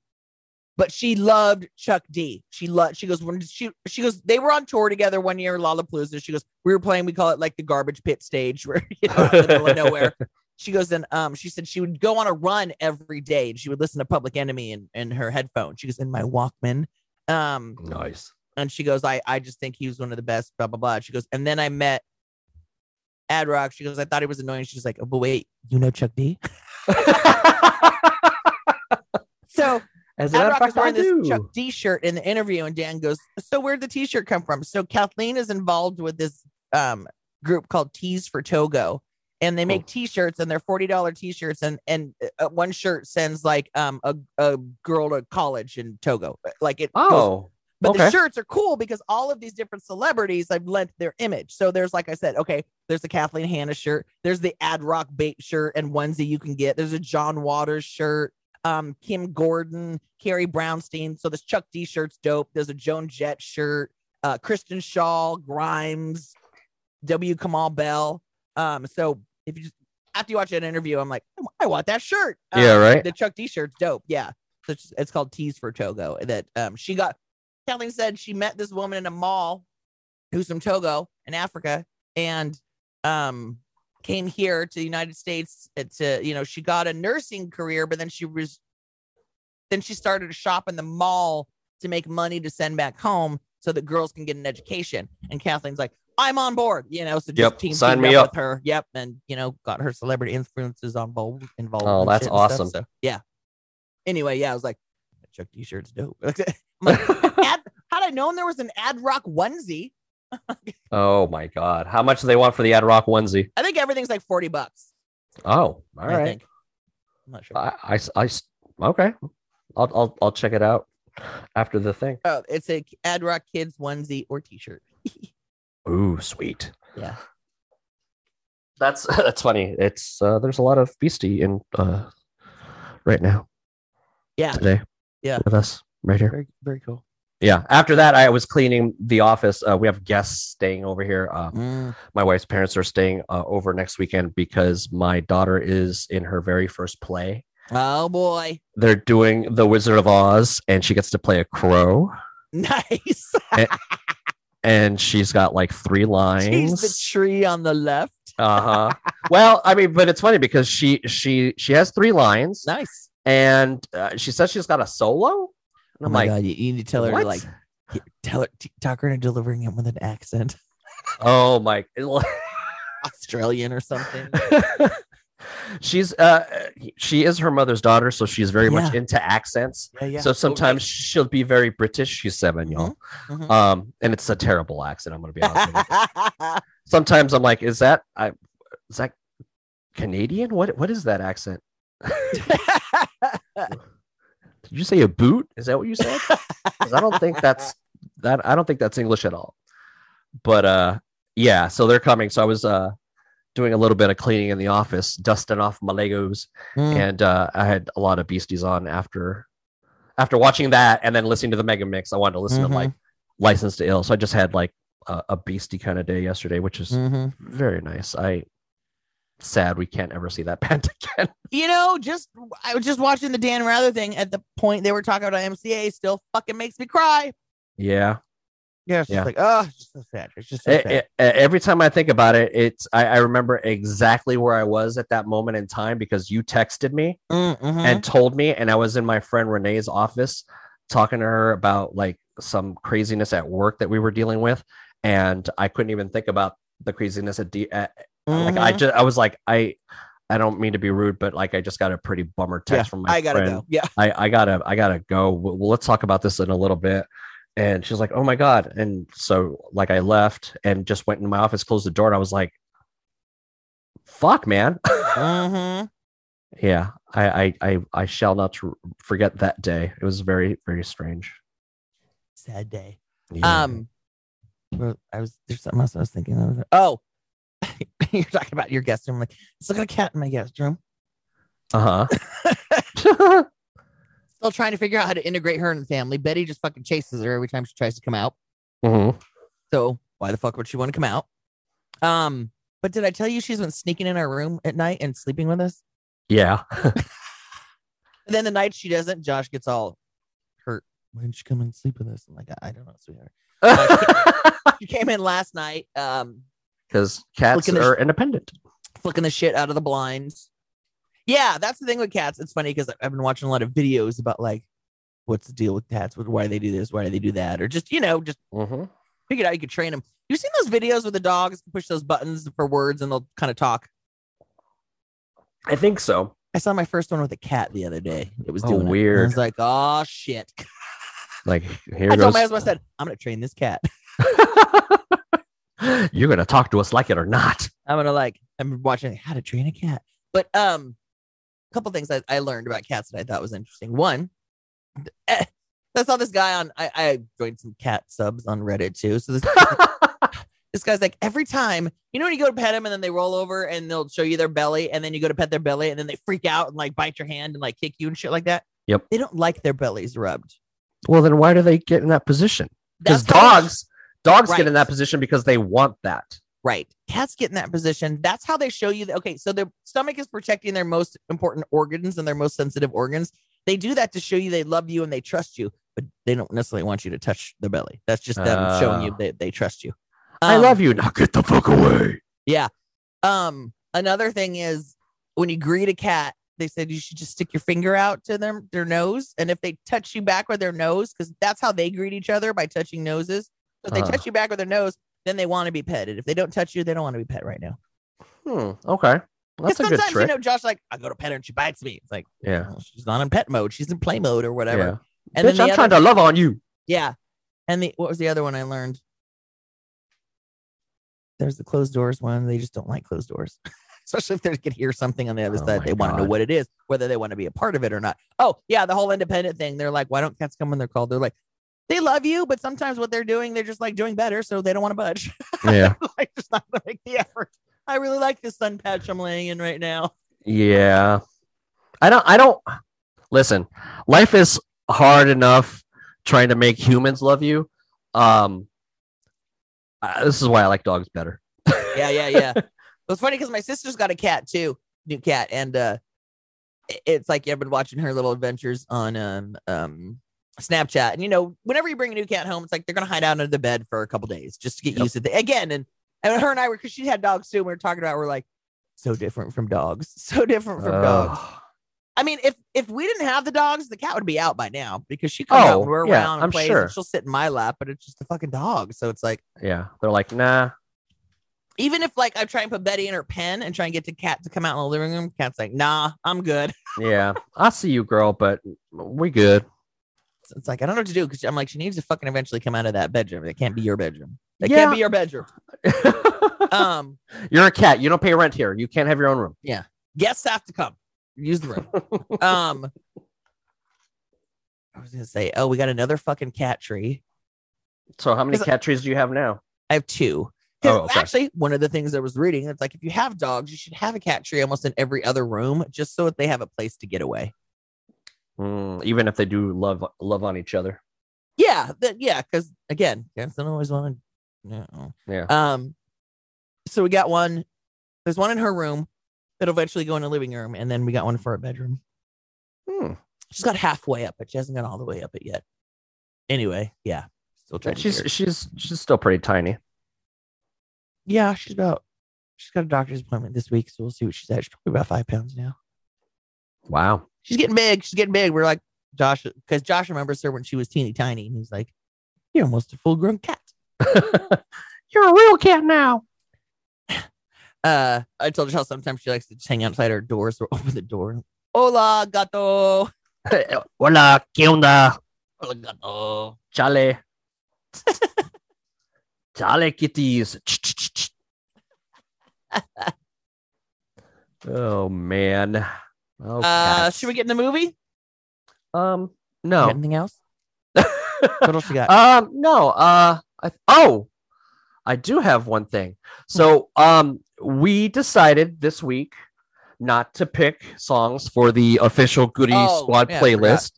[SPEAKER 2] but she loved chuck d she loved she goes when she she goes they were on tour together one year lollapalooza she goes we were playing we call it like the garbage pit stage where you know in the middle of nowhere she goes and um she said she would go on a run every day and she would listen to public enemy in, in her headphone she goes in my walkman um
[SPEAKER 1] Nice.
[SPEAKER 2] and she goes, I, I just think he was one of the best, blah, blah, blah. And she goes, and then I met Ad Rock. She goes, I thought he was annoying. She's like, oh, but wait, you know Chuck D? so
[SPEAKER 1] As a
[SPEAKER 2] Ad
[SPEAKER 1] matter of
[SPEAKER 2] Rock is
[SPEAKER 1] fact, I
[SPEAKER 2] wearing
[SPEAKER 1] do.
[SPEAKER 2] this Chuck D shirt in the interview, and Dan goes, so where'd the t shirt come from? So Kathleen is involved with this um, group called Tees for Togo. And they
[SPEAKER 1] Oh.
[SPEAKER 2] make T-shirts, and they're forty dollar T-shirts, and and uh, one shirt sends like um a, a girl to college in Togo, like it goes
[SPEAKER 1] Oh,
[SPEAKER 2] but
[SPEAKER 1] Okay.
[SPEAKER 2] the shirts are cool because all of these different celebrities have lent their image. So there's, like I said, okay, there's the Kathleen Hanna shirt, there's the Ad Rock Bait shirt and onesie you can get, there's a John Waters shirt, um, Kim Gordon, Carrie Brownstein. So this Chuck D shirt's dope. There's a Joan Jett shirt, uh, Kristen Shaw, Grimes, W. Kamal Bell. Um, so if you just after you watch that interview, I'm like, "Oh, I want that shirt. Um,
[SPEAKER 1] yeah, right.
[SPEAKER 2] the Chuck D shirt's dope. Yeah. So it's, it's called Tees for Togo. That um she got Kathleen said she met this woman in a mall who's from Togo in Africa and um came here to the United States uh, to you know she got a nursing career but then she was then she started a shop in the mall to make money to send back home so that girls can get an education and Kathleen's like I'm on board you know so just
[SPEAKER 1] Yep,
[SPEAKER 2] team
[SPEAKER 1] sign
[SPEAKER 2] teamed
[SPEAKER 1] me up.
[SPEAKER 2] with her yep and you know got her celebrity influences on bold involved
[SPEAKER 1] Oh,
[SPEAKER 2] and
[SPEAKER 1] that's
[SPEAKER 2] shit and stuff,
[SPEAKER 1] awesome.
[SPEAKER 2] so, yeah anyway yeah I was like Chuck D shirt's dope I'm like, ad, had I known there was an Ad Rock onesie,
[SPEAKER 1] oh my God, how much do they want for the Ad Rock onesie?
[SPEAKER 2] I think everything's like forty bucks.
[SPEAKER 1] Oh, all
[SPEAKER 2] I
[SPEAKER 1] right.
[SPEAKER 2] think. I'm not sure.
[SPEAKER 1] I, I, s- I s- okay. I'll, I'll, I'll check it out after the thing.
[SPEAKER 2] oh, it's a Ad Rock Kids onesie or T-shirt.
[SPEAKER 1] Ooh, sweet.
[SPEAKER 2] Yeah.
[SPEAKER 1] That's that's funny. It's uh, there's a lot of beastie in uh, right now.
[SPEAKER 2] Yeah.
[SPEAKER 1] Today.
[SPEAKER 2] Yeah.
[SPEAKER 1] With us right here.
[SPEAKER 2] Very, very cool.
[SPEAKER 1] Yeah. After that, I was cleaning the office. Uh, we have guests staying over here. Uh,
[SPEAKER 2] Mm.
[SPEAKER 1] my wife's parents are staying uh, over next weekend because my daughter is in her very first play.
[SPEAKER 2] Oh boy,
[SPEAKER 1] They're doing The Wizard of Oz, and she gets to play a crow,
[SPEAKER 2] nice.
[SPEAKER 1] and she's got like three
[SPEAKER 2] She's the
[SPEAKER 1] lines.
[SPEAKER 2] tree on the left.
[SPEAKER 1] Uh huh. well, I mean, but it's funny because she she she has three lines,
[SPEAKER 2] Nice.
[SPEAKER 1] and uh, she says she's got a solo. And I'm like,
[SPEAKER 2] Oh God, you, you need to tell her
[SPEAKER 1] "What?"
[SPEAKER 2] to like get- tell her t- talk her into delivering it with an accent,
[SPEAKER 1] oh my.
[SPEAKER 2] Australian or something.
[SPEAKER 1] she's uh she is her mother's daughter, so she's very much
[SPEAKER 2] Yeah.
[SPEAKER 1] into accents.
[SPEAKER 2] Yeah, yeah.
[SPEAKER 1] So sometimes she'll be very British. She's seven, y'all.
[SPEAKER 2] Mhm.
[SPEAKER 1] Um, and it's a terrible accent. I'm gonna be honest. with you. Sometimes I'm like, is that I is that Canadian? What what is that accent? Did you say a boot? Is that what you said? 'Cause I don't think that's that. I don't think that's English at all. But uh, yeah. So they're coming. So I was uh doing a little bit of cleaning in the office, dusting off my Legos,
[SPEAKER 2] Mm.
[SPEAKER 1] and uh, I had a lot of beasties on after after watching that and then listening to the mega mix. I wanted to listen
[SPEAKER 2] Mhm.
[SPEAKER 1] to like License to Ill, so I just had like a, a beastie kind of day yesterday, which is
[SPEAKER 2] Mhm.
[SPEAKER 1] very nice. I sad we can't ever see that band again.
[SPEAKER 2] you know, just I was just watching the Dan
[SPEAKER 1] E,
[SPEAKER 2] Rather thing at the point they were talking about MCA still fucking makes me cry.
[SPEAKER 1] yeah,
[SPEAKER 2] Yeah, it's
[SPEAKER 1] Yeah.
[SPEAKER 2] just like, oh, it's just so sad. It's just so
[SPEAKER 1] It-
[SPEAKER 2] sad.
[SPEAKER 1] it- e, every time I think about it, it's I, I remember exactly where I was at that moment in time because you texted me
[SPEAKER 2] Mm, mhm.
[SPEAKER 1] and told me, and I was in my friend Renee's office talking to her about like some craziness at work that we were dealing with, and I couldn't even think about the craziness at, D at like I
[SPEAKER 2] Mhm.
[SPEAKER 1] just I was like I I don't mean to be rude, but like I just got a pretty bummer
[SPEAKER 2] yeah,
[SPEAKER 1] text from my
[SPEAKER 2] I gotta
[SPEAKER 1] friend.
[SPEAKER 2] go. Yeah.
[SPEAKER 1] I, I gotta I gotta go. Well, let's talk about this in a little bit. And she's like, "Oh my god!" And so like I left and just went in my office, closed the door, and I was like, "Fuck, man."
[SPEAKER 2] hmm
[SPEAKER 1] yeah, I I I, I shall not tr- forget that day. It was very very strange.
[SPEAKER 2] Sad day.
[SPEAKER 1] Yeah.
[SPEAKER 2] Um, well, I was there's something else I was thinking. of. Oh, you're talking about your guest room. Like, let's look at a cat in my guest room.
[SPEAKER 1] uh huh.
[SPEAKER 2] Still trying to figure out how to integrate her in the family. Betty just fucking chases her every time she tries to come out.
[SPEAKER 1] hmm
[SPEAKER 2] So why the fuck would she want to come out? Um, but did I tell you she's been sneaking in our room at night and sleeping with us?
[SPEAKER 1] Yeah.
[SPEAKER 2] And then the night she doesn't, Josh gets all hurt. Why didn't she come and sleep with us? I'm like, I I don't know, sweetheart. She came in last night, um,
[SPEAKER 1] Because cats
[SPEAKER 2] Look at this-
[SPEAKER 1] are independent.
[SPEAKER 2] flicking the shit out of the blinds. Yeah, that's the thing with cats. It's funny because I've been watching a lot of videos about like, what's the deal with cats? Why do they do this? Why do they do that? Or just you know, just
[SPEAKER 1] Mm-hmm.
[SPEAKER 2] figured out you could train them. You seen those videos where the dogs push those buttons for words and they'll kind of talk?
[SPEAKER 1] I think so.
[SPEAKER 2] I saw my first one with a cat the other day. It was
[SPEAKER 1] Oh,
[SPEAKER 2] doing it. And
[SPEAKER 1] weird.
[SPEAKER 2] I was like, oh shit.
[SPEAKER 1] Like here
[SPEAKER 2] I
[SPEAKER 1] goes.
[SPEAKER 2] told my husband, I said, I'm gonna train this cat.
[SPEAKER 1] You're gonna talk to us like it or not.
[SPEAKER 2] I'm gonna like I'm watching how to train a cat. But um a couple things I, I learned about cats that I thought was interesting. One, th- eh, I saw this guy on I, I joined some cat subs on Reddit too. So this this guy's like every time, you know when you go to pet them and then they roll over and they'll show you their belly and then you go to pet their belly and then they freak out and like bite your hand and like kick you and shit like that.
[SPEAKER 1] Yep.
[SPEAKER 2] They don't like their bellies rubbed.
[SPEAKER 1] Well, then why do they get in that position? Because
[SPEAKER 2] That's how-
[SPEAKER 1] dogs, dogs
[SPEAKER 2] Right.
[SPEAKER 1] get in that position because they want that.
[SPEAKER 2] Right. Cats get in that position. That's how they show you that. Okay. So their stomach is protecting their most important organs and their most sensitive organs. They do that to show you they love you and they trust you, but they don't necessarily want you to touch their belly. That's just them showing you
[SPEAKER 1] Oh.
[SPEAKER 2] that they trust you.
[SPEAKER 1] I
[SPEAKER 2] Um,
[SPEAKER 1] love you. Now get the fuck away.
[SPEAKER 2] Um, another thing is when you greet a cat, they said you should just stick your finger out to them, their nose. And if they touch you back with their nose, because that's how they greet each other by touching noses. If they
[SPEAKER 1] Uh-huh.
[SPEAKER 2] touch you back with their nose, then they want to be petted. If they don't touch you, they don't want to be pet right now.
[SPEAKER 1] Hmm. Okay. That's a
[SPEAKER 2] Because
[SPEAKER 1] good
[SPEAKER 2] sometimes
[SPEAKER 1] trick.
[SPEAKER 2] you know Josh like I go to pet her and she bites me. It's like
[SPEAKER 1] yeah.
[SPEAKER 2] "Oh, she's not in pet mode, she's in play mode or whatever.
[SPEAKER 1] yeah.
[SPEAKER 2] And
[SPEAKER 1] Bitch,
[SPEAKER 2] then
[SPEAKER 1] I'm
[SPEAKER 2] the
[SPEAKER 1] trying
[SPEAKER 2] other,
[SPEAKER 1] to love on you.
[SPEAKER 2] yeah. And the what was the other one I learned? There's the closed doors one. They just don't like closed doors, especially if they could hear something on the other
[SPEAKER 1] Oh
[SPEAKER 2] side.
[SPEAKER 1] my
[SPEAKER 2] They want to know
[SPEAKER 1] God.
[SPEAKER 2] what it is, whether they want to be a part of it or not. Oh yeah, the whole independent thing. They're like, why don't cats come when they're called? They're like, they love you, but sometimes what they're doing, they're just like doing better, so they don't want to budge.
[SPEAKER 1] Yeah.
[SPEAKER 2] like just not gonna make the effort. I really like this sun patch I'm laying in right now.
[SPEAKER 1] Yeah. I don't I don't listen. Life is hard enough trying to make humans love you. Um uh, this is why I like dogs better.
[SPEAKER 2] yeah, yeah, yeah. It was funny because my sister's got a cat too, new cat, and uh, i- it's like yeah, I've been watching her little adventures on um um Snapchat, and you know, whenever you bring a new cat home, it's like they're gonna hide out under the bed for a couple days just to get
[SPEAKER 1] Yep.
[SPEAKER 2] used to the again. And and her and I were because she had dogs too. And we were talking about we're like so different from dogs, so different from dogs.
[SPEAKER 1] Ugh.
[SPEAKER 2] I mean, if if we didn't have the dogs, the cat would be out by now because she comes out
[SPEAKER 1] Oh,
[SPEAKER 2] when we're
[SPEAKER 1] yeah,
[SPEAKER 2] around and
[SPEAKER 1] I'm
[SPEAKER 2] plays,
[SPEAKER 1] sure.
[SPEAKER 2] and she'll sit in my lap, but it's just a fucking dog, so it's like
[SPEAKER 1] yeah. They're like, nah.
[SPEAKER 2] even if like I try and put Betty in her pen and try and get the cat to come out in the living room, cat's like, nah, I'm good.
[SPEAKER 1] Yeah. I see you, girl, but we good.
[SPEAKER 2] So it's like I don't know what to do because I'm like, she needs to fucking eventually come out of that bedroom. That can't be your bedroom. That
[SPEAKER 1] Yeah.
[SPEAKER 2] can't be your bedroom. Um,
[SPEAKER 1] You're a cat. You don't pay rent here. You can't have your own room.
[SPEAKER 2] guests have to come. Use the room. Um, I was gonna say, oh, we got another fucking cat tree.
[SPEAKER 1] So how many
[SPEAKER 2] Is it-
[SPEAKER 1] cat trees do you have now?
[SPEAKER 2] I have two. 'Cause
[SPEAKER 1] Oh, okay.
[SPEAKER 2] Actually, one of the things I was reading, it's like if you have dogs, you should have a cat tree almost in every other room, just so that they have a place to get away.
[SPEAKER 1] Mm, even if they do love love on each other.
[SPEAKER 2] Yeah, that yeah, because again, cats don't always want to. No.
[SPEAKER 1] Yeah.
[SPEAKER 2] Um. So we got one. There's one in her room. It'll eventually go in the living room, and then we got one for a bedroom.
[SPEAKER 1] Hmm.
[SPEAKER 2] She's got halfway up, but she hasn't got all the way up it yet. Anyway, yeah. Still trying. to
[SPEAKER 1] she's
[SPEAKER 2] get her-
[SPEAKER 1] she's she's still pretty tiny.
[SPEAKER 2] yeah, she's about. She's got a doctor's appointment this week, so we'll see what she's at. She's probably about five pounds now.
[SPEAKER 1] Wow.
[SPEAKER 2] She's getting big. She's getting big. We're like Josh, because Josh remembers her when she was teeny tiny, and he's like, "You're almost a full-grown cat."
[SPEAKER 1] You're a real cat now.
[SPEAKER 2] Uh, I told her how sometimes she likes to just hang outside her door, so open the door. Hola, gato.
[SPEAKER 1] Hola, ¿qué onda?
[SPEAKER 2] Hola, gato.
[SPEAKER 1] Chale. Chale kitties. oh man. Oh,
[SPEAKER 2] uh,
[SPEAKER 1] cats.
[SPEAKER 2] should we get in the movie? Oh.
[SPEAKER 1] um
[SPEAKER 2] You got
[SPEAKER 1] no.
[SPEAKER 2] Anything else? What else you got?
[SPEAKER 1] um no, uh I, oh. I do have one thing. So,
[SPEAKER 2] Hmm.
[SPEAKER 1] um we decided this week not to pick songs for the official Goody
[SPEAKER 2] Oh,
[SPEAKER 1] Squad
[SPEAKER 2] yeah, I forgot.
[SPEAKER 1] playlist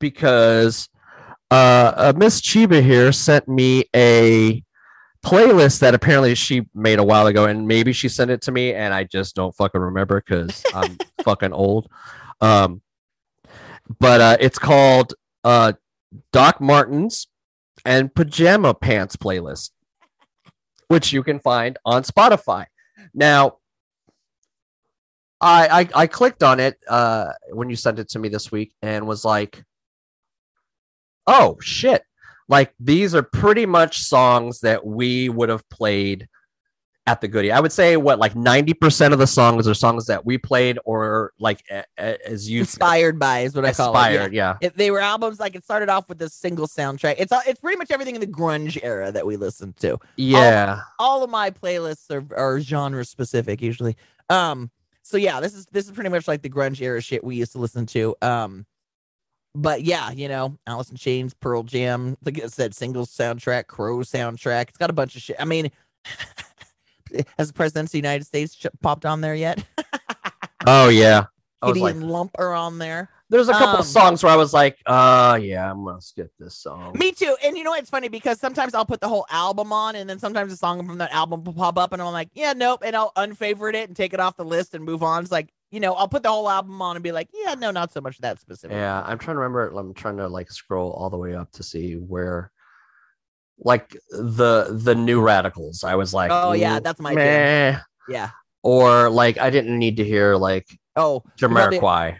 [SPEAKER 1] because uh, uh Miss Chiba here sent me a playlist that apparently she made a while ago and maybe she sent it to me and I just don't fucking remember cuz I'm fucking old. Um but uh it's called uh Doc Martens and Pajama Pants playlist which you can find on Spotify. Now, I I, I clicked on it uh, when you sent it to me this week and was like, oh shit! Like these are pretty much songs that we would have played at the Goody. I would say what like ninety percent of the songs are songs that we played or like a- a- as you
[SPEAKER 2] Inspired by is what I call it. Yeah.
[SPEAKER 1] aspired. Yeah.
[SPEAKER 2] It, they were albums like it started off with this single soundtrack. It's all- it's pretty much everything in the grunge era that we listened to. Oh,
[SPEAKER 1] Yeah.
[SPEAKER 2] All of my playlists are, are genre specific usually. Um, so yeah, this is this is pretty much like the grunge era shit we used to listen to. Um, but yeah, you know, Alice in Chains, Pearl Jam, like I said, single soundtrack, Crow soundtrack. It's got a bunch of shit. I mean, has the president of the United States sh- popped on there yet?
[SPEAKER 1] Oh yeah. I was
[SPEAKER 2] Kitty
[SPEAKER 1] like,
[SPEAKER 2] and Lump are on there.
[SPEAKER 1] there's a couple
[SPEAKER 2] um,
[SPEAKER 1] of songs where I was like, uh yeah, I'm gonna skip this song.
[SPEAKER 2] Me too. And you know what's funny because sometimes I'll put the whole album on, and then sometimes a song from that album will pop up, and I'm like, yeah, nope, and I'll unfavorite it and take it off the list and move on. It's like you know, I'll put the whole album on and be like, yeah, no, not so much that specific.
[SPEAKER 1] Yeah, I'm trying to remember. I'm trying to like scroll all the way up to see where, like the the new radicals. I was like,
[SPEAKER 2] oh yeah,
[SPEAKER 1] "Ooh,
[SPEAKER 2] that's my thing.
[SPEAKER 1] meh.
[SPEAKER 2] Yeah.
[SPEAKER 1] Or like I didn't need to hear like
[SPEAKER 2] Oh, you know the-
[SPEAKER 1] Jamiroquai.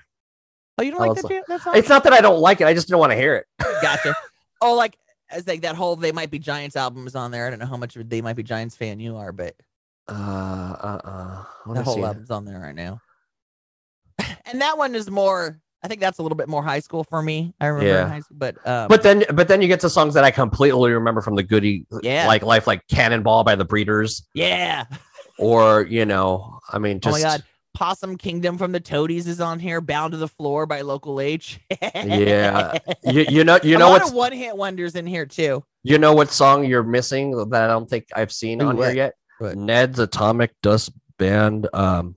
[SPEAKER 2] oh, you don't
[SPEAKER 1] I
[SPEAKER 2] like
[SPEAKER 1] was
[SPEAKER 2] that?
[SPEAKER 1] like-
[SPEAKER 2] jam- that song?
[SPEAKER 1] It's not that I don't like it. I just don't want to hear it.
[SPEAKER 2] gotcha. Oh, like as like that whole "They Might Be Giants" album is on there. I don't know how much of a "They Might Be Giants" fan you are, but
[SPEAKER 1] Uh, uh, uh. I
[SPEAKER 2] that
[SPEAKER 1] wanna see
[SPEAKER 2] whole
[SPEAKER 1] it.
[SPEAKER 2] album's on there right now. and that one is more. I think that's a little bit more high school for me. I remember,
[SPEAKER 1] Yeah.
[SPEAKER 2] in high school, but um,
[SPEAKER 1] But then, but then you get to songs that I completely remember from the Goody,
[SPEAKER 2] Yeah.
[SPEAKER 1] like life, like Cannonball by the Breeders,
[SPEAKER 2] yeah.
[SPEAKER 1] or you know, I mean,
[SPEAKER 2] Oh
[SPEAKER 1] just
[SPEAKER 2] my god. Possum Kingdom from the Toadies is on here. Bound to the Floor by Local H.
[SPEAKER 1] Yeah. you, you know, you
[SPEAKER 2] a
[SPEAKER 1] know
[SPEAKER 2] lot
[SPEAKER 1] what's
[SPEAKER 2] of one hit wonders in here too.
[SPEAKER 1] You know what song you're missing that I don't think I've seen
[SPEAKER 2] Ooh,
[SPEAKER 1] on
[SPEAKER 2] what?
[SPEAKER 1] here yet?
[SPEAKER 2] What?
[SPEAKER 1] Ned's Atomic Dust Band. Um,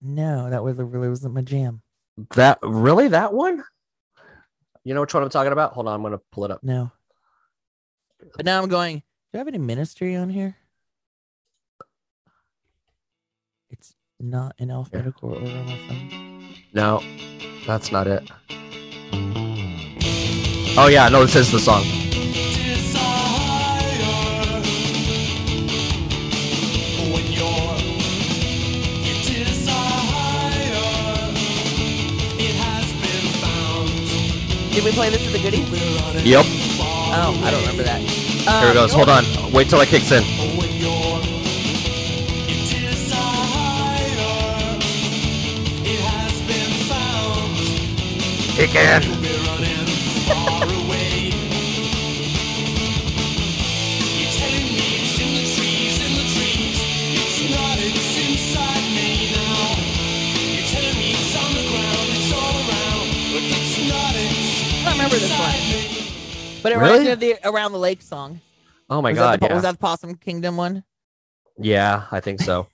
[SPEAKER 2] No, that was really wasn't my jam.
[SPEAKER 1] that really that one? You know which one I'm talking about? Hold on, I'm gonna pull it up.
[SPEAKER 2] No. But now I'm going, do I have any ministry on here? It's not in alphabetical order on my phone.
[SPEAKER 1] No, that's not it. Oh yeah, no, this is the song.
[SPEAKER 2] Did we play this at the goodie?
[SPEAKER 1] Yep,
[SPEAKER 2] Oh, I don't remember that.
[SPEAKER 1] here
[SPEAKER 2] Um,
[SPEAKER 1] it goes. Hold on, wait till it kicks in. Kick in.
[SPEAKER 2] I don't remember this one. But it
[SPEAKER 1] Really?
[SPEAKER 2] reminds me of the Around the Lake song.
[SPEAKER 1] Oh my
[SPEAKER 2] was
[SPEAKER 1] god,
[SPEAKER 2] That the,
[SPEAKER 1] yeah,
[SPEAKER 2] Was that the Possum Kingdom one?
[SPEAKER 1] yeah, I think so.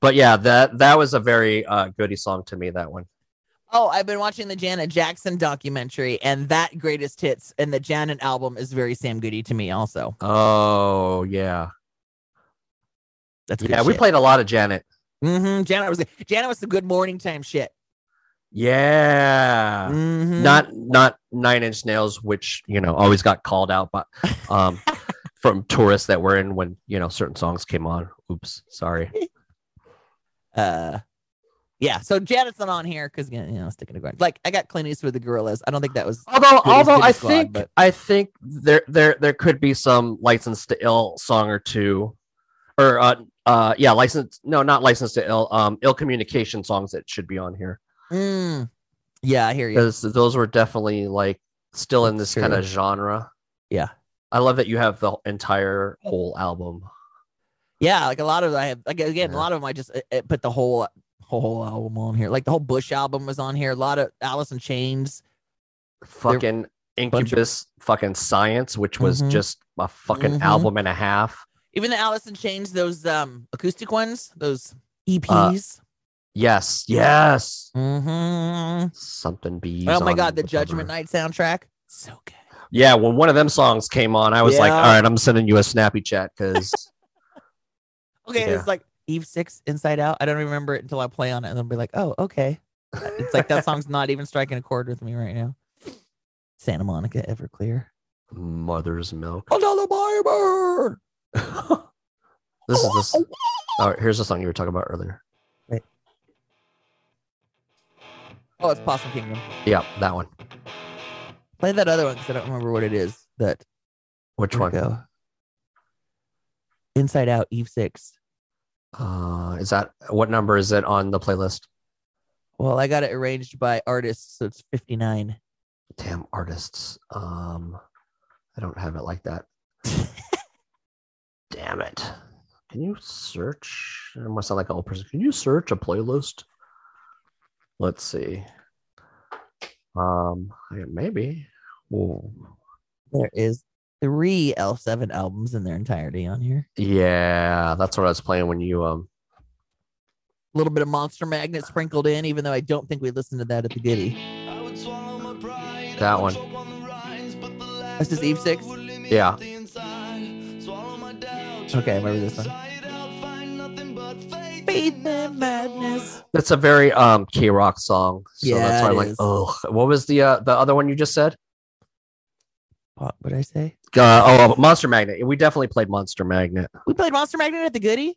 [SPEAKER 1] but yeah, that that was a very uh, goody song to me. That one.
[SPEAKER 2] Oh, I've been watching the Janet Jackson documentary, and that greatest hits and the Janet album is very Sam Goody to me, also.
[SPEAKER 1] Oh yeah,
[SPEAKER 2] That's good
[SPEAKER 1] yeah. We played a lot of Janet.
[SPEAKER 2] Mm-hmm. hmm Janet was Janet was some good morning time shit.
[SPEAKER 1] Yeah. Uh,
[SPEAKER 2] Mhm.
[SPEAKER 1] Mm. Not not nine inch nails, which you know always got called out by um from tourists that were in when you know certain songs came on. Oops, sorry.
[SPEAKER 2] uh yeah, so Janet's not on here because you know, sticking to grind. Like I got Clint Eastwood with the Gorillas. I don't think that was
[SPEAKER 1] Although
[SPEAKER 2] Goodies,
[SPEAKER 1] although
[SPEAKER 2] Goodies
[SPEAKER 1] I
[SPEAKER 2] Squad,
[SPEAKER 1] think
[SPEAKER 2] but-
[SPEAKER 1] I think there there there could be some license to ill song or two. Or uh uh yeah, license no, not license to ill, um ill communication songs that should be on here.
[SPEAKER 2] Mm. Yeah, I hear you.
[SPEAKER 1] because those were definitely like still in this
[SPEAKER 2] True.
[SPEAKER 1] kind of genre.
[SPEAKER 2] Yeah.
[SPEAKER 1] I love that you have the entire whole album.
[SPEAKER 2] Yeah, like a lot of I have like again
[SPEAKER 1] Yeah.
[SPEAKER 2] a lot of them I just it, it put the whole whole album on here. Like the whole Bush album was on here. A lot of Alice in Chains.
[SPEAKER 1] Fucking
[SPEAKER 2] of-
[SPEAKER 1] Incubus, fucking Science, which was
[SPEAKER 2] Mhm.
[SPEAKER 1] just a fucking
[SPEAKER 2] Mhm.
[SPEAKER 1] album and a half.
[SPEAKER 2] Even the Alice in Chains those um acoustic ones, those E
[SPEAKER 1] Uh,
[SPEAKER 2] EPs.
[SPEAKER 1] Yes, yes.
[SPEAKER 2] mm-hmm.
[SPEAKER 1] Something bees.
[SPEAKER 2] Oh my
[SPEAKER 1] on
[SPEAKER 2] god, the
[SPEAKER 1] with
[SPEAKER 2] Judgment
[SPEAKER 1] number-
[SPEAKER 2] Night soundtrack. So good.
[SPEAKER 1] Yeah, when one of them songs came on, I was like,
[SPEAKER 2] Yeah.
[SPEAKER 1] all right, I'm sending you a snappy chat because
[SPEAKER 2] Okay,
[SPEAKER 1] Yeah.
[SPEAKER 2] it's like Eve Six Inside Out. I don't remember it until I play on it and I'll be like, oh, okay. It's like that song's not even striking a chord with me right now. Santa Monica Everclear.
[SPEAKER 1] Mother's Milk.
[SPEAKER 2] Another Bible.
[SPEAKER 1] this is this. All right, here's the song you were talking about earlier.
[SPEAKER 2] Oh, it's Possum Kingdom.
[SPEAKER 1] Yeah, that one.
[SPEAKER 2] Play that other one because I don't remember what it is. That
[SPEAKER 1] Which one?
[SPEAKER 2] Go. Inside Out, Eve Six.
[SPEAKER 1] Uh, is that what number is it on the playlist?
[SPEAKER 2] Well, I got it arranged by artists, so it's fifty nine.
[SPEAKER 1] Damn artists. Um, I don't have it like that. Damn it. Can you search? I must sound like an old person. Can you search a playlist? Let's see. Um, I- maybe. Well,
[SPEAKER 2] There is three L seven albums in their entirety on here.
[SPEAKER 1] yeah, that's what I was playing when you um.
[SPEAKER 2] A little bit of Monster Magnet sprinkled in, even though I don't think we listened to that at the Goody.
[SPEAKER 1] That one.
[SPEAKER 2] This is Eve Six.
[SPEAKER 1] Yeah,
[SPEAKER 2] Okay, I remember this one. Feed the madness.
[SPEAKER 1] that's a very um K rock song. So
[SPEAKER 2] Yeah,
[SPEAKER 1] that's why
[SPEAKER 2] it
[SPEAKER 1] I'm like,
[SPEAKER 2] is.
[SPEAKER 1] oh, what was the uh, the other one you just said?
[SPEAKER 2] What would I say?
[SPEAKER 1] Uh, oh, Monster Magnet. We definitely played Monster Magnet.
[SPEAKER 2] We played Monster Magnet at the Goody.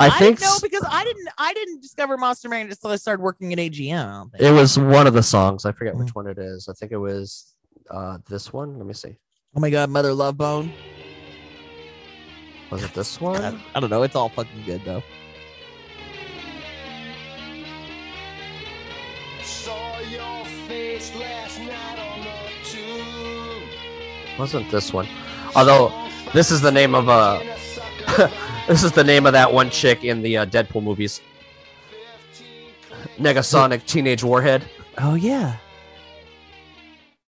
[SPEAKER 1] I, think
[SPEAKER 2] didn't know
[SPEAKER 1] s-
[SPEAKER 2] because I didn't. I didn't discover Monster Magnet until I started working at AGM. I don't think.
[SPEAKER 1] it was one of the songs. I forget
[SPEAKER 2] Mm.
[SPEAKER 1] which one it is. I think it was uh, this one. Let me see.
[SPEAKER 2] Oh my god, Mother Love Bone.
[SPEAKER 1] Was it this one?
[SPEAKER 2] I don't know. It's all fucking good though.
[SPEAKER 3] Saw your face last night on the tube.
[SPEAKER 1] Wasn't this one? Although this is the name of, uh, this is the name of that one chick in the uh, Deadpool movies, Negasonic Teenage Warhead.
[SPEAKER 2] Oh yeah.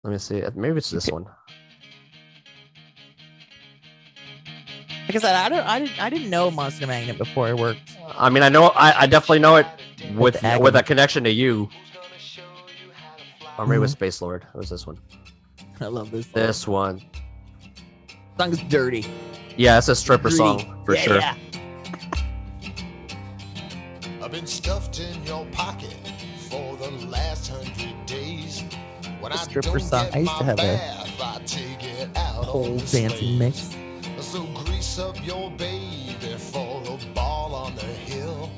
[SPEAKER 1] Let me see. Uh, Maybe it's this one.
[SPEAKER 2] Like I said, I don't. I didn't. I didn't know Monster Magnet before I worked.
[SPEAKER 1] I mean, I know. I, I definitely know it with
[SPEAKER 2] the
[SPEAKER 1] with
[SPEAKER 2] agony.
[SPEAKER 1] a connection to you. Or maybe it was
[SPEAKER 2] Mhm.
[SPEAKER 1] Space Lord. It was this one.
[SPEAKER 2] I love this. song.
[SPEAKER 1] This one.
[SPEAKER 2] song's dirty.
[SPEAKER 1] Yeah, it's a stripper
[SPEAKER 2] Greedy.
[SPEAKER 1] song for
[SPEAKER 2] Yeah,
[SPEAKER 1] sure.
[SPEAKER 2] yeah.
[SPEAKER 3] I've been stuffed in your pocket for the last hundred days. When
[SPEAKER 2] The
[SPEAKER 3] I
[SPEAKER 2] stripper
[SPEAKER 3] don't
[SPEAKER 2] song.
[SPEAKER 3] get
[SPEAKER 2] I used to
[SPEAKER 3] my
[SPEAKER 2] have a
[SPEAKER 3] bath, I take it out on
[SPEAKER 2] Whole
[SPEAKER 3] the
[SPEAKER 2] dancing
[SPEAKER 3] slave.
[SPEAKER 2] mix.
[SPEAKER 3] So grease up your baby for a ball on the hill.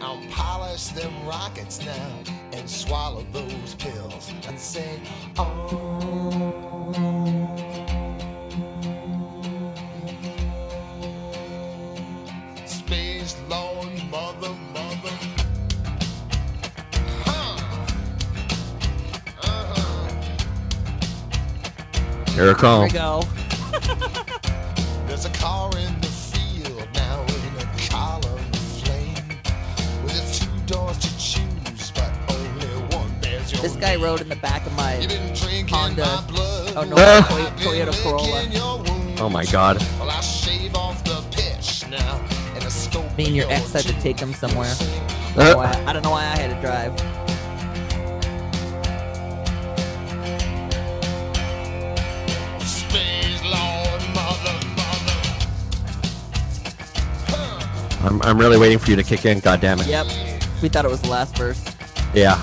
[SPEAKER 3] I'll polish them rockets now and swallow those pills and say, oh. Space Lord, mother, mother. Huh. Uh-huh.
[SPEAKER 1] Here it
[SPEAKER 2] Here we
[SPEAKER 1] comes.
[SPEAKER 2] go.
[SPEAKER 3] There's a car in the field now in a column of flame with two doors to choose, but only one bears your
[SPEAKER 2] This guy rode in the back of
[SPEAKER 3] You've
[SPEAKER 2] my.
[SPEAKER 3] been drinking
[SPEAKER 2] Honda.
[SPEAKER 3] my blood.
[SPEAKER 2] Oh, no,
[SPEAKER 1] Ah.
[SPEAKER 3] Toy-
[SPEAKER 2] Toyota Corolla.
[SPEAKER 1] Oh my god.
[SPEAKER 3] Well, I shave off the pitch now and a scope.
[SPEAKER 2] Me and your
[SPEAKER 3] of
[SPEAKER 2] ex had to
[SPEAKER 3] tooth.
[SPEAKER 2] take him somewhere.
[SPEAKER 1] Uh,
[SPEAKER 2] Why- I don't know why I had to drive.
[SPEAKER 3] Space Lord, mother, mother.
[SPEAKER 1] I'm, I'm really waiting for you to kick in. God damn it.
[SPEAKER 2] Yep. We thought it was the last verse.
[SPEAKER 1] Yeah.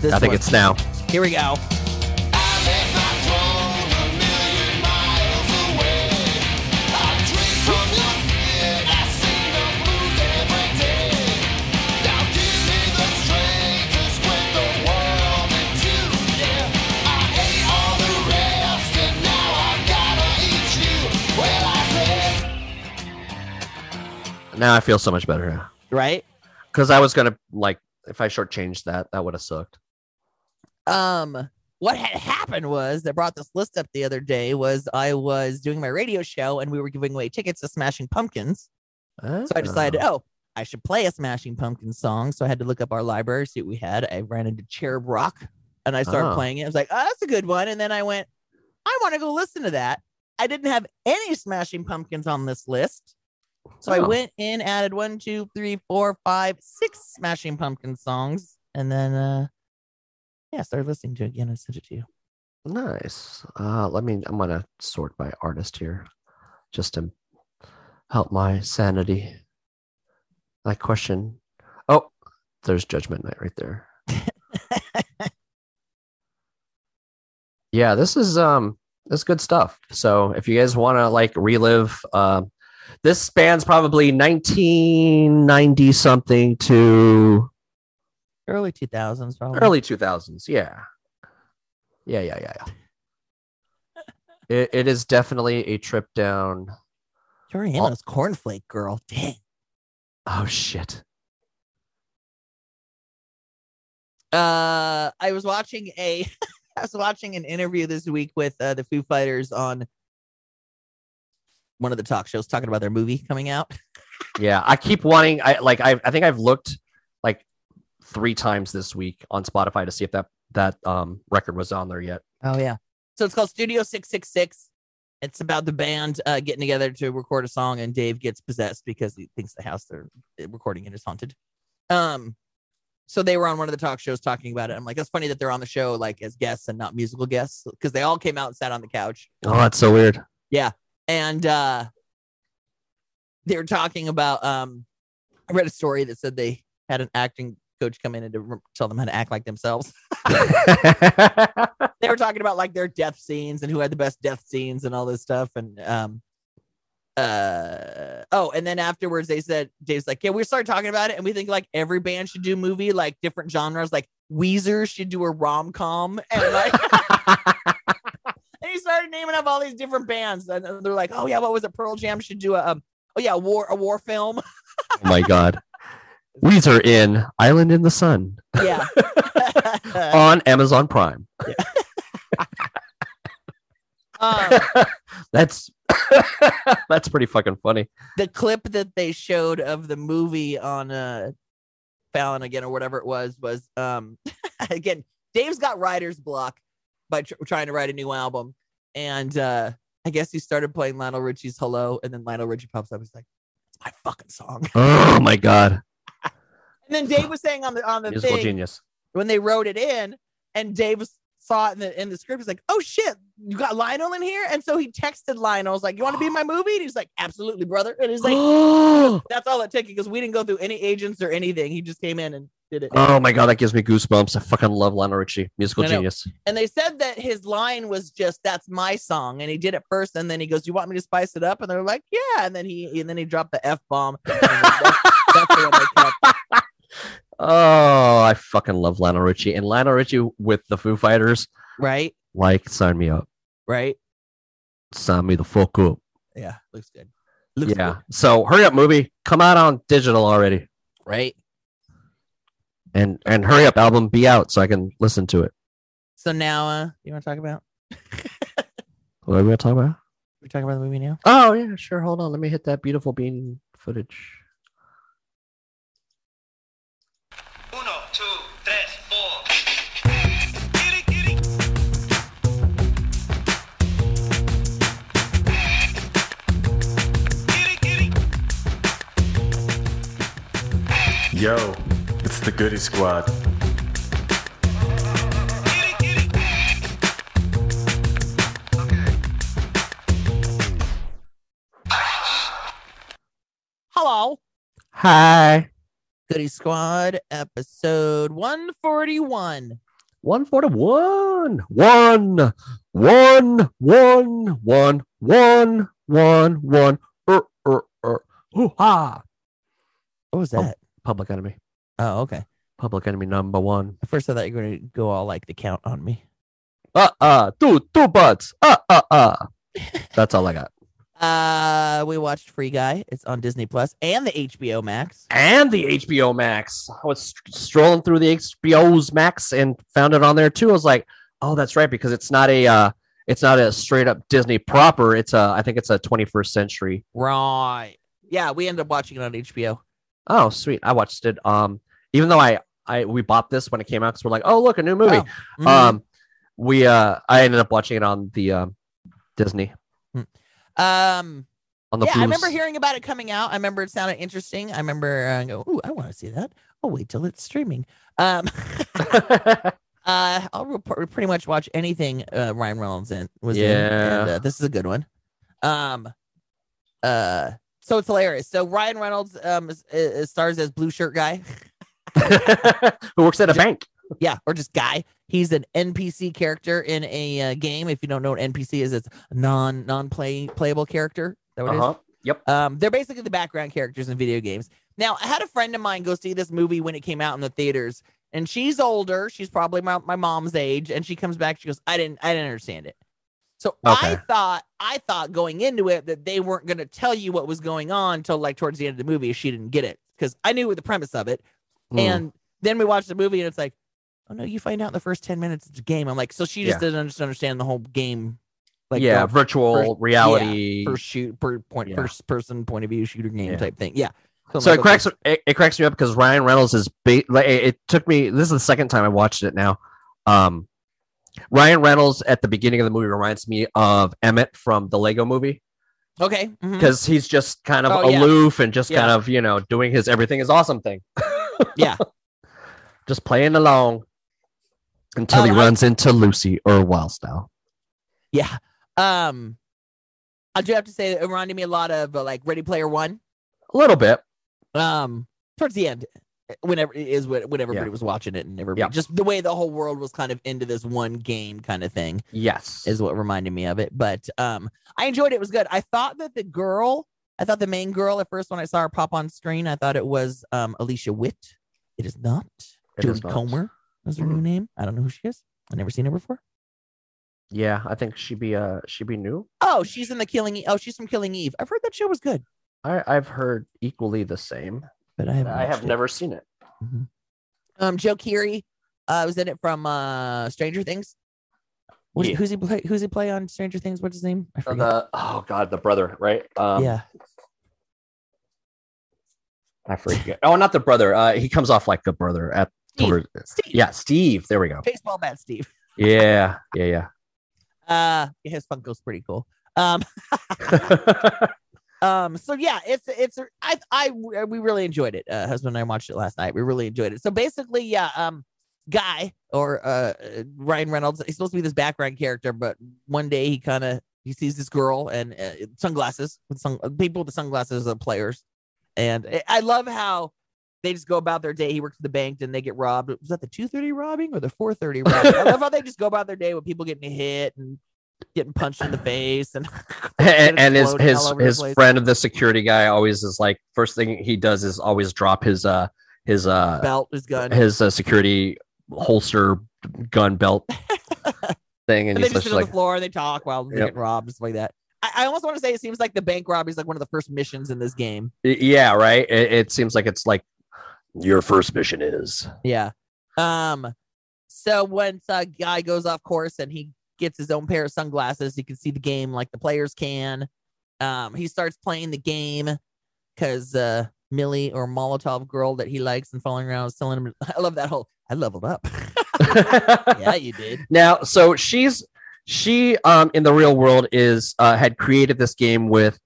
[SPEAKER 2] This
[SPEAKER 1] I think
[SPEAKER 2] one.
[SPEAKER 1] it's now.
[SPEAKER 2] Here we go.
[SPEAKER 3] I left my throne a million miles away. I drink from your beer. I see the blues every day. Now give me the strength to split the world in two. Yeah, I ate all the rest, and now I've gotta eat you. Well, I said.
[SPEAKER 1] Now I feel so much better
[SPEAKER 2] Right?
[SPEAKER 1] because I was gonna like if I shortchanged that, that would have sucked.
[SPEAKER 2] um what had happened was that brought this list up the other day was I was doing my radio show and we were giving away tickets to Smashing Pumpkins. So
[SPEAKER 1] Uh-huh.
[SPEAKER 2] I
[SPEAKER 1] Ah,
[SPEAKER 2] decided, oh, I should play a Smashing Pumpkins song. So I had to look up our library, see what we had. I ran into Cherub Rock and I started
[SPEAKER 1] Oh.
[SPEAKER 2] playing it. I was like, oh, that's a good one. And then I went, I want to go listen to that. I didn't have any Smashing Pumpkins on this list. So I
[SPEAKER 1] Oh.
[SPEAKER 2] went in, added one, two, three, four, five, six Smashing Pumpkin songs, and then uh yeah, started listening to it again and sent it to you. oh.
[SPEAKER 1] Nice. Uh, let me. I'm gonna sort by artist here, just to help my sanity. I question. Oh, there's Judgment Night right there. yeah, this is um, this is good stuff. So if you guys want to like relive, uh, this spans probably 1990 something to
[SPEAKER 2] Early two thousands, probably.
[SPEAKER 1] early 2000s yeah yeah yeah yeah, yeah. it, it is definitely a trip down
[SPEAKER 2] Tori Amos, Cornflake Girl. Dang.
[SPEAKER 1] oh shit
[SPEAKER 2] Uh, I was watching a, I was watching an interview this week with uh, the Foo Fighters on one of the talk shows talking about their movie coming out.
[SPEAKER 1] yeah i keep wanting i like i, I think i've looked like three times this week on spotify to see if that that um record was on there yet
[SPEAKER 2] Oh yeah. So it's called Studio 666. It's about the band uh, getting together to record a song, and Dave gets possessed because he thinks the house they're uh, recording in is haunted. Um, so they were on one of the talk shows talking about it. I'm like, that's funny that they're on the show like as guests and not musical guests because they all came out and sat on the couch
[SPEAKER 1] oh that's so weird
[SPEAKER 2] and uh, they were talking about. Um, I read a story that said they had an acting coach come in and to re- tell them how to act like themselves.
[SPEAKER 1] Oh
[SPEAKER 2] they were talking about like their death scenes and who had the best death scenes and all this stuff and um uh oh and then afterwards they said dave's like yeah we started talking about it and we think like every band should do movie like different genres like weezer should do a rom-com and like and he started naming up all these different bands and they're like oh yeah what was it pearl jam should do a um, oh yeah a war a war film
[SPEAKER 1] oh my god weezer in island in the sun
[SPEAKER 2] yeah
[SPEAKER 1] on amazon prime
[SPEAKER 2] um,
[SPEAKER 1] that's that's pretty fucking funny
[SPEAKER 2] the clip that they showed of the movie on uh Fallon again or whatever it was was um again Dave's got writer's block by tr- trying to write a new album and uh I guess he started playing Lionel Richie's Hello and then Lionel Richie pops up he's like it's my fucking song
[SPEAKER 1] oh my god
[SPEAKER 2] and then Dave was saying on the on the
[SPEAKER 1] musical
[SPEAKER 2] thing
[SPEAKER 1] genius
[SPEAKER 2] when they wrote it in and Dave was- saw it in the in the script he's like oh shit you got Lionel in here and so he texted Lionel was like you want to be in my movie and he's like absolutely brother and he's like
[SPEAKER 1] oh
[SPEAKER 2] that's all it took because we didn't go through any agents or anything. He just came in and did it.
[SPEAKER 1] Oh my god, that gives me goosebumps. I fucking love Lionel Richie, musical
[SPEAKER 2] I know.
[SPEAKER 1] genius.
[SPEAKER 2] And they said that his line was just "That's my song," and he did it first, and then he goes, "You want me to spice it up?" And they're like, "Yeah." And then he and then he dropped the f bomb. I
[SPEAKER 1] Oh, I fucking love Lionel Richie and Lionel Richie with the Foo Fighters.
[SPEAKER 2] right,
[SPEAKER 1] Like, sign me up,
[SPEAKER 2] right.
[SPEAKER 1] sign me the fuck up.
[SPEAKER 2] Yeah, looks good. Looks
[SPEAKER 1] yeah.
[SPEAKER 2] good,
[SPEAKER 1] So hurry up, movie, come out on digital already,
[SPEAKER 2] right.
[SPEAKER 1] and and hurry up, album, be out so I can listen to it.
[SPEAKER 2] So now, uh, you want to talk about?
[SPEAKER 1] What are we gonna talk about?
[SPEAKER 2] We're talking about the movie now.
[SPEAKER 1] Oh yeah, sure. Hold on, let me hit that beautiful bean footage.
[SPEAKER 4] Uno, two, tres, four. Kitty, kitty. Kitty, kitty.
[SPEAKER 5] Yo, it's the Goody Squad.
[SPEAKER 4] Kitty, kitty.
[SPEAKER 2] Hello,
[SPEAKER 1] Hi.
[SPEAKER 2] Goody Squad, episode one forty-one.
[SPEAKER 1] One for the one. One. One. One. One. One. One. One. Er, er, er. Hoo ha.
[SPEAKER 2] What was
[SPEAKER 1] Oh.
[SPEAKER 2] that?
[SPEAKER 1] Public enemy.
[SPEAKER 2] Oh, okay.
[SPEAKER 1] Public enemy number one.
[SPEAKER 2] At first, I thought you were going to go all like the count on me.
[SPEAKER 1] Uh uh. Two two butts. Uh uh uh. That's all I got.
[SPEAKER 2] Uh, we watched Free Guy. It's on Disney Plus and the HBO Max.
[SPEAKER 1] and the HBO Max. I was st- strolling through the HBO's Max and found it on there too. I was like, oh, that's right, because it's not a uh, it's not a straight up Disney proper. It's a I think it's a 21st century.
[SPEAKER 2] Right. Yeah, we ended up watching it on HBO.
[SPEAKER 1] Oh, sweet. I watched it. Um, even though I I we bought this when it came out because we're like, oh, look, a new movie.
[SPEAKER 2] Mhm.
[SPEAKER 1] Um, we uh, I ended up watching it on the um, Disney
[SPEAKER 2] um,
[SPEAKER 1] on the
[SPEAKER 2] yeah, I remember
[SPEAKER 1] Plu's.
[SPEAKER 2] hearing about it coming out. I remember it sounded interesting. I remember uh, go, ooh, I want to see that. Oh, wait till it's streaming. Um, uh, I'll report, pretty much watch anything uh, Ryan Reynolds in was in. And,
[SPEAKER 1] Yeah.
[SPEAKER 2] uh, this is a good one. Um, uh, so it's hilarious. So Ryan Reynolds um is, is, stars as blue shirt guy.
[SPEAKER 1] Who works at a bank?
[SPEAKER 2] yeah, or just guy. He's an NPC character in a uh, game. If you don't know what NPC is, it's non non play playable character. Is That what it is?
[SPEAKER 1] Uh-huh. Yep.
[SPEAKER 2] Um, they're basically the background characters in video games. Now, I had a friend of mine go see this movie when it came out in the theaters, and she's older. She's probably my, my mom's age, and she comes back. She goes, "I didn't, I didn't understand it." So I
[SPEAKER 1] Okay.
[SPEAKER 2] thought, I thought going into it that they weren't going to tell you what was going on until like towards the end of the movie. if She didn't get it because I knew the premise of it,
[SPEAKER 1] Mm.
[SPEAKER 2] and then we watched the movie, and it's like, oh no, you find out in the first ten minutes it's a game. I'm like, so she just
[SPEAKER 1] Yeah.
[SPEAKER 2] doesn't just understand the whole game,
[SPEAKER 1] yeah,
[SPEAKER 2] the
[SPEAKER 1] virtual
[SPEAKER 2] first-
[SPEAKER 1] reality.
[SPEAKER 2] first shoot per point
[SPEAKER 1] Yeah.
[SPEAKER 2] first person point of view shooter game
[SPEAKER 1] Yeah.
[SPEAKER 2] type thing. Yeah. I'm
[SPEAKER 1] so
[SPEAKER 2] like,
[SPEAKER 1] it cracks
[SPEAKER 2] okay.
[SPEAKER 1] it, it cracks me up because Ryan Reynolds is ba- like it it took me this is the second time I watched it now. Um Ryan Reynolds at the beginning of the movie reminds me of Emmett from the Lego movie
[SPEAKER 2] Okay. mhm.
[SPEAKER 1] because he's just kind of
[SPEAKER 2] Oh, yeah.
[SPEAKER 1] aloof and just
[SPEAKER 2] Yeah.
[SPEAKER 1] kind of, you know, doing his everything is awesome thing.
[SPEAKER 2] Yeah.
[SPEAKER 1] Just playing along until he
[SPEAKER 2] Um, I-
[SPEAKER 1] runs into Lucy or Wildstyle.
[SPEAKER 2] Yeah. Um I do have to say it reminded me a lot of uh, like Ready Player One.
[SPEAKER 1] A little bit.
[SPEAKER 2] Um towards the end whenever it is when, when everybody
[SPEAKER 1] Yeah.
[SPEAKER 2] was watching it and everybody
[SPEAKER 1] Yeah.
[SPEAKER 2] just the way the whole world was kind of into this one game kind of thing.
[SPEAKER 1] Yes.
[SPEAKER 2] is what reminded me of it. But um, I enjoyed it. It was good. I thought that the girl, I thought the main girl at first when I saw her pop on screen, I thought it was um, Alicia Witt. It is not.
[SPEAKER 1] It
[SPEAKER 2] Jodie
[SPEAKER 1] is not. Mm-hmm.
[SPEAKER 2] Comer is her new name. I don't know who she is. I've never seen her before.
[SPEAKER 1] yeah, I think she'd be uh she'd be new.
[SPEAKER 2] Oh, she's in the Killing. E- oh, she's from Killing Eve. I've heard that show was good,
[SPEAKER 1] I, I've heard equally the same.
[SPEAKER 2] but I have.
[SPEAKER 1] I have never seen it.
[SPEAKER 2] Um, Joe Keery uh, was in it from uh, Stranger Things. What-
[SPEAKER 1] Yeah.
[SPEAKER 2] Who's he play? Who's he play on Stranger Things? What's his name? I
[SPEAKER 1] Uh,
[SPEAKER 2] forgot.
[SPEAKER 1] the oh god, the brother, right? Um,
[SPEAKER 2] yeah.
[SPEAKER 1] I forget. Oh, not the brother. Uh, he comes off like the brother at
[SPEAKER 2] Steve.
[SPEAKER 1] toward-
[SPEAKER 2] Steve.
[SPEAKER 1] yeah, Steve. There we go.
[SPEAKER 2] Baseball bat Steve.
[SPEAKER 1] Yeah, yeah,
[SPEAKER 2] Uh, yeah, his Funko's pretty cool. Um,
[SPEAKER 1] yeah.
[SPEAKER 2] um, so yeah, it's it's I I we really enjoyed it. Uh, husband and I watched it last night. We really enjoyed it. So basically, yeah, um, guy or uh Ryan Reynolds, he's supposed to be this background character, but one day he kind of he sees this girl and uh, sunglasses with some people with the sunglasses are players, and I- I love how. They just go about their day. He works at the bank, and they get robbed. Was that the two thirty robbing or the four thirty robbing? I love how they just go about their day with people getting hit and getting punched in the face and
[SPEAKER 1] and, and his
[SPEAKER 2] Exploding all
[SPEAKER 1] his
[SPEAKER 2] over the
[SPEAKER 1] his
[SPEAKER 2] place.
[SPEAKER 1] friend, the security guy, always is like first thing he does is always drop his uh his uh
[SPEAKER 2] belt his gun.
[SPEAKER 1] his uh, security holster gun belt thing, and,
[SPEAKER 2] and they
[SPEAKER 1] he's
[SPEAKER 2] just
[SPEAKER 1] just
[SPEAKER 2] sit on
[SPEAKER 1] like
[SPEAKER 2] the floor and they talk while they
[SPEAKER 1] Yep.
[SPEAKER 2] get robbed, stuff like that. I, I almost want to say it seems like the bank robbery is like one of the first missions in this game.
[SPEAKER 1] y- yeah, right. It, it seems like it's like your first mission is
[SPEAKER 2] Yeah. Um. So once a guy goes off course and he gets his own pair of sunglasses, he can see the game like the players can. Um. He starts playing the game because uh, Millie or Molotov girl that he likes and following around is telling him. I love that whole. I leveled up. yeah, you did.
[SPEAKER 1] Now, so she's she um in the real world is uh had created this game with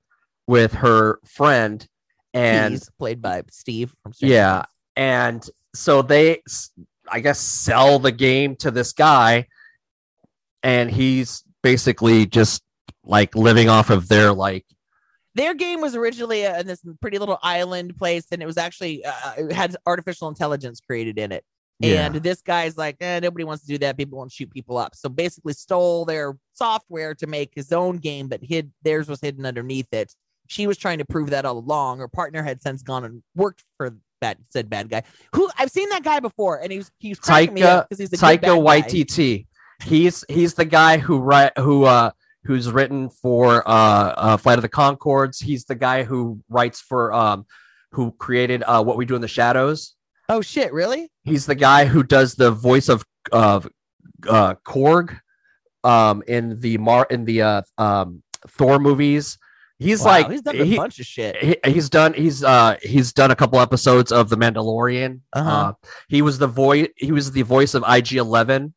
[SPEAKER 1] with her friend and
[SPEAKER 2] He's played by Steve from Stranger
[SPEAKER 1] Yeah,
[SPEAKER 2] Things.
[SPEAKER 1] and so they s- I guess sell the game to this guy and he's basically just like living off of their like
[SPEAKER 2] their game was originally uh, in uh, this pretty little island place and it was actually uh, it had artificial intelligence created in it
[SPEAKER 1] Yeah.
[SPEAKER 2] And this guy's like, eh, nobody wants to do that. People won't shoot people up. So basically, stole their software to make his own game, but hid theirs was hidden underneath it. She was trying to prove that all along. Her partner had since gone and worked for that said bad guy. Who I've seen that guy before, and he was he was cracking me
[SPEAKER 1] Taika-
[SPEAKER 2] up because he's a good
[SPEAKER 1] Taika
[SPEAKER 2] bad guy.
[SPEAKER 1] Waititi. He's he's the guy who write who uh who's written for uh, uh Flight of the Concords. He's the guy who writes for um who created uh What We Do in the Shadows.
[SPEAKER 2] Oh shit, really?
[SPEAKER 1] He's the guy who does the voice of of uh Korg um in the Mar in the uh um Thor movies. He's
[SPEAKER 2] Wow,
[SPEAKER 1] like
[SPEAKER 2] he's done a
[SPEAKER 1] he- Eh,
[SPEAKER 2] bunch of shit.
[SPEAKER 1] he, he's done he's uh he's done a couple episodes of the mandalorian uh
[SPEAKER 2] Uh-huh.
[SPEAKER 1] he was the voice he was the voice of ig-11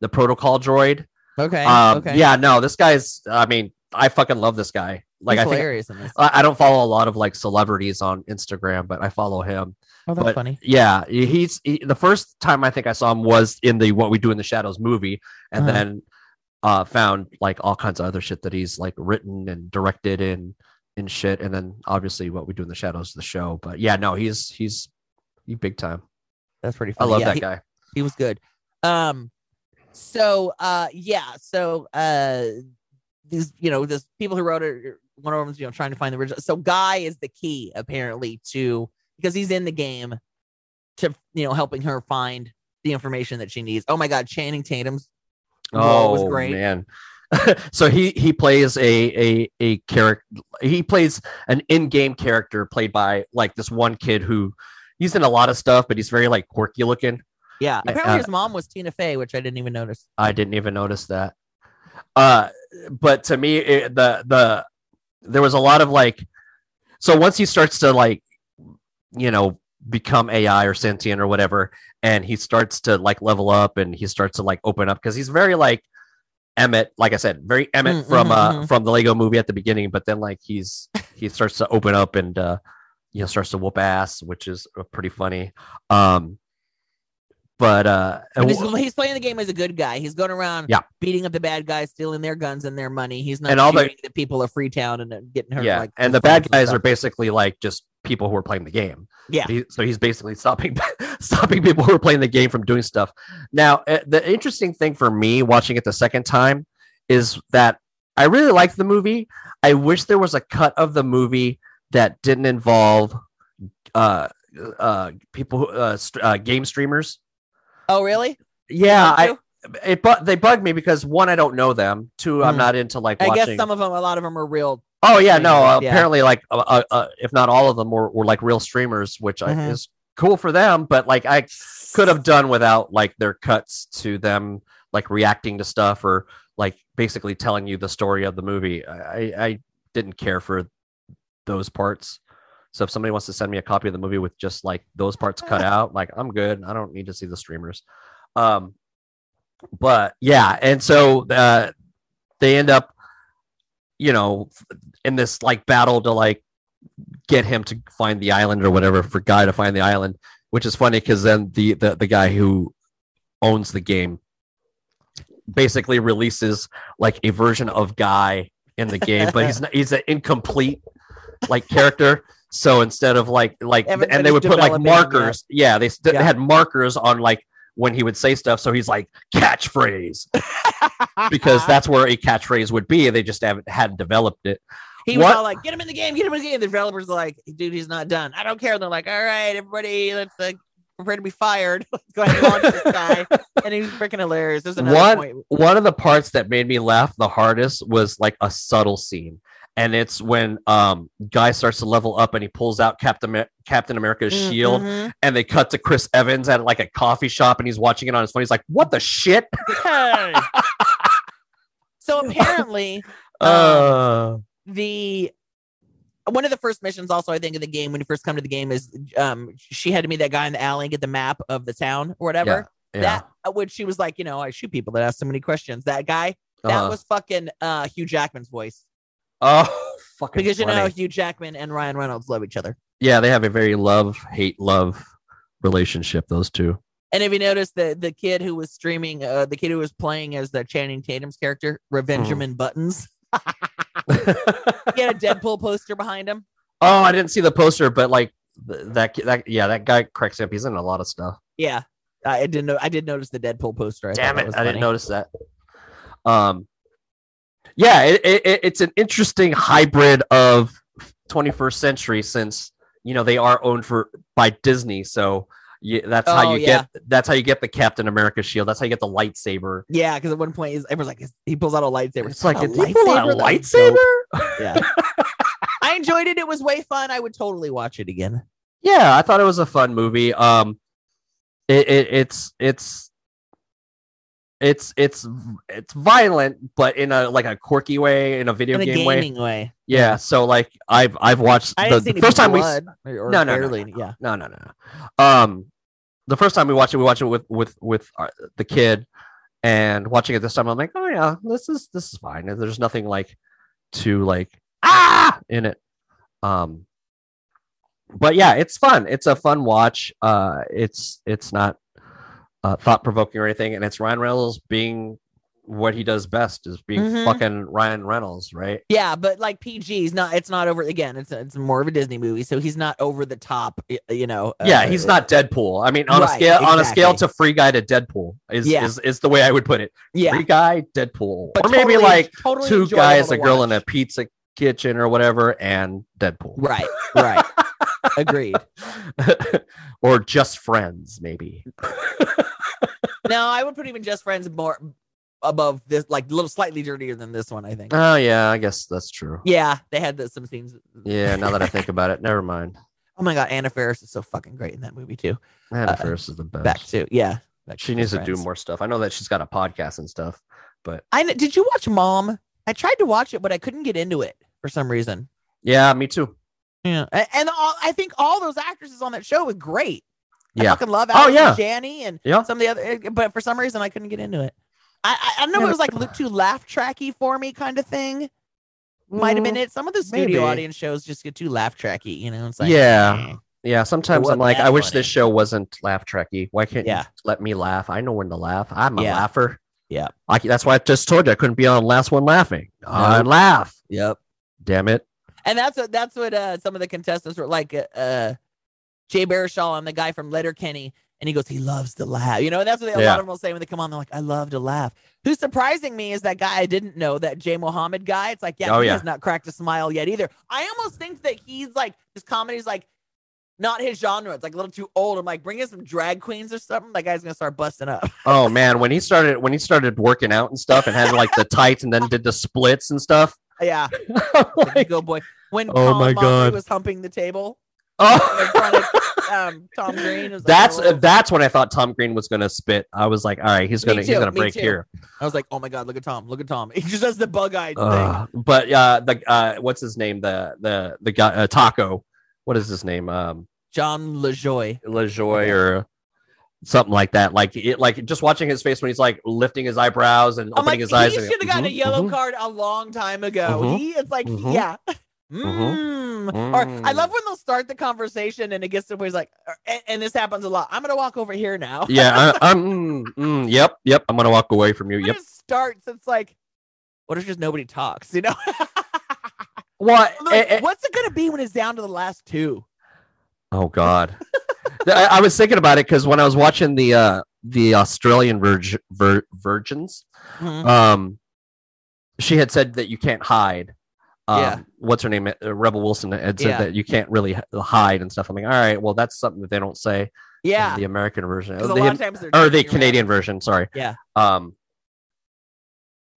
[SPEAKER 1] the protocol droid
[SPEAKER 2] Okay,
[SPEAKER 1] um
[SPEAKER 2] okay.
[SPEAKER 1] yeah no this guy's i mean i fucking love this guy like
[SPEAKER 2] He's
[SPEAKER 1] i think Uh,
[SPEAKER 2] hilarious in this.
[SPEAKER 1] I, I don't follow a lot of like celebrities on instagram but i follow him
[SPEAKER 2] Oh, that's
[SPEAKER 1] but-
[SPEAKER 2] funny.
[SPEAKER 1] yeah he's he, the first time i think i saw him was in the what we do in the shadows movie and
[SPEAKER 2] Uh-huh.
[SPEAKER 1] then uh found like all kinds of other shit that he's like written and directed and and shit and then obviously what we do in the shadows the show but yeah no he's he's he big time
[SPEAKER 2] That's pretty
[SPEAKER 1] i
[SPEAKER 2] funny.
[SPEAKER 1] love
[SPEAKER 2] Oh, Yeah,
[SPEAKER 1] that
[SPEAKER 2] he-
[SPEAKER 1] guy
[SPEAKER 2] he was good um so uh yeah so uh these you know this people who wrote it one of them's you know trying to find the original so guy is the key apparently to because he's in the game to you know helping her find the information that she needs oh my god channing tatum's role
[SPEAKER 1] oh
[SPEAKER 2] was great
[SPEAKER 1] man so he he plays a a a character he plays an in-game character played by like this one kid who he's in a lot of stuff but he's very like quirky looking
[SPEAKER 2] yeah
[SPEAKER 1] I-
[SPEAKER 2] apparently
[SPEAKER 1] uh,
[SPEAKER 2] his mom was tina fey which i didn't even notice
[SPEAKER 1] I didn't even notice that. Uh, but to me, it, the the there was a lot of like, so once he starts to like, you know, become AI or sentient or whatever, and he starts to like level up and he starts to like open up because he's very like Emmett, like I said, very Emmett
[SPEAKER 2] Mm,
[SPEAKER 1] from
[SPEAKER 2] mhm,
[SPEAKER 1] uh
[SPEAKER 2] mhm.
[SPEAKER 1] from the Lego Movie at the beginning, but then like he's he starts to open up and uh you know starts to whoop ass, which is uh, pretty funny. Um, but uh,
[SPEAKER 2] But he's, he's playing the game as a good guy. He's going around
[SPEAKER 1] Yeah.
[SPEAKER 2] beating up the bad guys, stealing their guns and their money. He's not
[SPEAKER 1] And all the-
[SPEAKER 2] shooting the, people of Freetown and uh, getting hurt.
[SPEAKER 1] yeah
[SPEAKER 2] like,
[SPEAKER 1] and the bad
[SPEAKER 2] fucking
[SPEAKER 1] guys
[SPEAKER 2] stuff.
[SPEAKER 1] are basically like just people who are playing the game
[SPEAKER 2] Yeah.
[SPEAKER 1] He- so he's basically stopping stopping people who are playing the game from doing stuff now uh, the interesting thing for me watching it the second time is that i really liked the movie i wish there was a cut of the movie that didn't involve uh uh people who, uh, st- uh game streamers
[SPEAKER 2] Oh, really?
[SPEAKER 1] yeah
[SPEAKER 2] Don't
[SPEAKER 1] i
[SPEAKER 2] you?
[SPEAKER 1] it but they bug me because one i don't know them two i'm
[SPEAKER 2] Hmm.
[SPEAKER 1] not into like
[SPEAKER 2] I
[SPEAKER 1] watching
[SPEAKER 2] guess some of them, a lot of them are real.
[SPEAKER 1] Oh yeah, no.
[SPEAKER 2] streamers,
[SPEAKER 1] uh,
[SPEAKER 2] yeah.
[SPEAKER 1] Apparently, like uh, uh, uh, if not all of them were, were like real streamers, which I,
[SPEAKER 2] Mhm.
[SPEAKER 1] is cool for them. But like I could have done without like their cuts to them like reacting to stuff or like basically telling you the story of the movie. I, I- I didn't care for those parts. So if somebody wants to send me a copy of the movie with just like those parts cut out, like I'm good. I don't need to see the streamers. Um, but yeah, and so uh, they end up, you know, in this like battle to like get him to find the island or whatever for guy to find the island which is funny because then the, the the guy who owns the game basically releases like a version of guy in the game but he's not, he's an incomplete like character so instead of like like and they
[SPEAKER 2] Everybody's
[SPEAKER 1] would put like
[SPEAKER 2] developing on that.
[SPEAKER 1] markers yeah they, st-
[SPEAKER 2] Yeah.
[SPEAKER 1] they had markers on like when he would say stuff so he's like catchphrase because that's where a catchphrase would be they just haven't hadn't developed it
[SPEAKER 2] he was
[SPEAKER 1] what-
[SPEAKER 2] all like, "Get him in the game, get him in the game." The developers are like, "Dude, he's not done. I don't care." they're like, "All right, everybody, let's uh, prepare to be fired. Let's go ahead and launch this guy." And he was freaking hilarious. There's another
[SPEAKER 1] What?
[SPEAKER 2] point.
[SPEAKER 1] one of the parts that made me laugh the hardest was like a subtle scene and it's when um guy starts to level up and he pulls out captain Amer- captain america's shield
[SPEAKER 2] Mhm.
[SPEAKER 1] and they cut to chris evans at like a coffee shop and he's watching it on his phone he's like what the shit
[SPEAKER 2] so apparently,
[SPEAKER 1] uh
[SPEAKER 2] the one of the first missions also i think in the game when you first come to the game is um she had to meet that guy in the alley and get the map of the town or whatever
[SPEAKER 1] yeah
[SPEAKER 2] that uh, when she was like you know i shoot people that ask so many questions that guy
[SPEAKER 1] uh-huh.
[SPEAKER 2] that was fucking uh hugh jackman's voice
[SPEAKER 1] oh fucking
[SPEAKER 2] because you
[SPEAKER 1] funny.
[SPEAKER 2] know hugh jackman and ryan reynolds love each other
[SPEAKER 1] yeah they have a very love hate love relationship those two
[SPEAKER 2] and if you notice the the kid who was streaming uh the kid who was playing as the channing tatum's character revengeman buttons he had a deadpool poster behind him
[SPEAKER 1] oh i didn't see the poster but like th- that that yeah that guy cracks me up he's in a lot of stuff
[SPEAKER 2] Yeah. I I didn't know. I did notice the Deadpool poster. I thought
[SPEAKER 1] Damn
[SPEAKER 2] that
[SPEAKER 1] it,
[SPEAKER 2] was
[SPEAKER 1] I didn't
[SPEAKER 2] funny.
[SPEAKER 1] notice that. Um, yeah, it, it, it- it's an interesting hybrid of 21st century since you know they are owned for by Disney, so you, that's how
[SPEAKER 2] Oh,
[SPEAKER 1] you
[SPEAKER 2] yeah.
[SPEAKER 1] get that's how you get the Captain America shield. That's how you get the lightsaber.
[SPEAKER 2] Yeah, because at one point, he's- everyone's like, he pulls out a lightsaber.
[SPEAKER 1] It's like
[SPEAKER 2] a
[SPEAKER 1] did he pull out a
[SPEAKER 2] That's
[SPEAKER 1] lightsaber.
[SPEAKER 2] dope. Yeah. I enjoyed it. It was way fun. I would totally watch it again.
[SPEAKER 1] yeah i thought it was a fun movie um it, it it's it's it's it's it's violent but in a like a quirky way in a video
[SPEAKER 2] In a
[SPEAKER 1] game way
[SPEAKER 2] gaming way.
[SPEAKER 1] yeah so like i've i've watched
[SPEAKER 2] I
[SPEAKER 1] the,
[SPEAKER 2] didn't see
[SPEAKER 1] the
[SPEAKER 2] any
[SPEAKER 1] first time we
[SPEAKER 2] blood, or
[SPEAKER 1] No, no, no,
[SPEAKER 2] barely, Yeah.
[SPEAKER 1] no no no no. um the first time we watched it we watched it with with with our, the kid and watching it this time i'm like oh yeah this is this is fine there's nothing like to like ah in it um but yeah it's fun it's a fun watch uh it's it's not uh, thought provoking or anything and it's ryan reynolds being what he does best is being
[SPEAKER 2] Mhm.
[SPEAKER 1] fucking ryan reynolds right
[SPEAKER 2] Yeah, but like PG's not. It's not over. Again, it's it's more of a Disney movie, so he's not over the top. y- You know.
[SPEAKER 1] yeah,
[SPEAKER 2] uh,
[SPEAKER 1] he's not Deadpool. I mean, on a
[SPEAKER 2] Right,
[SPEAKER 1] scale on a scale
[SPEAKER 2] exactly.
[SPEAKER 1] to Free Guy to Deadpool is
[SPEAKER 2] Yeah.
[SPEAKER 1] is, is the way I would put it.
[SPEAKER 2] Yeah,
[SPEAKER 1] Free Guy, Deadpool,
[SPEAKER 2] but
[SPEAKER 1] or maybe
[SPEAKER 2] totally-
[SPEAKER 1] like
[SPEAKER 2] totally
[SPEAKER 1] two
[SPEAKER 2] enjoyable
[SPEAKER 1] guys,
[SPEAKER 2] to
[SPEAKER 1] a girl in
[SPEAKER 2] watch.
[SPEAKER 1] a pizza kitchen or whatever, and Deadpool,
[SPEAKER 2] Right. Right. Agreed.
[SPEAKER 1] or just friends, maybe.
[SPEAKER 2] No, I would put even just friends more above this, like a little slightly dirtier than this one. I think.
[SPEAKER 1] Oh yeah, I guess that's true.
[SPEAKER 2] Yeah, they had the, some scenes.
[SPEAKER 1] Yeah, now that I think about it, never mind.
[SPEAKER 2] Oh my god, Anna Faris is so fucking great in that movie too.
[SPEAKER 1] Anna
[SPEAKER 2] Uh,
[SPEAKER 1] Faris is the best.
[SPEAKER 2] Back to yeah, back
[SPEAKER 1] she
[SPEAKER 2] to
[SPEAKER 1] needs to
[SPEAKER 2] Friends.
[SPEAKER 1] do more stuff. I know that she's got a podcast and stuff, but
[SPEAKER 2] I kn- did you watch Mom? I tried to watch it, but I couldn't get into it for some reason.
[SPEAKER 1] yeah, me too.
[SPEAKER 2] Yeah, and, all, I think all those actresses on that show was great. I
[SPEAKER 1] Yeah.
[SPEAKER 2] fucking love
[SPEAKER 1] Oh,
[SPEAKER 2] Alex
[SPEAKER 1] yeah.
[SPEAKER 2] and Janney and
[SPEAKER 1] Yeah.
[SPEAKER 2] some of the other, eh, but for some reason I couldn't get into it. I I, I don't know. if
[SPEAKER 1] Yeah,
[SPEAKER 2] it was like li- too laugh tracky for me, kind of thing. Might have been it. Some of the studio
[SPEAKER 1] Mm, maybe.
[SPEAKER 2] audience shows just get too laugh tracky. You know, it's like
[SPEAKER 1] Yeah.
[SPEAKER 2] eh.
[SPEAKER 1] Yeah, sometimes I'm
[SPEAKER 2] wasn't
[SPEAKER 1] like,
[SPEAKER 2] that
[SPEAKER 1] I wish
[SPEAKER 2] funny.
[SPEAKER 1] this show wasn't laugh tracky. Why can't
[SPEAKER 2] Yeah.
[SPEAKER 1] you let me laugh? I know when to laugh. I'm a
[SPEAKER 2] Yeah.
[SPEAKER 1] laugher.
[SPEAKER 2] Yeah.
[SPEAKER 1] I, c- that's why I just told you I couldn't be on last one laughing. I laugh.
[SPEAKER 2] Yep.
[SPEAKER 1] Damn it.
[SPEAKER 2] And that's what that's what uh, some of the contestants were like. Uh, uh, Jay Baruchel and the guy from Letterkenny, and he goes, he loves to laugh. You know, and that's what they, a
[SPEAKER 1] Yeah.
[SPEAKER 2] lot of them will say when they come on. They're like, I love to laugh. Who's surprising me is that guy I didn't know, that Jay Mohammed guy. It's like, yeah,
[SPEAKER 1] Oh,
[SPEAKER 2] he
[SPEAKER 1] yeah.
[SPEAKER 2] has not cracked a smile yet either. I almost think that he's like his comedy's like not his genre. It's like a little too old. I'm like, bring in some drag queens or something. That guy's gonna start busting up.
[SPEAKER 1] Oh man, when he started when he started working out and stuff and had like the tights and then did the splits and stuff.
[SPEAKER 2] yeah,
[SPEAKER 1] like,
[SPEAKER 2] go boy. When
[SPEAKER 1] Oh,
[SPEAKER 2] Tom
[SPEAKER 1] my
[SPEAKER 2] Motley
[SPEAKER 1] God.
[SPEAKER 2] was humping the table in
[SPEAKER 1] oh,
[SPEAKER 2] front of um, Tom Green. It was like,
[SPEAKER 1] that's
[SPEAKER 2] oh.
[SPEAKER 1] that's when I thought Tom Green was gonna spit. I was like, all right, he's
[SPEAKER 2] Me
[SPEAKER 1] gonna he's
[SPEAKER 2] too,
[SPEAKER 1] gonna
[SPEAKER 2] me
[SPEAKER 1] break
[SPEAKER 2] too.
[SPEAKER 1] here.
[SPEAKER 2] I was like, oh my god, look at Tom, look at Tom. He just does the bug eyed thing.
[SPEAKER 1] Ugh. but uh, the uh, what's his name? The the the guy uh, Taco. What is his name? Um,
[SPEAKER 2] John LaJoy.
[SPEAKER 1] LaJoy or something like that. Like it, like just watching his face when he's like lifting his eyebrows and
[SPEAKER 2] I'm
[SPEAKER 1] opening
[SPEAKER 2] like, "Mm-hmm,
[SPEAKER 1] his
[SPEAKER 2] he
[SPEAKER 1] eyes.
[SPEAKER 2] should
[SPEAKER 1] and-
[SPEAKER 2] have gotten a
[SPEAKER 1] Mhm,
[SPEAKER 2] yellow
[SPEAKER 1] mhm.
[SPEAKER 2] card a long time ago.
[SPEAKER 1] Mhm.
[SPEAKER 2] He, it's like,
[SPEAKER 1] Mhm.
[SPEAKER 2] yeah.
[SPEAKER 1] Mhm.
[SPEAKER 2] Mm. Or I
[SPEAKER 1] Mm.
[SPEAKER 2] love when they'll start the conversation and it gets to where he's like, and, and this happens a lot. I'm gonna walk over here now.
[SPEAKER 1] yeah, I, I'm. mm, mm, yep, yep. I'm gonna walk away from you.
[SPEAKER 2] When
[SPEAKER 1] Yep.
[SPEAKER 2] It starts. It's like, what if just nobody talks? You know. Eh,
[SPEAKER 1] What?
[SPEAKER 2] I'm like, what's it gonna be when it's down to the last two?
[SPEAKER 1] oh God. I, I was thinking about it because when I was watching the uh the Australian Virg- Vir- Virgins,
[SPEAKER 2] Mm-hmm.
[SPEAKER 1] um, she had said that you can't hide. Um,
[SPEAKER 2] Yeah.
[SPEAKER 1] What's her name? Uh, Rebel Wilson had said
[SPEAKER 2] Yeah.
[SPEAKER 1] that you can't really h- hide and stuff. I'm like, all right, well, that's something that they don't say. in
[SPEAKER 2] Yeah.
[SPEAKER 1] the American version
[SPEAKER 2] 'Cause
[SPEAKER 1] or
[SPEAKER 2] a lot of
[SPEAKER 1] the,
[SPEAKER 2] times they're
[SPEAKER 1] or the
[SPEAKER 2] joking around.
[SPEAKER 1] Canadian version. Sorry.
[SPEAKER 2] Yeah.
[SPEAKER 1] Um.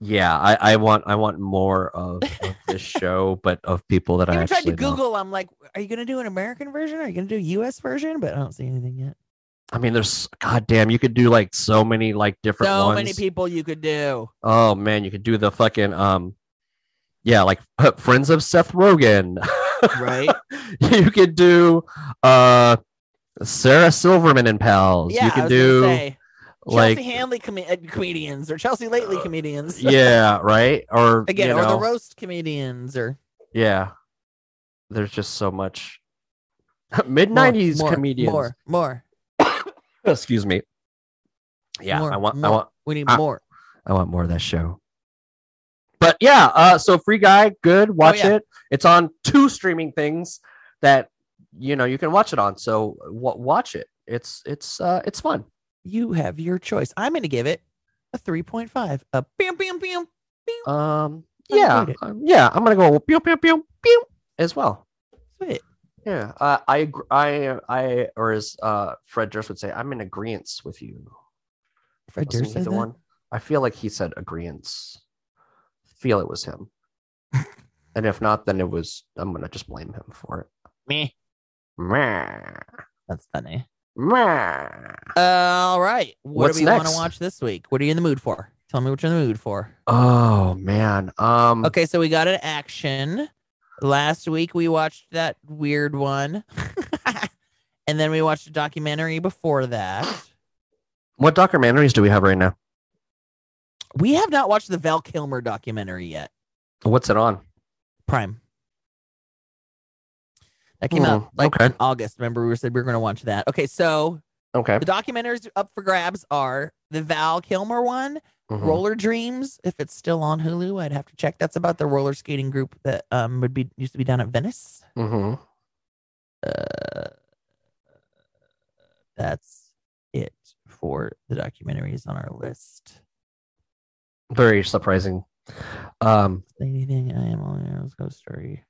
[SPEAKER 1] Yeah, I, I want I want more of, of this show, but of people that I
[SPEAKER 2] Even tried
[SPEAKER 1] actually
[SPEAKER 2] to
[SPEAKER 1] know.
[SPEAKER 2] Google. I'm like, are you gonna do an American version? Are you gonna do a U.S. version? But I don't see anything yet.
[SPEAKER 1] I mean, there's goddamn, you could do like so many like different
[SPEAKER 2] so
[SPEAKER 1] ones.
[SPEAKER 2] many people you could do.
[SPEAKER 1] Oh man, you could do the fucking um, yeah, like friends of Seth Rogen.
[SPEAKER 2] Right?
[SPEAKER 1] you could do uh, Sarah Silverman and pals.
[SPEAKER 2] yeah,
[SPEAKER 1] you
[SPEAKER 2] I
[SPEAKER 1] could
[SPEAKER 2] was gonna
[SPEAKER 1] do
[SPEAKER 2] say,
[SPEAKER 1] like
[SPEAKER 2] Chelsea Handley com- uh, comedians or Chelsea Lately comedians.
[SPEAKER 1] yeah, right or
[SPEAKER 2] Again,
[SPEAKER 1] you
[SPEAKER 2] or the
[SPEAKER 1] know.
[SPEAKER 2] roast comedians or
[SPEAKER 1] Yeah. There's just so much mid nineties
[SPEAKER 2] more,
[SPEAKER 1] comedians.
[SPEAKER 2] More, more.
[SPEAKER 1] Excuse me. Yeah,
[SPEAKER 2] more,
[SPEAKER 1] I want
[SPEAKER 2] more.
[SPEAKER 1] I want
[SPEAKER 2] We need
[SPEAKER 1] I-
[SPEAKER 2] more.
[SPEAKER 1] I want more of that show. But yeah, uh so free guy, good, watch
[SPEAKER 2] yeah.
[SPEAKER 1] it. It's on two streaming things that you know you can watch it on. So w- watch it. It's it's uh it's fun.
[SPEAKER 2] You have your choice. I'm going to give it a 3.5. A bam, bam, bam.
[SPEAKER 1] Um,
[SPEAKER 2] I
[SPEAKER 1] yeah,
[SPEAKER 2] enjoyed it.
[SPEAKER 1] um, yeah, I'm gonna go pew pew pew pew as well.
[SPEAKER 2] Sweet.
[SPEAKER 1] Yeah, uh, I agr- I I or as uh Fred Durst would say, I'm in agreement with you.
[SPEAKER 2] Fred
[SPEAKER 1] Wasn't
[SPEAKER 2] Durst
[SPEAKER 1] he
[SPEAKER 2] said
[SPEAKER 1] the
[SPEAKER 2] that?
[SPEAKER 1] one. I feel like he said agreeance. Feel it was him. and if not, then it was. I'm gonna just blame him for it.
[SPEAKER 2] Me.
[SPEAKER 1] Meh.
[SPEAKER 2] That's funny.
[SPEAKER 1] Meh.
[SPEAKER 2] all right. What
[SPEAKER 1] What's
[SPEAKER 2] do we want to
[SPEAKER 1] next?
[SPEAKER 2] watch this week? What are you in the mood for? Tell me what you're in the mood for.
[SPEAKER 1] Oh man. Um.
[SPEAKER 2] Okay, so we got an action. Last week we watched that weird one. and then we watched a documentary before that.
[SPEAKER 1] What documentaries do we have right now?
[SPEAKER 2] We have not watched the Val Kilmer documentary yet.
[SPEAKER 1] What's it on?
[SPEAKER 2] Prime. That came
[SPEAKER 1] Hmm,
[SPEAKER 2] out like
[SPEAKER 1] okay.
[SPEAKER 2] in August. Remember, we said we were going to watch that. Okay, so
[SPEAKER 1] Okay.
[SPEAKER 2] the documentaries up for grabs are the Val Kilmer one,
[SPEAKER 1] Mhm.
[SPEAKER 2] Roller Dreams, if it's still on Hulu, I'd have to check. That's about the roller skating group that um would be used to be down at Venice.
[SPEAKER 1] Mhm.
[SPEAKER 2] That's it for the documentaries on our list.
[SPEAKER 1] Very surprising. Um.
[SPEAKER 2] Anything I am on Arrow's Ghost Story.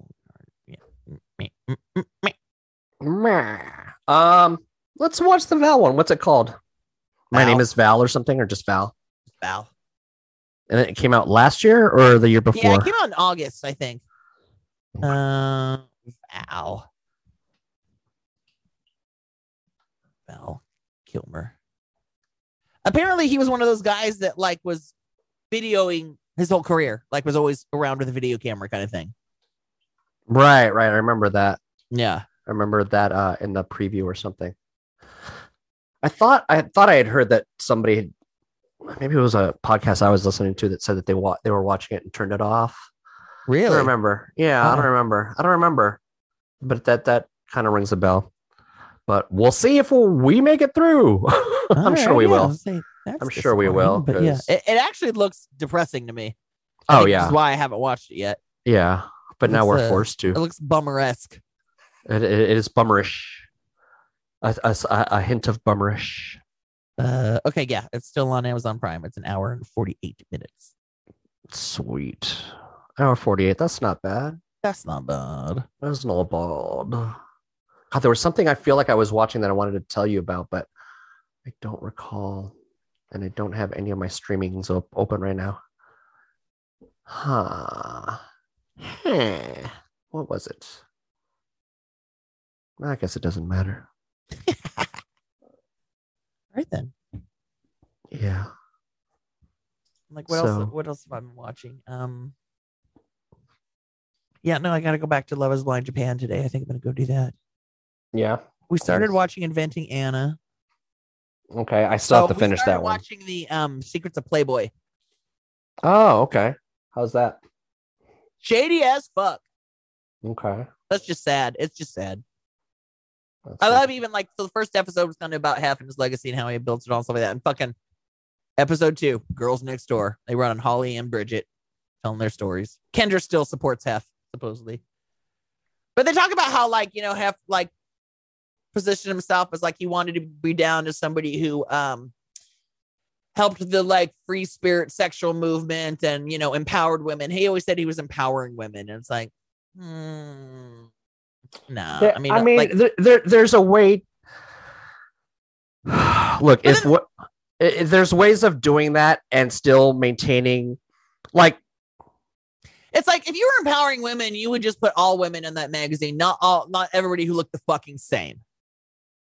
[SPEAKER 2] Oh, yeah. Mm, meh, mm, mm, meh.
[SPEAKER 1] Meh. Um, let's watch the Val one. What's it called? My
[SPEAKER 2] Val.
[SPEAKER 1] name is Val or something, or just Val.
[SPEAKER 2] Val.
[SPEAKER 1] And it came out last year or the year before.
[SPEAKER 2] Yeah, it came out in August, I think. Uh, Val. Val Kilmer. Apparently, he was one of those guys that like was videoing his whole career, like was always around with a video camera kind of thing.
[SPEAKER 1] right, right. I remember that.
[SPEAKER 2] Yeah.
[SPEAKER 1] I remember that uh, in the preview or something. I thought I thought I had heard that somebody had, maybe it was a podcast I was listening to that said that they wa- they were watching it and turned it off. I
[SPEAKER 2] Really?
[SPEAKER 1] don't remember. Yeah, I don't
[SPEAKER 2] Oh.
[SPEAKER 1] remember. I don't remember. But that that kind of rings a bell. But we'll see if we make it through. I'm
[SPEAKER 2] All
[SPEAKER 1] sure
[SPEAKER 2] right,
[SPEAKER 1] we
[SPEAKER 2] yeah,
[SPEAKER 1] will.
[SPEAKER 2] I'll say that's
[SPEAKER 1] I'm sure we
[SPEAKER 2] disappointing,
[SPEAKER 1] will,
[SPEAKER 2] But yeah,
[SPEAKER 1] 'cause-
[SPEAKER 2] it, it actually looks depressing to me.
[SPEAKER 1] Oh
[SPEAKER 2] I think This
[SPEAKER 1] yeah,
[SPEAKER 2] is why I haven't watched it yet.
[SPEAKER 1] yeah. But now
[SPEAKER 2] It's,
[SPEAKER 1] we're
[SPEAKER 2] uh,
[SPEAKER 1] forced
[SPEAKER 2] It
[SPEAKER 1] to.
[SPEAKER 2] looks bummer esque.
[SPEAKER 1] It, it, it is bummerish. A, a, a hint of bummerish.
[SPEAKER 2] Uh, okay, yeah, it's still on Amazon Prime. It's an hour and 48 minutes.
[SPEAKER 1] Sweet. Hour forty-eight. That's not bad.
[SPEAKER 2] That's not bad.
[SPEAKER 1] That's not bad. God, there was something I feel like I was watching that I wanted to tell you about, but I don't recall, and I don't have any of my streamings op- open right now. Huh. Huh. What was it? I guess it doesn't matter.
[SPEAKER 2] All right then.
[SPEAKER 1] Yeah.
[SPEAKER 2] Like what else?
[SPEAKER 1] So-
[SPEAKER 2] What else have I been watching? Um. Yeah, no, I gotta go back to Love Is Blind Japan today. I think I'm gonna go do that.
[SPEAKER 1] Yeah.
[SPEAKER 2] We started
[SPEAKER 1] Nice.
[SPEAKER 2] watching Inventing Anna.
[SPEAKER 1] Okay, I still
[SPEAKER 2] Oh,
[SPEAKER 1] have to
[SPEAKER 2] we
[SPEAKER 1] finish
[SPEAKER 2] started
[SPEAKER 1] that one.
[SPEAKER 2] Watching the um Secrets of Playboy.
[SPEAKER 1] Oh, okay. How's that?
[SPEAKER 2] Shady as fuck.
[SPEAKER 1] Okay.
[SPEAKER 2] That's just sad. It's just sad.
[SPEAKER 1] That's
[SPEAKER 2] I
[SPEAKER 1] good.
[SPEAKER 2] love even like so the first episode was kind of about half and his legacy and how he builds it all and stuff like that. And fucking episode two, Girls Next Door. They run on Holly and Bridget telling their stories. Kendra still supports Hef, supposedly. But they talk about how like, you know, Hef like positioned himself as like he wanted to be down to somebody who um helped the like free spirit sexual movement and you know empowered women. He always said he was empowering women. And it's like, hmm. Nah,
[SPEAKER 1] Yeah,
[SPEAKER 2] Uh, I mean, like,
[SPEAKER 1] there, there, there's a way. Look, if what i- i- there's ways of doing that and still maintaining, like,
[SPEAKER 2] It's like if you were empowering women, you would just put all women in that magazine, not all, not everybody who looked the fucking same.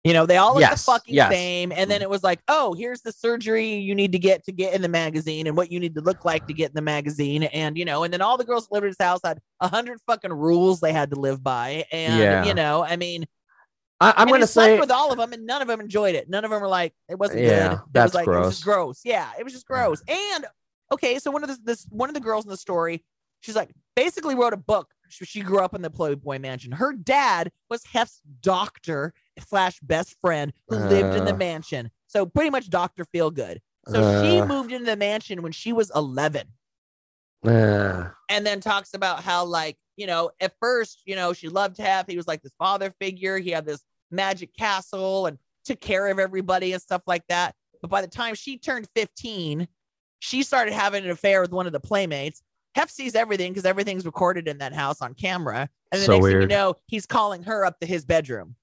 [SPEAKER 2] You know, they all look
[SPEAKER 1] Yes,
[SPEAKER 2] the fucking
[SPEAKER 1] yes. Mm-hmm.
[SPEAKER 2] same. And then it was like, oh, here's the surgery you need to get to get in the magazine and what you need to look like to get in the magazine. And, you know, and then all the girls that lived at his house had a hundred fucking rules they had to live by. And,
[SPEAKER 1] Yeah.
[SPEAKER 2] you know, I mean,
[SPEAKER 1] I, I'm
[SPEAKER 2] and
[SPEAKER 1] going to
[SPEAKER 2] it slept
[SPEAKER 1] say,
[SPEAKER 2] with all of them, and none of them enjoyed it. None of them were like, it wasn't
[SPEAKER 1] Yeah,
[SPEAKER 2] good. It
[SPEAKER 1] that's
[SPEAKER 2] was like, It was just
[SPEAKER 1] gross.
[SPEAKER 2] gross. Yeah, it was just gross. And okay, so one of the this one of the girls in the story, she's like basically wrote a book. She, she grew up in the Playboy Mansion. Her dad was Hef's doctor slash best friend who lived in the
[SPEAKER 1] Uh.
[SPEAKER 2] mansion. So pretty much Doctor Feelgood. So she
[SPEAKER 1] Uh.
[SPEAKER 2] moved into the mansion when she was eleven
[SPEAKER 1] uh,
[SPEAKER 2] and then talks about how like you know at first you know she loved Hef. He was like this father figure. He had this magic castle and took care of everybody and stuff like that. But by the time she turned 15, she started having an affair with one of the playmates. Hef sees everything because everything's recorded in that house on camera. And the
[SPEAKER 1] So
[SPEAKER 2] next thing you
[SPEAKER 1] weird.
[SPEAKER 2] know, he's calling her up to his bedroom.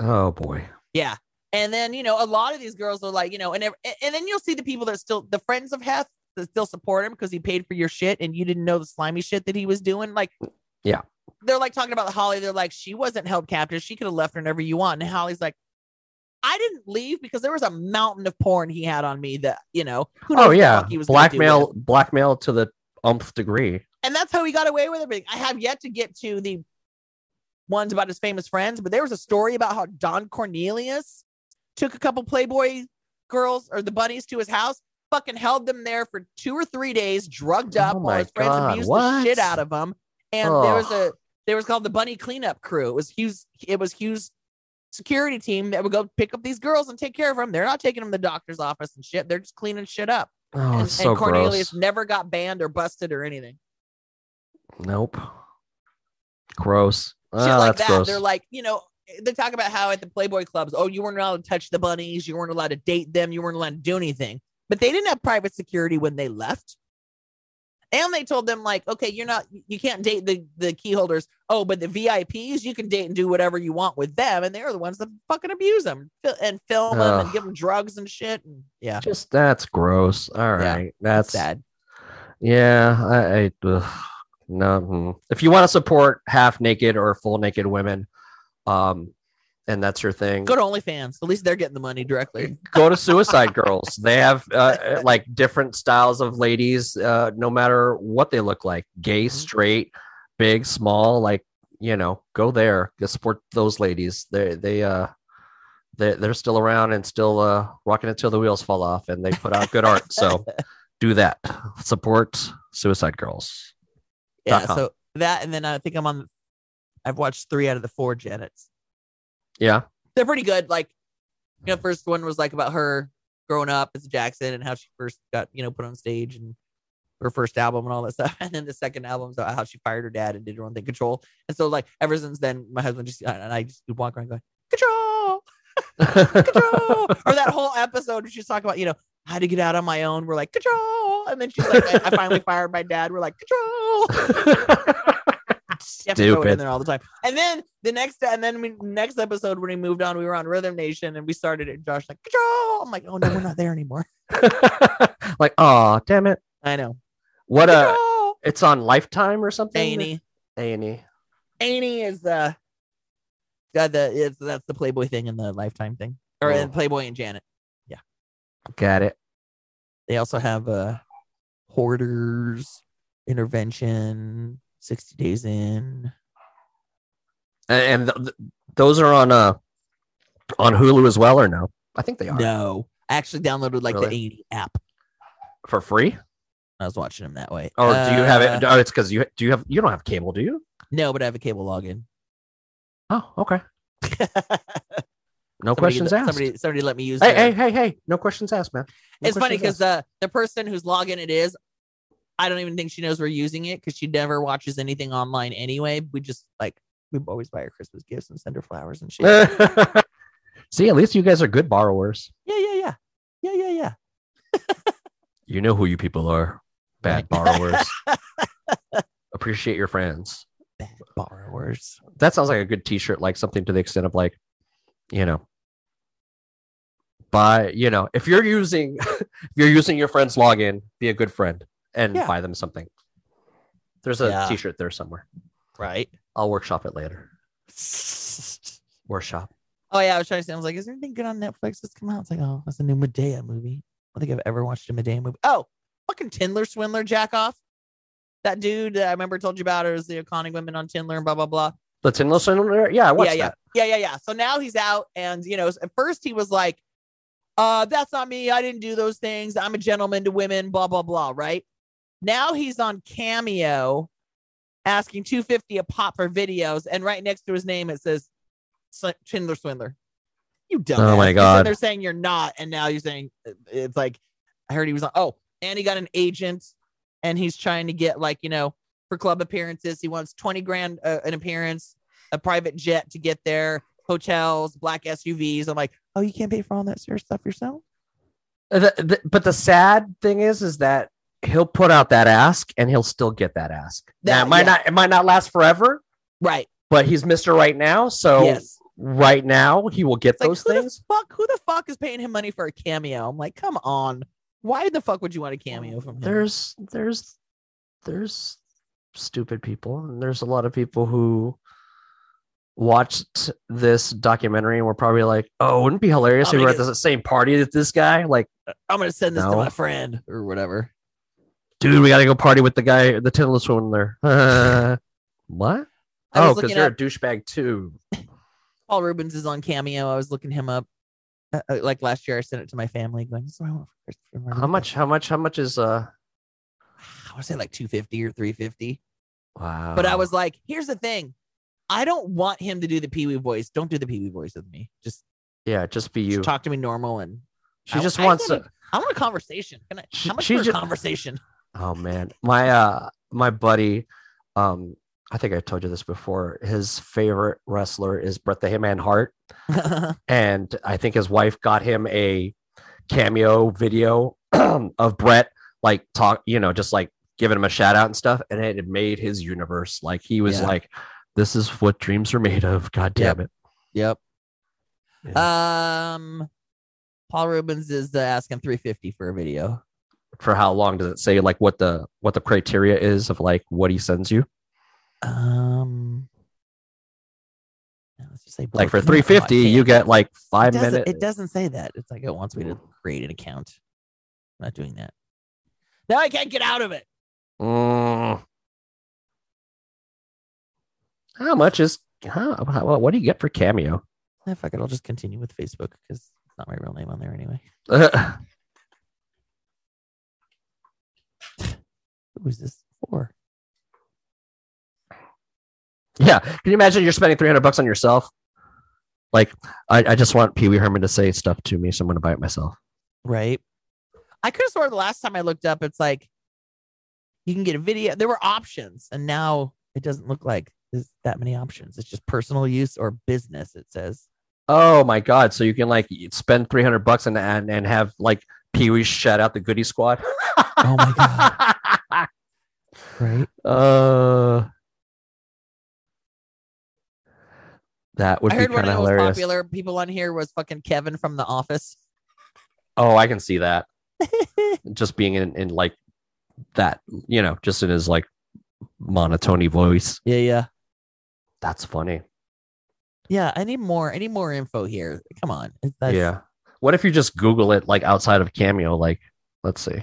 [SPEAKER 1] Oh boy.
[SPEAKER 2] Yeah. And then, you know, a lot of these girls are like, you know, and ev- and then you'll see the people that still the friends of Heth that still support him because he paid for your shit and you didn't know the slimy shit that he was doing. Like,
[SPEAKER 1] Yeah.
[SPEAKER 2] They're like talking about Holly. They're like, she wasn't held captive. She could have left whenever you want. And Holly's like, I didn't leave because there was a mountain of porn he had on me that, you know, who knows
[SPEAKER 1] Oh
[SPEAKER 2] what the
[SPEAKER 1] yeah.
[SPEAKER 2] fuck he was gonna do with it."
[SPEAKER 1] Blackmail blackmail to the umph degree.
[SPEAKER 2] and that's how he got away with everything. I have yet to get to the ones about his famous friends, but there was a story about how Don Cornelius took a couple Playboy girls or the bunnies to his house, fucking held them there for two or three days, drugged
[SPEAKER 1] Oh
[SPEAKER 2] up, while
[SPEAKER 1] my
[SPEAKER 2] his friends
[SPEAKER 1] God,
[SPEAKER 2] abused the
[SPEAKER 1] what?
[SPEAKER 2] shit out of him. And there was a
[SPEAKER 1] Ugh.
[SPEAKER 2] there was called the Bunny Cleanup Crew. It was Hughes. It was Hughes security team that would go pick up these girls and take care of them. They're not taking them to the doctor's office and shit. They're just cleaning shit up.
[SPEAKER 1] Oh,
[SPEAKER 2] and,
[SPEAKER 1] it's so
[SPEAKER 2] and Cornelius
[SPEAKER 1] gross.
[SPEAKER 2] never got banned or busted or anything.
[SPEAKER 1] Nope. Gross.
[SPEAKER 2] shit
[SPEAKER 1] Ah,
[SPEAKER 2] like
[SPEAKER 1] that's
[SPEAKER 2] that.
[SPEAKER 1] gross.
[SPEAKER 2] They're like, you know, they talk about how at the Playboy clubs, oh, you weren't allowed to touch the bunnies, you weren't allowed to date them, you weren't allowed to do anything. But they didn't have private security when they left. And they told them, like, okay, you're not, you can't date the, the key holders. Oh, but the VIPs, you can date and do whatever you want with them. And they're the ones that fucking abuse them fi- and film them and
[SPEAKER 1] Ugh.
[SPEAKER 2] give them drugs and shit. And yeah,
[SPEAKER 1] just that's gross. All
[SPEAKER 2] Yeah,
[SPEAKER 1] right. that's
[SPEAKER 2] sad.
[SPEAKER 1] Yeah, I, I ugh, no. mm. If you want to support half naked or full naked women, um, and that's your thing,
[SPEAKER 2] Go to OnlyFans. At least they're getting the money directly.
[SPEAKER 1] go to Suicide Girls. They have uh, like different styles of ladies, uh, no matter what they look like, gay,
[SPEAKER 2] Mm-hmm.
[SPEAKER 1] straight, big, small. Like you know, go there, go support those ladies. They they uh. They, they're still around and still uh, rocking until the wheels fall off, and they put out good art. So do that. Support Suicide Girls.
[SPEAKER 2] Yeah.
[SPEAKER 1] Dot com.
[SPEAKER 2] So that, and then I think I'm on, I've watched three out of the four Janets.
[SPEAKER 1] Yeah.
[SPEAKER 2] they're pretty good. Like, you know, first one was like about her growing up as Jackson and how she first got, you know, put on stage and her first album and all that stuff. And then the second album's about how she fired her dad and did her own thing, Control. And so, like, ever since then, my husband just, and I just would walk around going, Control, Control. or that whole episode where she's talking about, you know, how to get out on my own. We're like, Control. And then she's like, I, I finally fired my dad. We're like, Control. You have to throw it in
[SPEAKER 1] Stupid.
[SPEAKER 2] there all the time. And then the next, and then we, next episode when we moved on, we were on Rhythm Nation and we started it. Josh like control. I'm like, oh no, we're not there anymore.
[SPEAKER 1] like, oh, damn it.
[SPEAKER 2] I know.
[SPEAKER 1] What uh, a.
[SPEAKER 2] Control.
[SPEAKER 1] It's on Lifetime or something. E.
[SPEAKER 2] Annie.
[SPEAKER 1] A&E.
[SPEAKER 2] Annie is uh, uh the it's, that's the Playboy thing and the Lifetime thing, or
[SPEAKER 1] Oh.
[SPEAKER 2] and Playboy and Janet.
[SPEAKER 1] Got it.
[SPEAKER 2] They also have uh, Hoarders, Intervention, Sixty Days In.
[SPEAKER 1] And, and th- th- those are on uh on Hulu as well, or no? I think they are
[SPEAKER 2] No, I actually downloaded like the
[SPEAKER 1] Really?
[SPEAKER 2] Annie app.
[SPEAKER 1] for free.
[SPEAKER 2] I was watching them that way.
[SPEAKER 1] Or do you have
[SPEAKER 2] Uh,
[SPEAKER 1] it? Oh, it's because you do you have you don't have cable, do you?
[SPEAKER 2] No, but I have a cable login.
[SPEAKER 1] Oh, okay. No
[SPEAKER 2] Somebody-
[SPEAKER 1] questions asked.
[SPEAKER 2] Somebody, somebody let me use.
[SPEAKER 1] hey,
[SPEAKER 2] their-
[SPEAKER 1] hey, hey, hey! No questions asked, man. No
[SPEAKER 2] it's funny
[SPEAKER 1] questions
[SPEAKER 2] because uh, the person whose login it is, I don't even think she knows we're using it because she never watches anything online anyway. We just like we always buy her Christmas gifts and send her flowers and shit.
[SPEAKER 1] Eh.
[SPEAKER 2] yeah,
[SPEAKER 1] asked. See, at least you guys are good borrowers.
[SPEAKER 2] yeah, yeah, yeah, yeah, yeah.
[SPEAKER 1] You know who you people are. Bad borrowers. Appreciate your friends.
[SPEAKER 2] Bad borrowers.
[SPEAKER 1] That sounds like a good t-shirt, like something to the extent of like, you know, buy, you know, if you're using if you're using your friend's login, be a good friend and
[SPEAKER 2] Yeah.
[SPEAKER 1] buy them something. There's a
[SPEAKER 2] Yeah.
[SPEAKER 1] shirt there somewhere.
[SPEAKER 2] Right.
[SPEAKER 1] I'll workshop it later. Workshop.
[SPEAKER 2] Oh yeah, I was trying to say. I was like, is there anything good on Netflix that's come out? It's like, oh, that's a new Medea movie. I don't think I've ever watched a Medea movie. Oh, fucking Tindler Swindler Jackoff. That dude that I remember told you about, it was the iconic women on Tindler and blah blah blah.
[SPEAKER 1] The Tin Listen. Yeah, I watched
[SPEAKER 2] yeah,
[SPEAKER 1] that.
[SPEAKER 2] yeah, yeah, yeah, yeah. So now he's out, and you know, at first he was like, "Uh, that's not me. I didn't do those things. I'm a gentleman to women." Blah blah blah. Right now he's on Cameo, asking two fifty a pop for videos, and right next to his name it says Schindler Swindler. You dumb.
[SPEAKER 1] Oh my God.
[SPEAKER 2] They're saying you're not, and now you're saying uh, it's like I heard he was on. Oh, and he got an agent, and he's trying to get like you know for club appearances. He wants twenty grand uh, an appearance a private jet to get there. hotels, black SUVs. I'm like, oh, you can't pay for all that sort of stuff yourself.
[SPEAKER 1] Uh, The- the- but the sad thing is, is that he'll put out that ask and he'll still get that ask. That,
[SPEAKER 2] That-
[SPEAKER 1] might
[SPEAKER 2] yeah.
[SPEAKER 1] not, it might not last forever,
[SPEAKER 2] Right.
[SPEAKER 1] but he's Mr. Right Now. So
[SPEAKER 2] yes.
[SPEAKER 1] right now he will get
[SPEAKER 2] It's like,
[SPEAKER 1] those
[SPEAKER 2] who
[SPEAKER 1] things.
[SPEAKER 2] The fuck, who the fuck is paying him money for a cameo? I'm like, come on. Why the fuck would you want a cameo from him?
[SPEAKER 1] There's, there's, there's stupid people. And there's a lot of people who watched this documentary and were probably like, oh, wouldn't it be hilarious
[SPEAKER 2] I'm
[SPEAKER 1] if we were at
[SPEAKER 2] gonna
[SPEAKER 1] the same party that this guy? Like,
[SPEAKER 2] I'm gonna send this to
[SPEAKER 1] No.
[SPEAKER 2] my friend or whatever.
[SPEAKER 1] dude, we got to go party with the guy, the tinless one there. what?
[SPEAKER 2] I
[SPEAKER 1] oh,
[SPEAKER 2] was
[SPEAKER 1] because
[SPEAKER 2] looking
[SPEAKER 1] you're
[SPEAKER 2] up
[SPEAKER 1] a douchebag too.
[SPEAKER 2] Paul Rubens is on cameo. I was looking him up. Uh, uh, like last year, I sent it to my family, going, "This is what I want for Christmas." for my
[SPEAKER 1] How
[SPEAKER 2] birthday."
[SPEAKER 1] much? How much? How much is uh?
[SPEAKER 2] I want to say like two fifty or three fifty.
[SPEAKER 1] Wow.
[SPEAKER 2] But I was like, "Here's the thing, I don't want him to do the Pee Wee voice. Don't do the Pee Wee voice with me. Just,
[SPEAKER 1] yeah, just be
[SPEAKER 2] just
[SPEAKER 1] you.
[SPEAKER 2] talk to me normal and
[SPEAKER 1] she
[SPEAKER 2] I-
[SPEAKER 1] just
[SPEAKER 2] I
[SPEAKER 1] wants.
[SPEAKER 2] gotta-
[SPEAKER 1] A,
[SPEAKER 2] I want a conversation. Can I?
[SPEAKER 1] She-
[SPEAKER 2] how much
[SPEAKER 1] she
[SPEAKER 2] for
[SPEAKER 1] ju-
[SPEAKER 2] a conversation?
[SPEAKER 1] oh man, my uh, my buddy, um, I think I told you this before. His favorite wrestler is Bret the Hitman Hart, and I think his wife got him a cameo video of Bret, like talk, you know, just like giving him a shout out and stuff, and it had made his universe. Like he was
[SPEAKER 2] Yeah.
[SPEAKER 1] like, "This is what dreams are made of." God damn it.
[SPEAKER 2] yep. Um, Paul Rubens is uh, asking three fifty for a video.
[SPEAKER 1] for how long does it say like what the what the criteria is of like what he sends you
[SPEAKER 2] Um, let's just say
[SPEAKER 1] like for
[SPEAKER 2] both. No, I
[SPEAKER 1] 350
[SPEAKER 2] can't.
[SPEAKER 1] you get like
[SPEAKER 2] It
[SPEAKER 1] five
[SPEAKER 2] doesn't-
[SPEAKER 1] minutes
[SPEAKER 2] It doesn't say that. It's like it wants me to create an account. I'm not doing that. Now I can't get out of it.
[SPEAKER 1] Mm. how much is how, how, what do you get for cameo
[SPEAKER 2] Eh, fuck it. I'll just continue with Facebook because it's not my real name on there anyway. Who is this for?
[SPEAKER 1] yeah can you imagine you're spending 300 bucks on yourself like i, I just want pee-wee herman to say stuff to me so i'm gonna buy it myself
[SPEAKER 2] Right. I could have sworn the last time I looked up, it's like you can get a video. There were options, and now it doesn't look like there's that many options. It's just personal use or business. It says.
[SPEAKER 1] oh my god so you can like spend 300 bucks and and, and have like pee-wee shout out the goody squad
[SPEAKER 2] Oh my god. Right.
[SPEAKER 1] Uh, that would
[SPEAKER 2] I
[SPEAKER 1] be
[SPEAKER 2] heard one
[SPEAKER 1] kind of
[SPEAKER 2] of the most
[SPEAKER 1] hilarious.
[SPEAKER 2] popular people on here was fucking Kevin from The Office.
[SPEAKER 1] Oh, I can see that. just being in, in like that, you know, just in his like monotony voice.
[SPEAKER 2] Yeah, yeah.
[SPEAKER 1] That's funny.
[SPEAKER 2] Yeah, I need more. I need more info here. Come on. It- That's,
[SPEAKER 1] yeah. What if you just Google it like outside of Cameo? Like, let's see.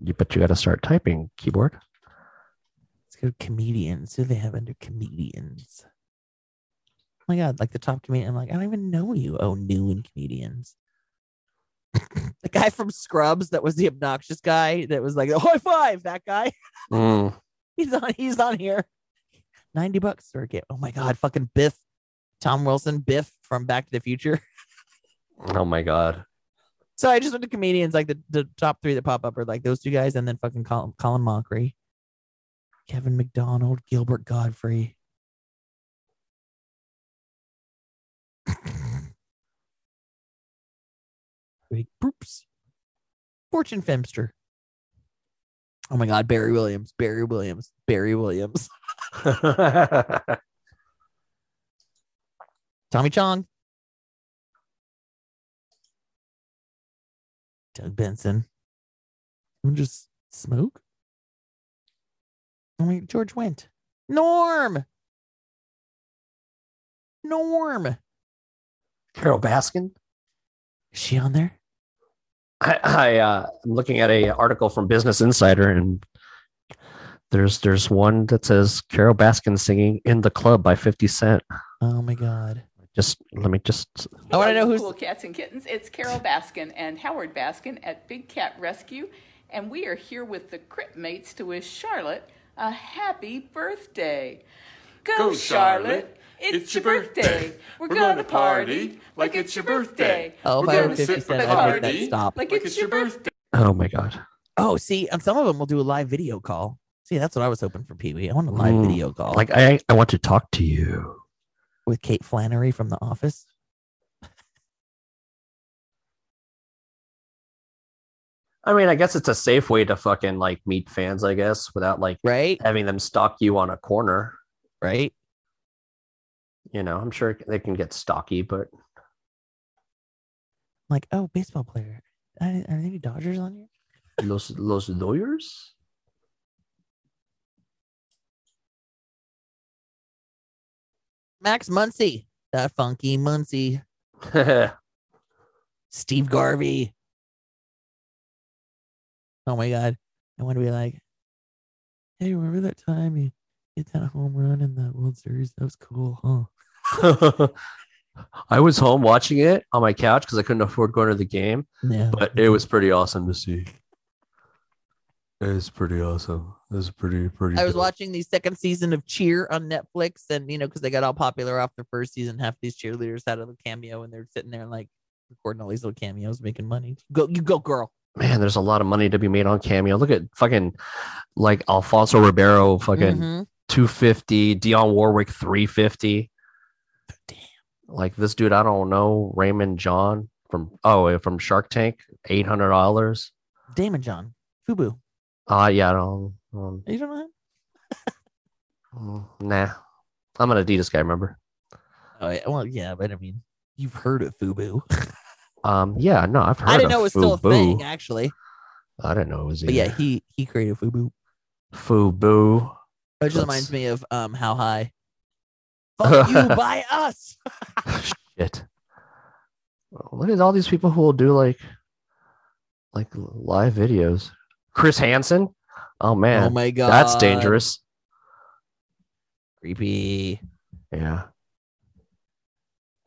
[SPEAKER 1] You but you got to start typing keyboard.
[SPEAKER 2] Let's go to comedians. Who do they have under comedians? Oh my god, like the top comedian. I'm like, I don't even know you. Oh, new in comedians. the guy from Scrubs that was the obnoxious guy that was like, high five, that guy.
[SPEAKER 1] Mm.
[SPEAKER 2] He's on he's on here. 90 bucks for a gift. Oh my god, fucking Biff. Tom Wilson, Biff from Back to the Future.
[SPEAKER 1] Oh my god.
[SPEAKER 2] So I just went to comedians like the, the top three that pop up are like those two guys and then fucking Colin, Colin Mockery, Kevin McDonald, Gilbert Godfrey. Big poops. Fortune Femster. Oh my God, Barry Williams, Barry Williams, Barry Williams, Tommy Chong, Doug Benson. Someone just smoke? Oh my George went. Norm. Norm. Is
[SPEAKER 1] Carol Baskin.
[SPEAKER 2] she on there?
[SPEAKER 1] I, I uh, I'm looking at a article from Business Insider, and there's there's one that says Carol Baskin singing "In the Club" by Fifty Cent.
[SPEAKER 2] Oh my god.
[SPEAKER 1] Just let me just.
[SPEAKER 2] Oh, I want to know
[SPEAKER 6] Hello,
[SPEAKER 2] who's
[SPEAKER 6] cool cats and kittens. It's Carol Baskin and Howard Baskin at Big Cat Rescue, and we are here with the Crip Mates to wish Charlotte a happy birthday. Go,
[SPEAKER 7] Go,
[SPEAKER 6] Charlotte.
[SPEAKER 7] Charlotte.
[SPEAKER 6] It's, your birthday. We're, gonna, party like it's your birthday.
[SPEAKER 2] Oh, if
[SPEAKER 6] We're
[SPEAKER 2] I were
[SPEAKER 6] gonna
[SPEAKER 2] 50
[SPEAKER 6] sit
[SPEAKER 2] Cent,
[SPEAKER 6] at
[SPEAKER 2] I'd make
[SPEAKER 6] the
[SPEAKER 2] that
[SPEAKER 6] party
[SPEAKER 2] stop.
[SPEAKER 6] Like it's your birthday.
[SPEAKER 1] Oh my god.
[SPEAKER 2] Oh, see, and some of them will do a live video call. See, that's what I was hoping for, Pee Wee. I want a live
[SPEAKER 1] Mm,
[SPEAKER 2] video call,
[SPEAKER 1] Like I, I want to talk to you.
[SPEAKER 2] with Kate Flannery from The Office.
[SPEAKER 1] I mean, I guess it's a safe way to fucking like meet fans, I guess, without like
[SPEAKER 2] Right,
[SPEAKER 1] having them stalk you on a corner.
[SPEAKER 2] right.
[SPEAKER 1] You know, I'm sure they can get stocky, but
[SPEAKER 2] Like, oh, baseball player. I, are there any Dodgers on here?
[SPEAKER 1] los los lawyers.
[SPEAKER 2] Max Muncy, that funky Muncy.
[SPEAKER 1] That's
[SPEAKER 2] Steve Garvey. Oh my God. I want to be like, hey, remember that time you hit that home run in that World Series? That was cool, huh?
[SPEAKER 1] I was home watching it on my couch because I couldn't afford going to the game,
[SPEAKER 2] No.
[SPEAKER 1] but it was pretty awesome to see. It's pretty awesome. It's pretty pretty.
[SPEAKER 2] I was
[SPEAKER 1] dope.
[SPEAKER 2] watching the second season of Cheer on Netflix, and you know, because they got all popular off the first season, half these cheerleaders had a little cameo, and they're sitting there like recording all these little cameos, making money. Go, you go, girl.
[SPEAKER 1] Man, there's a lot of money to be made on Cameo. Look at fucking like Alfonso Ribeiro, fucking
[SPEAKER 2] Mhm.
[SPEAKER 1] 250, Dion Warwick 350.
[SPEAKER 2] Damn.
[SPEAKER 1] Like this dude, I don't know, Raymond John from oh from Shark Tank, eight hundred dollars.
[SPEAKER 2] Damon John, Fubu.
[SPEAKER 1] Ah, yeah, I don't. Um,
[SPEAKER 2] You don't know him?
[SPEAKER 1] nah, I'm an Adidas guy. Remember?
[SPEAKER 2] Oh yeah, well yeah, but I mean, you've heard of Fubu.
[SPEAKER 1] Um, yeah, no, I've heard.
[SPEAKER 2] I didn't
[SPEAKER 1] of
[SPEAKER 2] know it was still a
[SPEAKER 1] Fubu.
[SPEAKER 2] thing, actually.
[SPEAKER 1] I didn't know it was.
[SPEAKER 2] But yeah,
[SPEAKER 1] Either.
[SPEAKER 2] he he created Fubu.
[SPEAKER 1] Fubu.
[SPEAKER 2] It just
[SPEAKER 1] That's-
[SPEAKER 2] reminds me of um how high. Fuck you by us.
[SPEAKER 1] Shit. Look at all these people who will do like, like live videos. Chris Hansen. Oh man,
[SPEAKER 2] oh my god,
[SPEAKER 1] that's dangerous.
[SPEAKER 2] Creepy.
[SPEAKER 1] Yeah.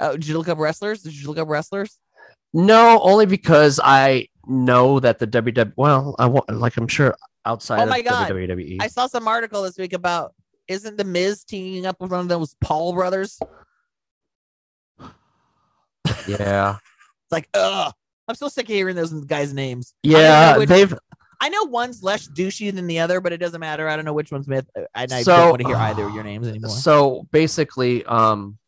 [SPEAKER 2] Oh, did you look up wrestlers? Did you look up wrestlers?
[SPEAKER 1] No, only because I know that the WWE. Well, I want like I'm sure outside
[SPEAKER 2] Oh
[SPEAKER 1] of
[SPEAKER 2] my God.
[SPEAKER 1] WWE.
[SPEAKER 2] I saw some article this week about isn't the Miz teaming up with one of those Paul brothers? It's
[SPEAKER 1] yeah,
[SPEAKER 2] like, ugh. I'm so sick of hearing those guys' names. I don't know
[SPEAKER 1] yeah.
[SPEAKER 2] which-
[SPEAKER 1] They've
[SPEAKER 2] I know one's less douchey than the other, but it doesn't matter. I don't know which one's myth, uh, and I
[SPEAKER 1] So-
[SPEAKER 2] don't want to hear either of your names anymore.
[SPEAKER 1] so basically, um,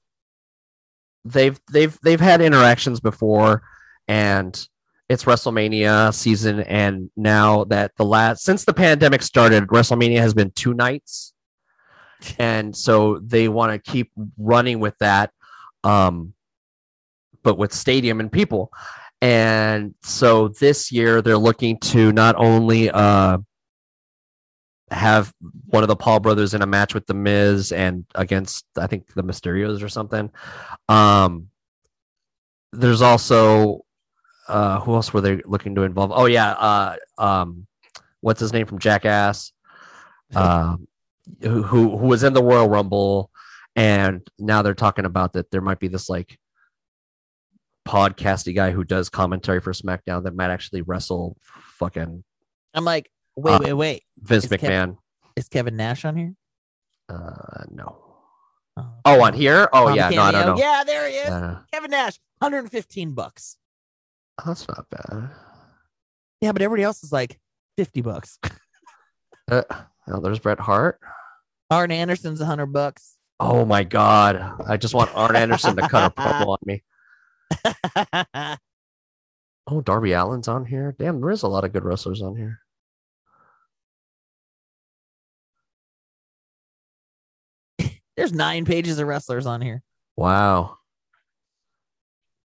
[SPEAKER 1] they've they've they've had interactions before, and it's WrestleMania season, and now that the last since the pandemic started, WrestleMania has been two nights, and so they want to keep running with that, um, but with stadium and people, and so this year they're looking to not only uh have one of the Paul brothers in a match with the Miz and against I think the Mysterios or something. Um, there's also uh, who else were they looking to involve? Oh yeah, uh, um, what's his name from Jackass? Um, who who who was in the Royal Rumble, and now they're talking about that there might be this like podcasty guy who does commentary for SmackDown that might actually wrestle fucking
[SPEAKER 2] I'm like, wait,
[SPEAKER 1] Uh,
[SPEAKER 2] wait, wait.
[SPEAKER 1] Vince
[SPEAKER 2] Is Kev-
[SPEAKER 1] McMahon.
[SPEAKER 2] Is Kevin Nash on here?
[SPEAKER 1] Uh, no.
[SPEAKER 2] Oh,
[SPEAKER 1] Oh, on here? Oh,
[SPEAKER 2] on
[SPEAKER 1] yeah. No, I don't
[SPEAKER 2] Cameo.
[SPEAKER 1] know.
[SPEAKER 2] Yeah, there he is.
[SPEAKER 1] No, no.
[SPEAKER 2] Kevin Nash, 115 bucks.
[SPEAKER 1] Oh, that's not bad.
[SPEAKER 2] Yeah, but everybody else is like 50 bucks.
[SPEAKER 1] Uh, oh, there's Bret Hart.
[SPEAKER 2] Arn Anderson's 100 bucks.
[SPEAKER 1] Oh my God! I just want Arn Anderson to cut a promo on me. Oh, Darby Allen's on here. Damn, there is a lot of good wrestlers on here.
[SPEAKER 2] There's nine pages of wrestlers on here.
[SPEAKER 1] Wow.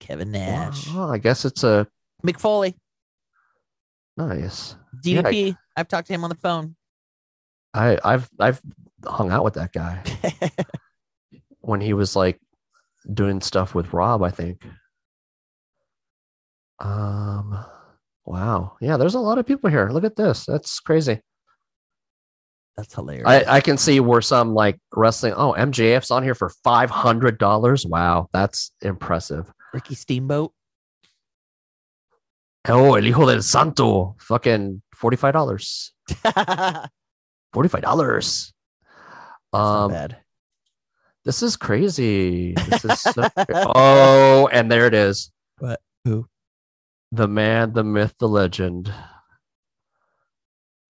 [SPEAKER 2] Kevin Nash,
[SPEAKER 1] Well, I guess it's a
[SPEAKER 2] McFoley,
[SPEAKER 1] nice. Yeah,
[SPEAKER 2] DDP. I've talked to him on the phone.
[SPEAKER 1] I, I've I've hung out with that guy when he was like doing stuff with Rob. I think. Um. Wow. Yeah. There's a lot of people here. Look at this. That's crazy.
[SPEAKER 2] That's hilarious.
[SPEAKER 1] I, I can see where some like wrestling. Oh, MJF's on here for five hundred dollars. Wow, that's impressive.
[SPEAKER 2] Ricky Steamboat.
[SPEAKER 1] Oh, El Hijo del Santo, fucking forty five dollars.
[SPEAKER 2] That's
[SPEAKER 1] Forty five dollars.
[SPEAKER 2] not
[SPEAKER 1] Um,
[SPEAKER 2] bad.
[SPEAKER 1] this is crazy. This is so cra- oh, and there it is.
[SPEAKER 2] What? Who?
[SPEAKER 1] The man, the myth, the legend.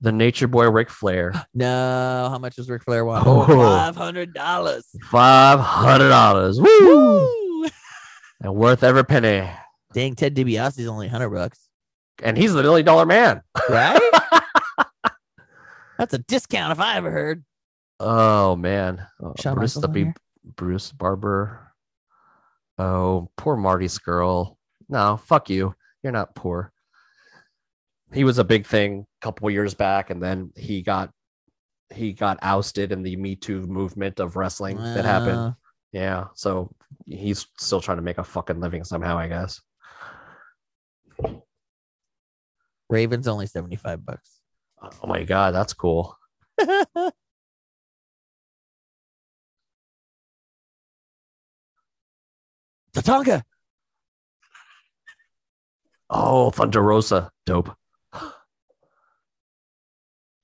[SPEAKER 1] the Nature Boy Ric Flair,
[SPEAKER 2] No, how much does Ric Flair want?
[SPEAKER 1] Oh.
[SPEAKER 2] Five hundred dollars.
[SPEAKER 1] five hundred dollars. Woo!
[SPEAKER 2] Woo!
[SPEAKER 1] And worth every penny.
[SPEAKER 2] Dang, Ted DiBiase's only hundred bucks,
[SPEAKER 1] And he's the million dollar man.
[SPEAKER 2] right? That's a discount if I ever heard.
[SPEAKER 1] Oh man, Uh,
[SPEAKER 2] Shawn
[SPEAKER 1] Bruce
[SPEAKER 2] Michaels
[SPEAKER 1] the
[SPEAKER 2] on
[SPEAKER 1] B-
[SPEAKER 2] there?
[SPEAKER 1] Bruce Barber. Oh, poor Marty's girl. No, fuck you. You're not poor. He was a big thing a couple years back, and then he got he got ousted in the Me Too movement of wrestling that happened.
[SPEAKER 2] Uh,
[SPEAKER 1] Yeah, so he's still trying to make a fucking living somehow, I guess.
[SPEAKER 2] Raven's only seventy five bucks.
[SPEAKER 1] Oh my god, that's cool.
[SPEAKER 2] Tatanka.
[SPEAKER 1] Oh, Thunder Rosa, dope.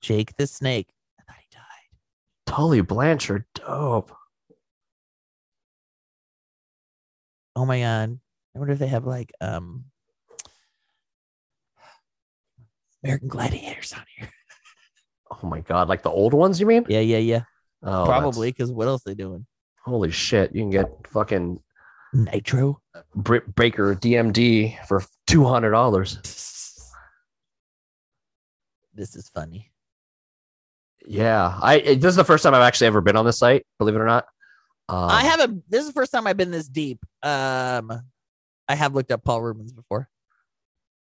[SPEAKER 2] Jake the Snake. I thought he died.
[SPEAKER 1] Tully Blanchard, dope.
[SPEAKER 2] Oh my god. I wonder if they have like um American Gladiators on here.
[SPEAKER 1] Oh my god, like the old ones, you mean?
[SPEAKER 2] Yeah, yeah, yeah.
[SPEAKER 1] Oh, that's-
[SPEAKER 2] Probably because what else they doing?
[SPEAKER 1] Holy shit, you can get fucking
[SPEAKER 2] Nitro.
[SPEAKER 1] Britt Baker DMD for two hundred dollars.
[SPEAKER 2] this is funny.
[SPEAKER 1] Yeah, I it- this is the first time I've actually ever been on this site. Believe it or not, um,
[SPEAKER 2] I haven't. This is the first time I've been this deep. Um, I have looked up Paul Rubens before.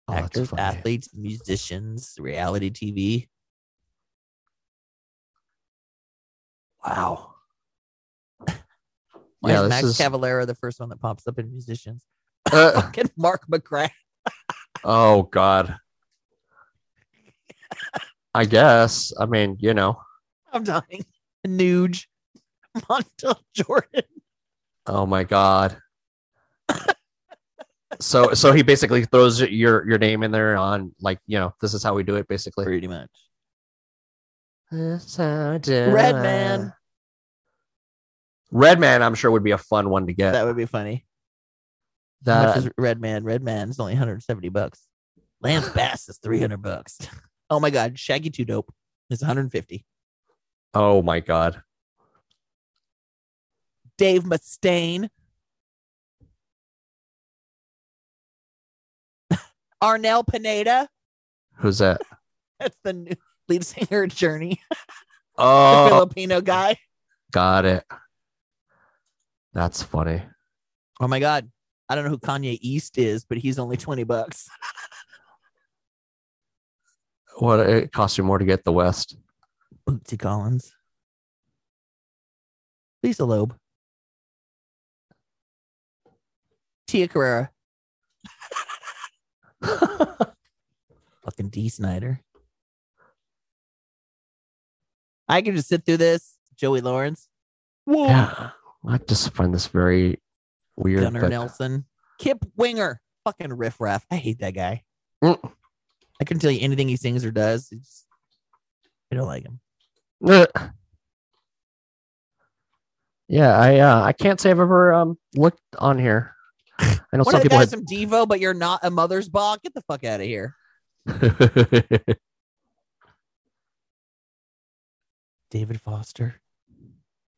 [SPEAKER 1] oh, that's
[SPEAKER 2] Actors,
[SPEAKER 1] funny.
[SPEAKER 2] athletes, musicians, reality TV.
[SPEAKER 1] Wow.
[SPEAKER 2] Why
[SPEAKER 1] yeah,
[SPEAKER 2] is
[SPEAKER 1] this
[SPEAKER 2] Max
[SPEAKER 1] is.
[SPEAKER 2] Cavalera the first one that pops up in musicians?
[SPEAKER 1] uh,
[SPEAKER 2] Fucking Mark McGrath.
[SPEAKER 1] oh God. I guess. I mean, you know.
[SPEAKER 2] I'm dying. Nuge. Montel Jordan.
[SPEAKER 1] Oh my God. so so he basically throws your your name in there on like you know this is how we do it basically.
[SPEAKER 2] Pretty much.
[SPEAKER 1] Red
[SPEAKER 2] Redman.
[SPEAKER 1] Red Man, I'm sure would be a fun one to get.
[SPEAKER 2] That would be funny. How much
[SPEAKER 1] That-
[SPEAKER 2] is Redman? Redman's only 170 bucks. Lance Bass is 300 bucks. Oh my God. Shaggy Two Dope is 150.
[SPEAKER 1] oh my god.
[SPEAKER 2] Dave Mustaine. Arnell Pineda.
[SPEAKER 1] Who's that?
[SPEAKER 2] That's the new lead singer of Journey, the
[SPEAKER 1] Oh
[SPEAKER 2] Filipino guy.
[SPEAKER 1] got it. That's funny.
[SPEAKER 2] Oh my God. I don't know who Kanye East is, but he's only 20 bucks.
[SPEAKER 1] What it costs you more to get the West.
[SPEAKER 2] Bootsy Collins. Lisa Loeb. Tia Carrera. Fucking D. Snyder. I can just sit through this. Joey Lawrence. Whoa.
[SPEAKER 1] Yeah. I just find this very weird.
[SPEAKER 2] Gunnar
[SPEAKER 1] but-
[SPEAKER 2] Nelson. Kip Winger. Fucking riff raff. I hate that guy.
[SPEAKER 1] Mm.
[SPEAKER 2] I couldn't tell you anything he sings or does. It's, I don't like him.
[SPEAKER 1] Ugh. Yeah, I uh, I can't say I've ever um looked on here. I know
[SPEAKER 2] One
[SPEAKER 1] some
[SPEAKER 2] of the
[SPEAKER 1] people
[SPEAKER 2] guys
[SPEAKER 1] had
[SPEAKER 2] from Devo, but you're not a mother's ball. Get the fuck out of here. David Foster.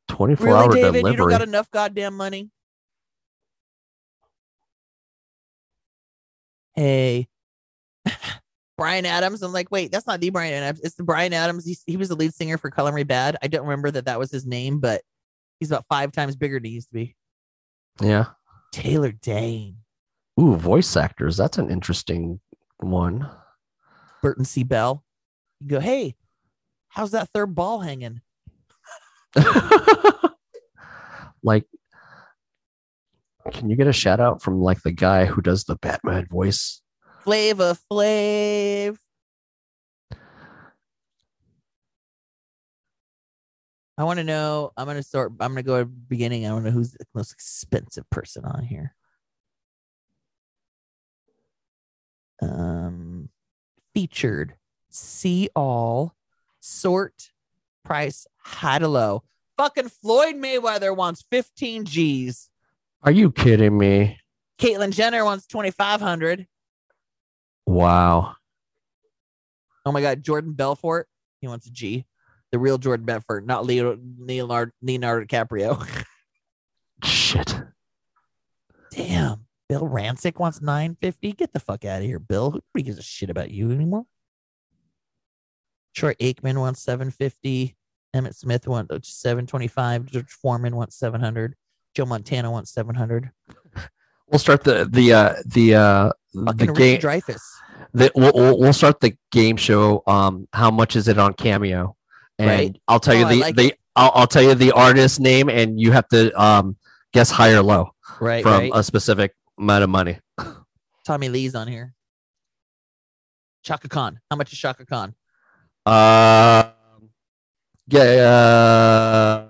[SPEAKER 1] 24
[SPEAKER 2] Really,
[SPEAKER 1] hour
[SPEAKER 2] David? You don't
[SPEAKER 1] delivery.
[SPEAKER 2] got enough goddamn money? Hey. Brian Adams. I'm like, wait, that's not the Brian Adams. It's the Brian Adams. He, he was the lead singer for Color Me Bad. I don't remember that that was his name, but he's about five times bigger than he used to be.
[SPEAKER 1] yeah.
[SPEAKER 2] Taylor Dane.
[SPEAKER 1] Ooh, voice actors. That's an interesting one.
[SPEAKER 2] Burton C. Bell. You go, hey, how's that third ball hanging?
[SPEAKER 1] like, can you get a shout out from like the guy who does the Batman voice?
[SPEAKER 2] Flavor Flav. I want to know. I'm gonna start. I'm gonna go at the beginning. I want to know who's the most expensive person on here. Um, featured, see all, sort, price, high to low. Fucking Floyd Mayweather wants 15 G's.
[SPEAKER 1] Are you kidding me?
[SPEAKER 2] Caitlyn Jenner wants 2,500.
[SPEAKER 1] Wow.
[SPEAKER 2] Oh my God, Jordan Belfort. He wants a G. The real Jordan Belfort, not Leo, Leonardo, Leonardo DiCaprio.
[SPEAKER 1] Shit.
[SPEAKER 2] Damn. Bill Rancic wants 950. Get the fuck out of here, Bill. Who nobody gives a shit about you anymore? Troy Aikman wants 750. Emmett Smith wants 725. George Foreman wants 700. Joe Montana wants 700.
[SPEAKER 1] We'll start the the uh, the uh, the
[SPEAKER 2] Fucking Richie
[SPEAKER 1] game.
[SPEAKER 2] Dreyfus.
[SPEAKER 1] The, we'll, we'll we'll start the game show. Um, how much is it on Cameo? And
[SPEAKER 2] Right.
[SPEAKER 1] I'll tell you
[SPEAKER 2] Oh, I
[SPEAKER 1] the
[SPEAKER 2] like
[SPEAKER 1] the I'll, I'll tell you the artist name, and you have to um guess high or low
[SPEAKER 2] Right,
[SPEAKER 1] from
[SPEAKER 2] right.
[SPEAKER 1] a specific amount of money.
[SPEAKER 2] Tommy Lee's on here. Chaka Khan. How much is Chaka Khan?
[SPEAKER 1] Uh, yeah, uh,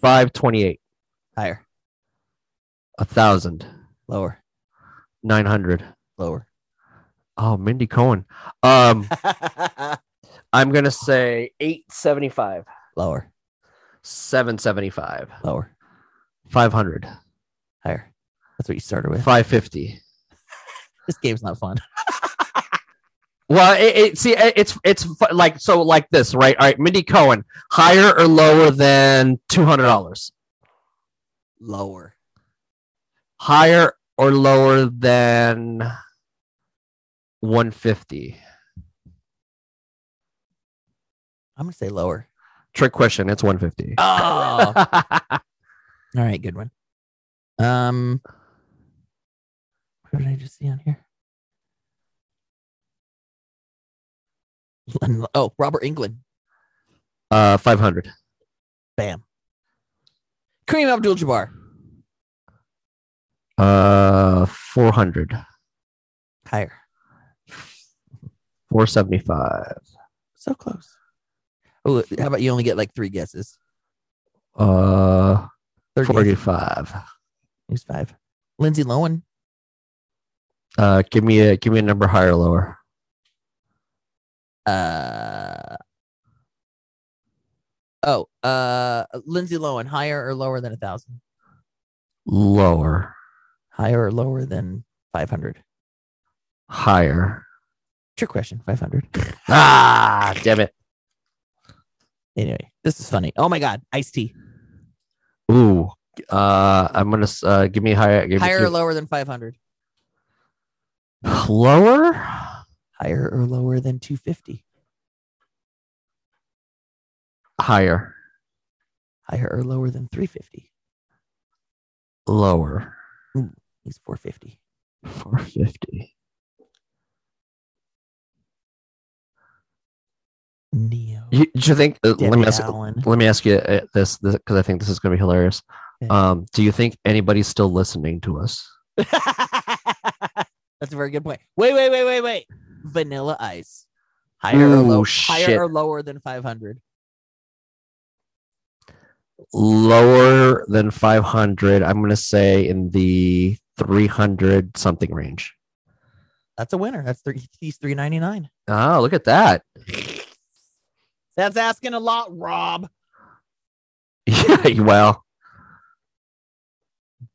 [SPEAKER 1] five twenty-eight,
[SPEAKER 2] Higher,
[SPEAKER 1] a thousand
[SPEAKER 2] lower,
[SPEAKER 1] nine hundred.
[SPEAKER 2] lower.
[SPEAKER 1] Oh, Mindy Cohen. Um, I'm gonna say eight seventy-five,
[SPEAKER 2] lower,
[SPEAKER 1] seven seventy-five,
[SPEAKER 2] lower,
[SPEAKER 1] five hundred,
[SPEAKER 2] higher. That's what you started with.
[SPEAKER 1] five fifty.
[SPEAKER 2] This game's not fun.
[SPEAKER 1] Well, it, it see, it, it's it's fu- like so, like this, right? All right, Mindy Cohen, higher or lower than two hundred dollars?
[SPEAKER 2] Lower.
[SPEAKER 1] Higher or lower than one fifty?
[SPEAKER 2] I'm gonna say lower.
[SPEAKER 1] Trick question. It's one fifty. Ah!
[SPEAKER 2] Oh. All right, good one. Um, what did I just see on here? Oh, Robert England.
[SPEAKER 1] uh, five hundred.
[SPEAKER 2] Bam. Kareem Abdul-Jabbar.
[SPEAKER 1] Uh, four hundred.
[SPEAKER 2] Higher.
[SPEAKER 1] Four seventy-five.
[SPEAKER 2] So close. Oh, how about you only get like three guesses?
[SPEAKER 1] Uh,
[SPEAKER 2] Third guess.
[SPEAKER 1] forty-five.
[SPEAKER 2] Who's five? Lindsay Lohan.
[SPEAKER 1] Uh, give me a give me a number higher or lower.
[SPEAKER 2] Uh, oh, uh, Lindsay Lohan. Higher or lower than a thousand?
[SPEAKER 1] Lower.
[SPEAKER 2] Higher or lower than five hundred?
[SPEAKER 1] Higher.
[SPEAKER 2] Trick question. Five hundred.
[SPEAKER 1] Ah, damn it.
[SPEAKER 2] Anyway, this is funny. Oh my God, Ice T.
[SPEAKER 1] Ooh. Uh, I'm gonna s- uh, give me higher. Give me-
[SPEAKER 2] Higher or
[SPEAKER 1] give-
[SPEAKER 2] lower than five hundred?
[SPEAKER 1] lower.
[SPEAKER 2] Higher or lower than two fifty?
[SPEAKER 1] Higher.
[SPEAKER 2] Higher or lower than three fifty?
[SPEAKER 1] Lower.
[SPEAKER 2] He's four fifty.
[SPEAKER 1] Four fifty.
[SPEAKER 2] Neo.
[SPEAKER 1] You, do you think? Uh, let
[SPEAKER 2] Debbie
[SPEAKER 1] me ask.
[SPEAKER 2] Allen.
[SPEAKER 1] Let me ask you uh, this because I think this is gonna be hilarious.
[SPEAKER 2] Okay.
[SPEAKER 1] Um, do you think anybody's still listening to us?
[SPEAKER 2] That's a very good point. Wait, wait, wait, wait, wait. Vanilla Ice. Higher or
[SPEAKER 1] Ooh,
[SPEAKER 2] low,
[SPEAKER 1] shit.
[SPEAKER 2] higher or lower than 500.
[SPEAKER 1] Lower than five hundred. I'm gonna say in the three hundred something range.
[SPEAKER 2] That's a winner. That's three. He's 399.
[SPEAKER 1] Oh, look at that.
[SPEAKER 2] That's asking a lot, Rob.
[SPEAKER 1] Yeah. Well.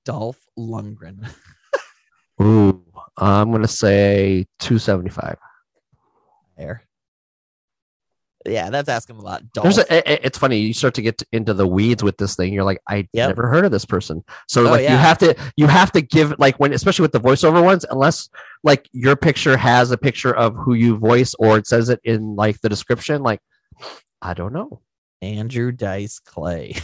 [SPEAKER 2] Dolph Lundgren.
[SPEAKER 1] Ooh. I'm gonna say two seventy five.
[SPEAKER 2] There. Yeah, that's asking a lot. Dolph.
[SPEAKER 1] There's a, a- a- it's funny you start to get to- into the weeds with this thing. You're like, I
[SPEAKER 2] Yep.
[SPEAKER 1] never heard of this person. So
[SPEAKER 2] Oh,
[SPEAKER 1] like you
[SPEAKER 2] yeah.
[SPEAKER 1] have to you have to give like when especially with the voiceover ones, unless like your picture has a picture of who you voice or it says it in like the description. Like I don't know.
[SPEAKER 2] Andrew Dice Clay.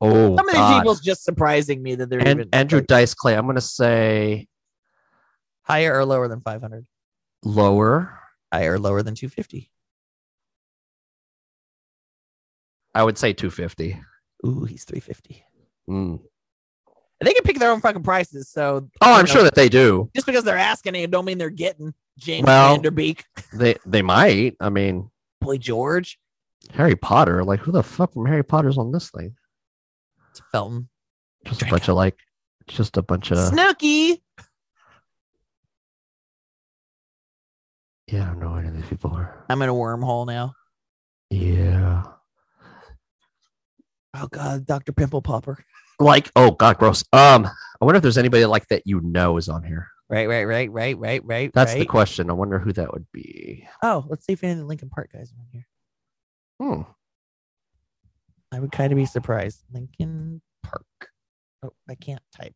[SPEAKER 1] Oh,
[SPEAKER 2] Some of these
[SPEAKER 1] God.
[SPEAKER 2] people's just surprising me that they're
[SPEAKER 1] and
[SPEAKER 2] even
[SPEAKER 1] Andrew
[SPEAKER 2] like,
[SPEAKER 1] Dice Clay. I'm gonna say
[SPEAKER 2] higher or lower than 500.
[SPEAKER 1] lower.
[SPEAKER 2] Higher or lower than 250.
[SPEAKER 1] I would say 250.
[SPEAKER 2] Ooh, he's 350. Hmm.
[SPEAKER 1] Mm.
[SPEAKER 2] And they can pick their own fucking prices. So,
[SPEAKER 1] Oh,
[SPEAKER 2] you
[SPEAKER 1] I'm
[SPEAKER 2] know,
[SPEAKER 1] sure that they do.
[SPEAKER 2] just because they're asking it don't mean they're getting James
[SPEAKER 1] Well-
[SPEAKER 2] Vanderbeek,
[SPEAKER 1] They they might. I mean,
[SPEAKER 2] Boy George,
[SPEAKER 1] Harry Potter. Like who the fuck from Harry Potter's on this thing?
[SPEAKER 2] Felton,
[SPEAKER 1] just a
[SPEAKER 2] Drink
[SPEAKER 1] bunch of like just a bunch of
[SPEAKER 2] Snooky.
[SPEAKER 1] yeah i don't know any of these people are
[SPEAKER 2] I'm in a wormhole now.
[SPEAKER 1] yeah
[SPEAKER 2] Oh God, Doctor Pimple Popper.
[SPEAKER 1] like oh god gross um i wonder if there's anybody like that you know is on here
[SPEAKER 2] Right, right, right, right, right, right.
[SPEAKER 1] That's the
[SPEAKER 2] right.
[SPEAKER 1] question. I wonder who that would be.
[SPEAKER 2] Oh, let's see if any of the Lincoln Park guys are on here.
[SPEAKER 1] Hmm.
[SPEAKER 2] I would kind of be surprised. Lincoln Park. Oh, I can't type.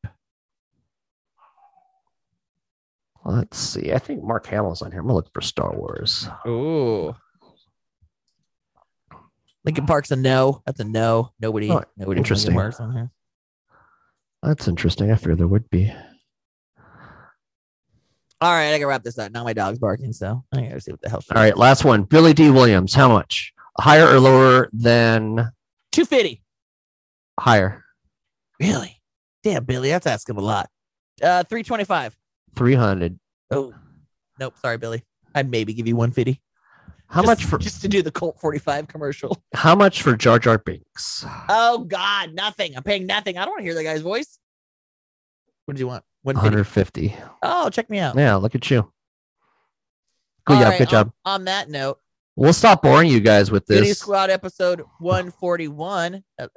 [SPEAKER 1] Let's see. I think Mark Hamill's on here. I'm gonna look for Star Wars.
[SPEAKER 2] Ooh. Lincoln Park's a no. That's a no. Nobody.
[SPEAKER 1] Oh,
[SPEAKER 2] nobody. from
[SPEAKER 1] interesting.
[SPEAKER 2] Linkin Park's on here.
[SPEAKER 1] That's interesting. I figured there would be.
[SPEAKER 2] All right, I can wrap this up. Now my dog's barking, so I gotta see what the hell.
[SPEAKER 1] All right, last one. Billy D. Williams. How much? Higher or lower than
[SPEAKER 2] two fifty.
[SPEAKER 1] higher?
[SPEAKER 2] Really? Damn, Billy, that's asking a lot. Uh, three twenty-five.
[SPEAKER 1] Three hundred.
[SPEAKER 2] Oh, nope. Sorry, Billy. I'd maybe give you one fifty.
[SPEAKER 1] How
[SPEAKER 2] Just-
[SPEAKER 1] much for
[SPEAKER 2] just to do the Colt forty-five commercial?
[SPEAKER 1] how much for Jar Jar Binks?
[SPEAKER 2] Oh God, nothing. I'm paying nothing. I don't want to hear that guy's voice. What do you want? One fifty.
[SPEAKER 1] 150.
[SPEAKER 2] Oh, check me out.
[SPEAKER 1] Yeah, look at you. Good
[SPEAKER 2] All
[SPEAKER 1] job,
[SPEAKER 2] right, um,
[SPEAKER 1] good job.
[SPEAKER 2] On that note,
[SPEAKER 1] We'll stop boring you guys with
[SPEAKER 2] Goody
[SPEAKER 1] this.
[SPEAKER 2] Squad episode one forty-one. Uh,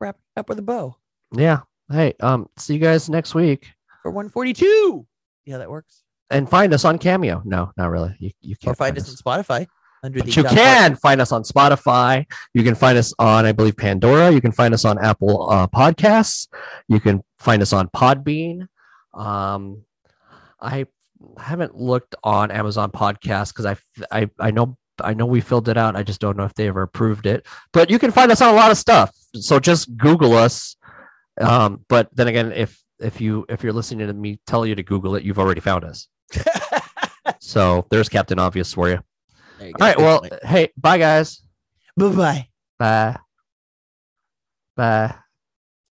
[SPEAKER 2] wrap it up with a bow
[SPEAKER 1] Yeah. Hey, um, see you guys next week.
[SPEAKER 2] for one forty-two. Yeah, that works.
[SPEAKER 1] And find us on Cameo. No, not really. You, you can't
[SPEAKER 2] or find us on Spotify under
[SPEAKER 1] But
[SPEAKER 2] the
[SPEAKER 1] you
[SPEAKER 2] John
[SPEAKER 1] can find us on Spotify. You can find us on, I believe, Pandora. You can find us on Apple uh, Podcasts. You can find us on Podbean. Um, I haven't looked on Amazon Podcasts because I, I, I know, I know we filled it out. I just don't know if they ever approved it. But you can find us on a lot of stuff. So just Google us. Um, but then again, if if you if you're listening to me tell you to Google it, you've already found us.
[SPEAKER 2] Clark.
[SPEAKER 1] So there's Captain Obvious for you.
[SPEAKER 2] There you
[SPEAKER 1] All right.
[SPEAKER 2] Good
[SPEAKER 1] Well,
[SPEAKER 2] point.
[SPEAKER 1] hey, bye guys.
[SPEAKER 2] bye bye.
[SPEAKER 1] Bye. Bye.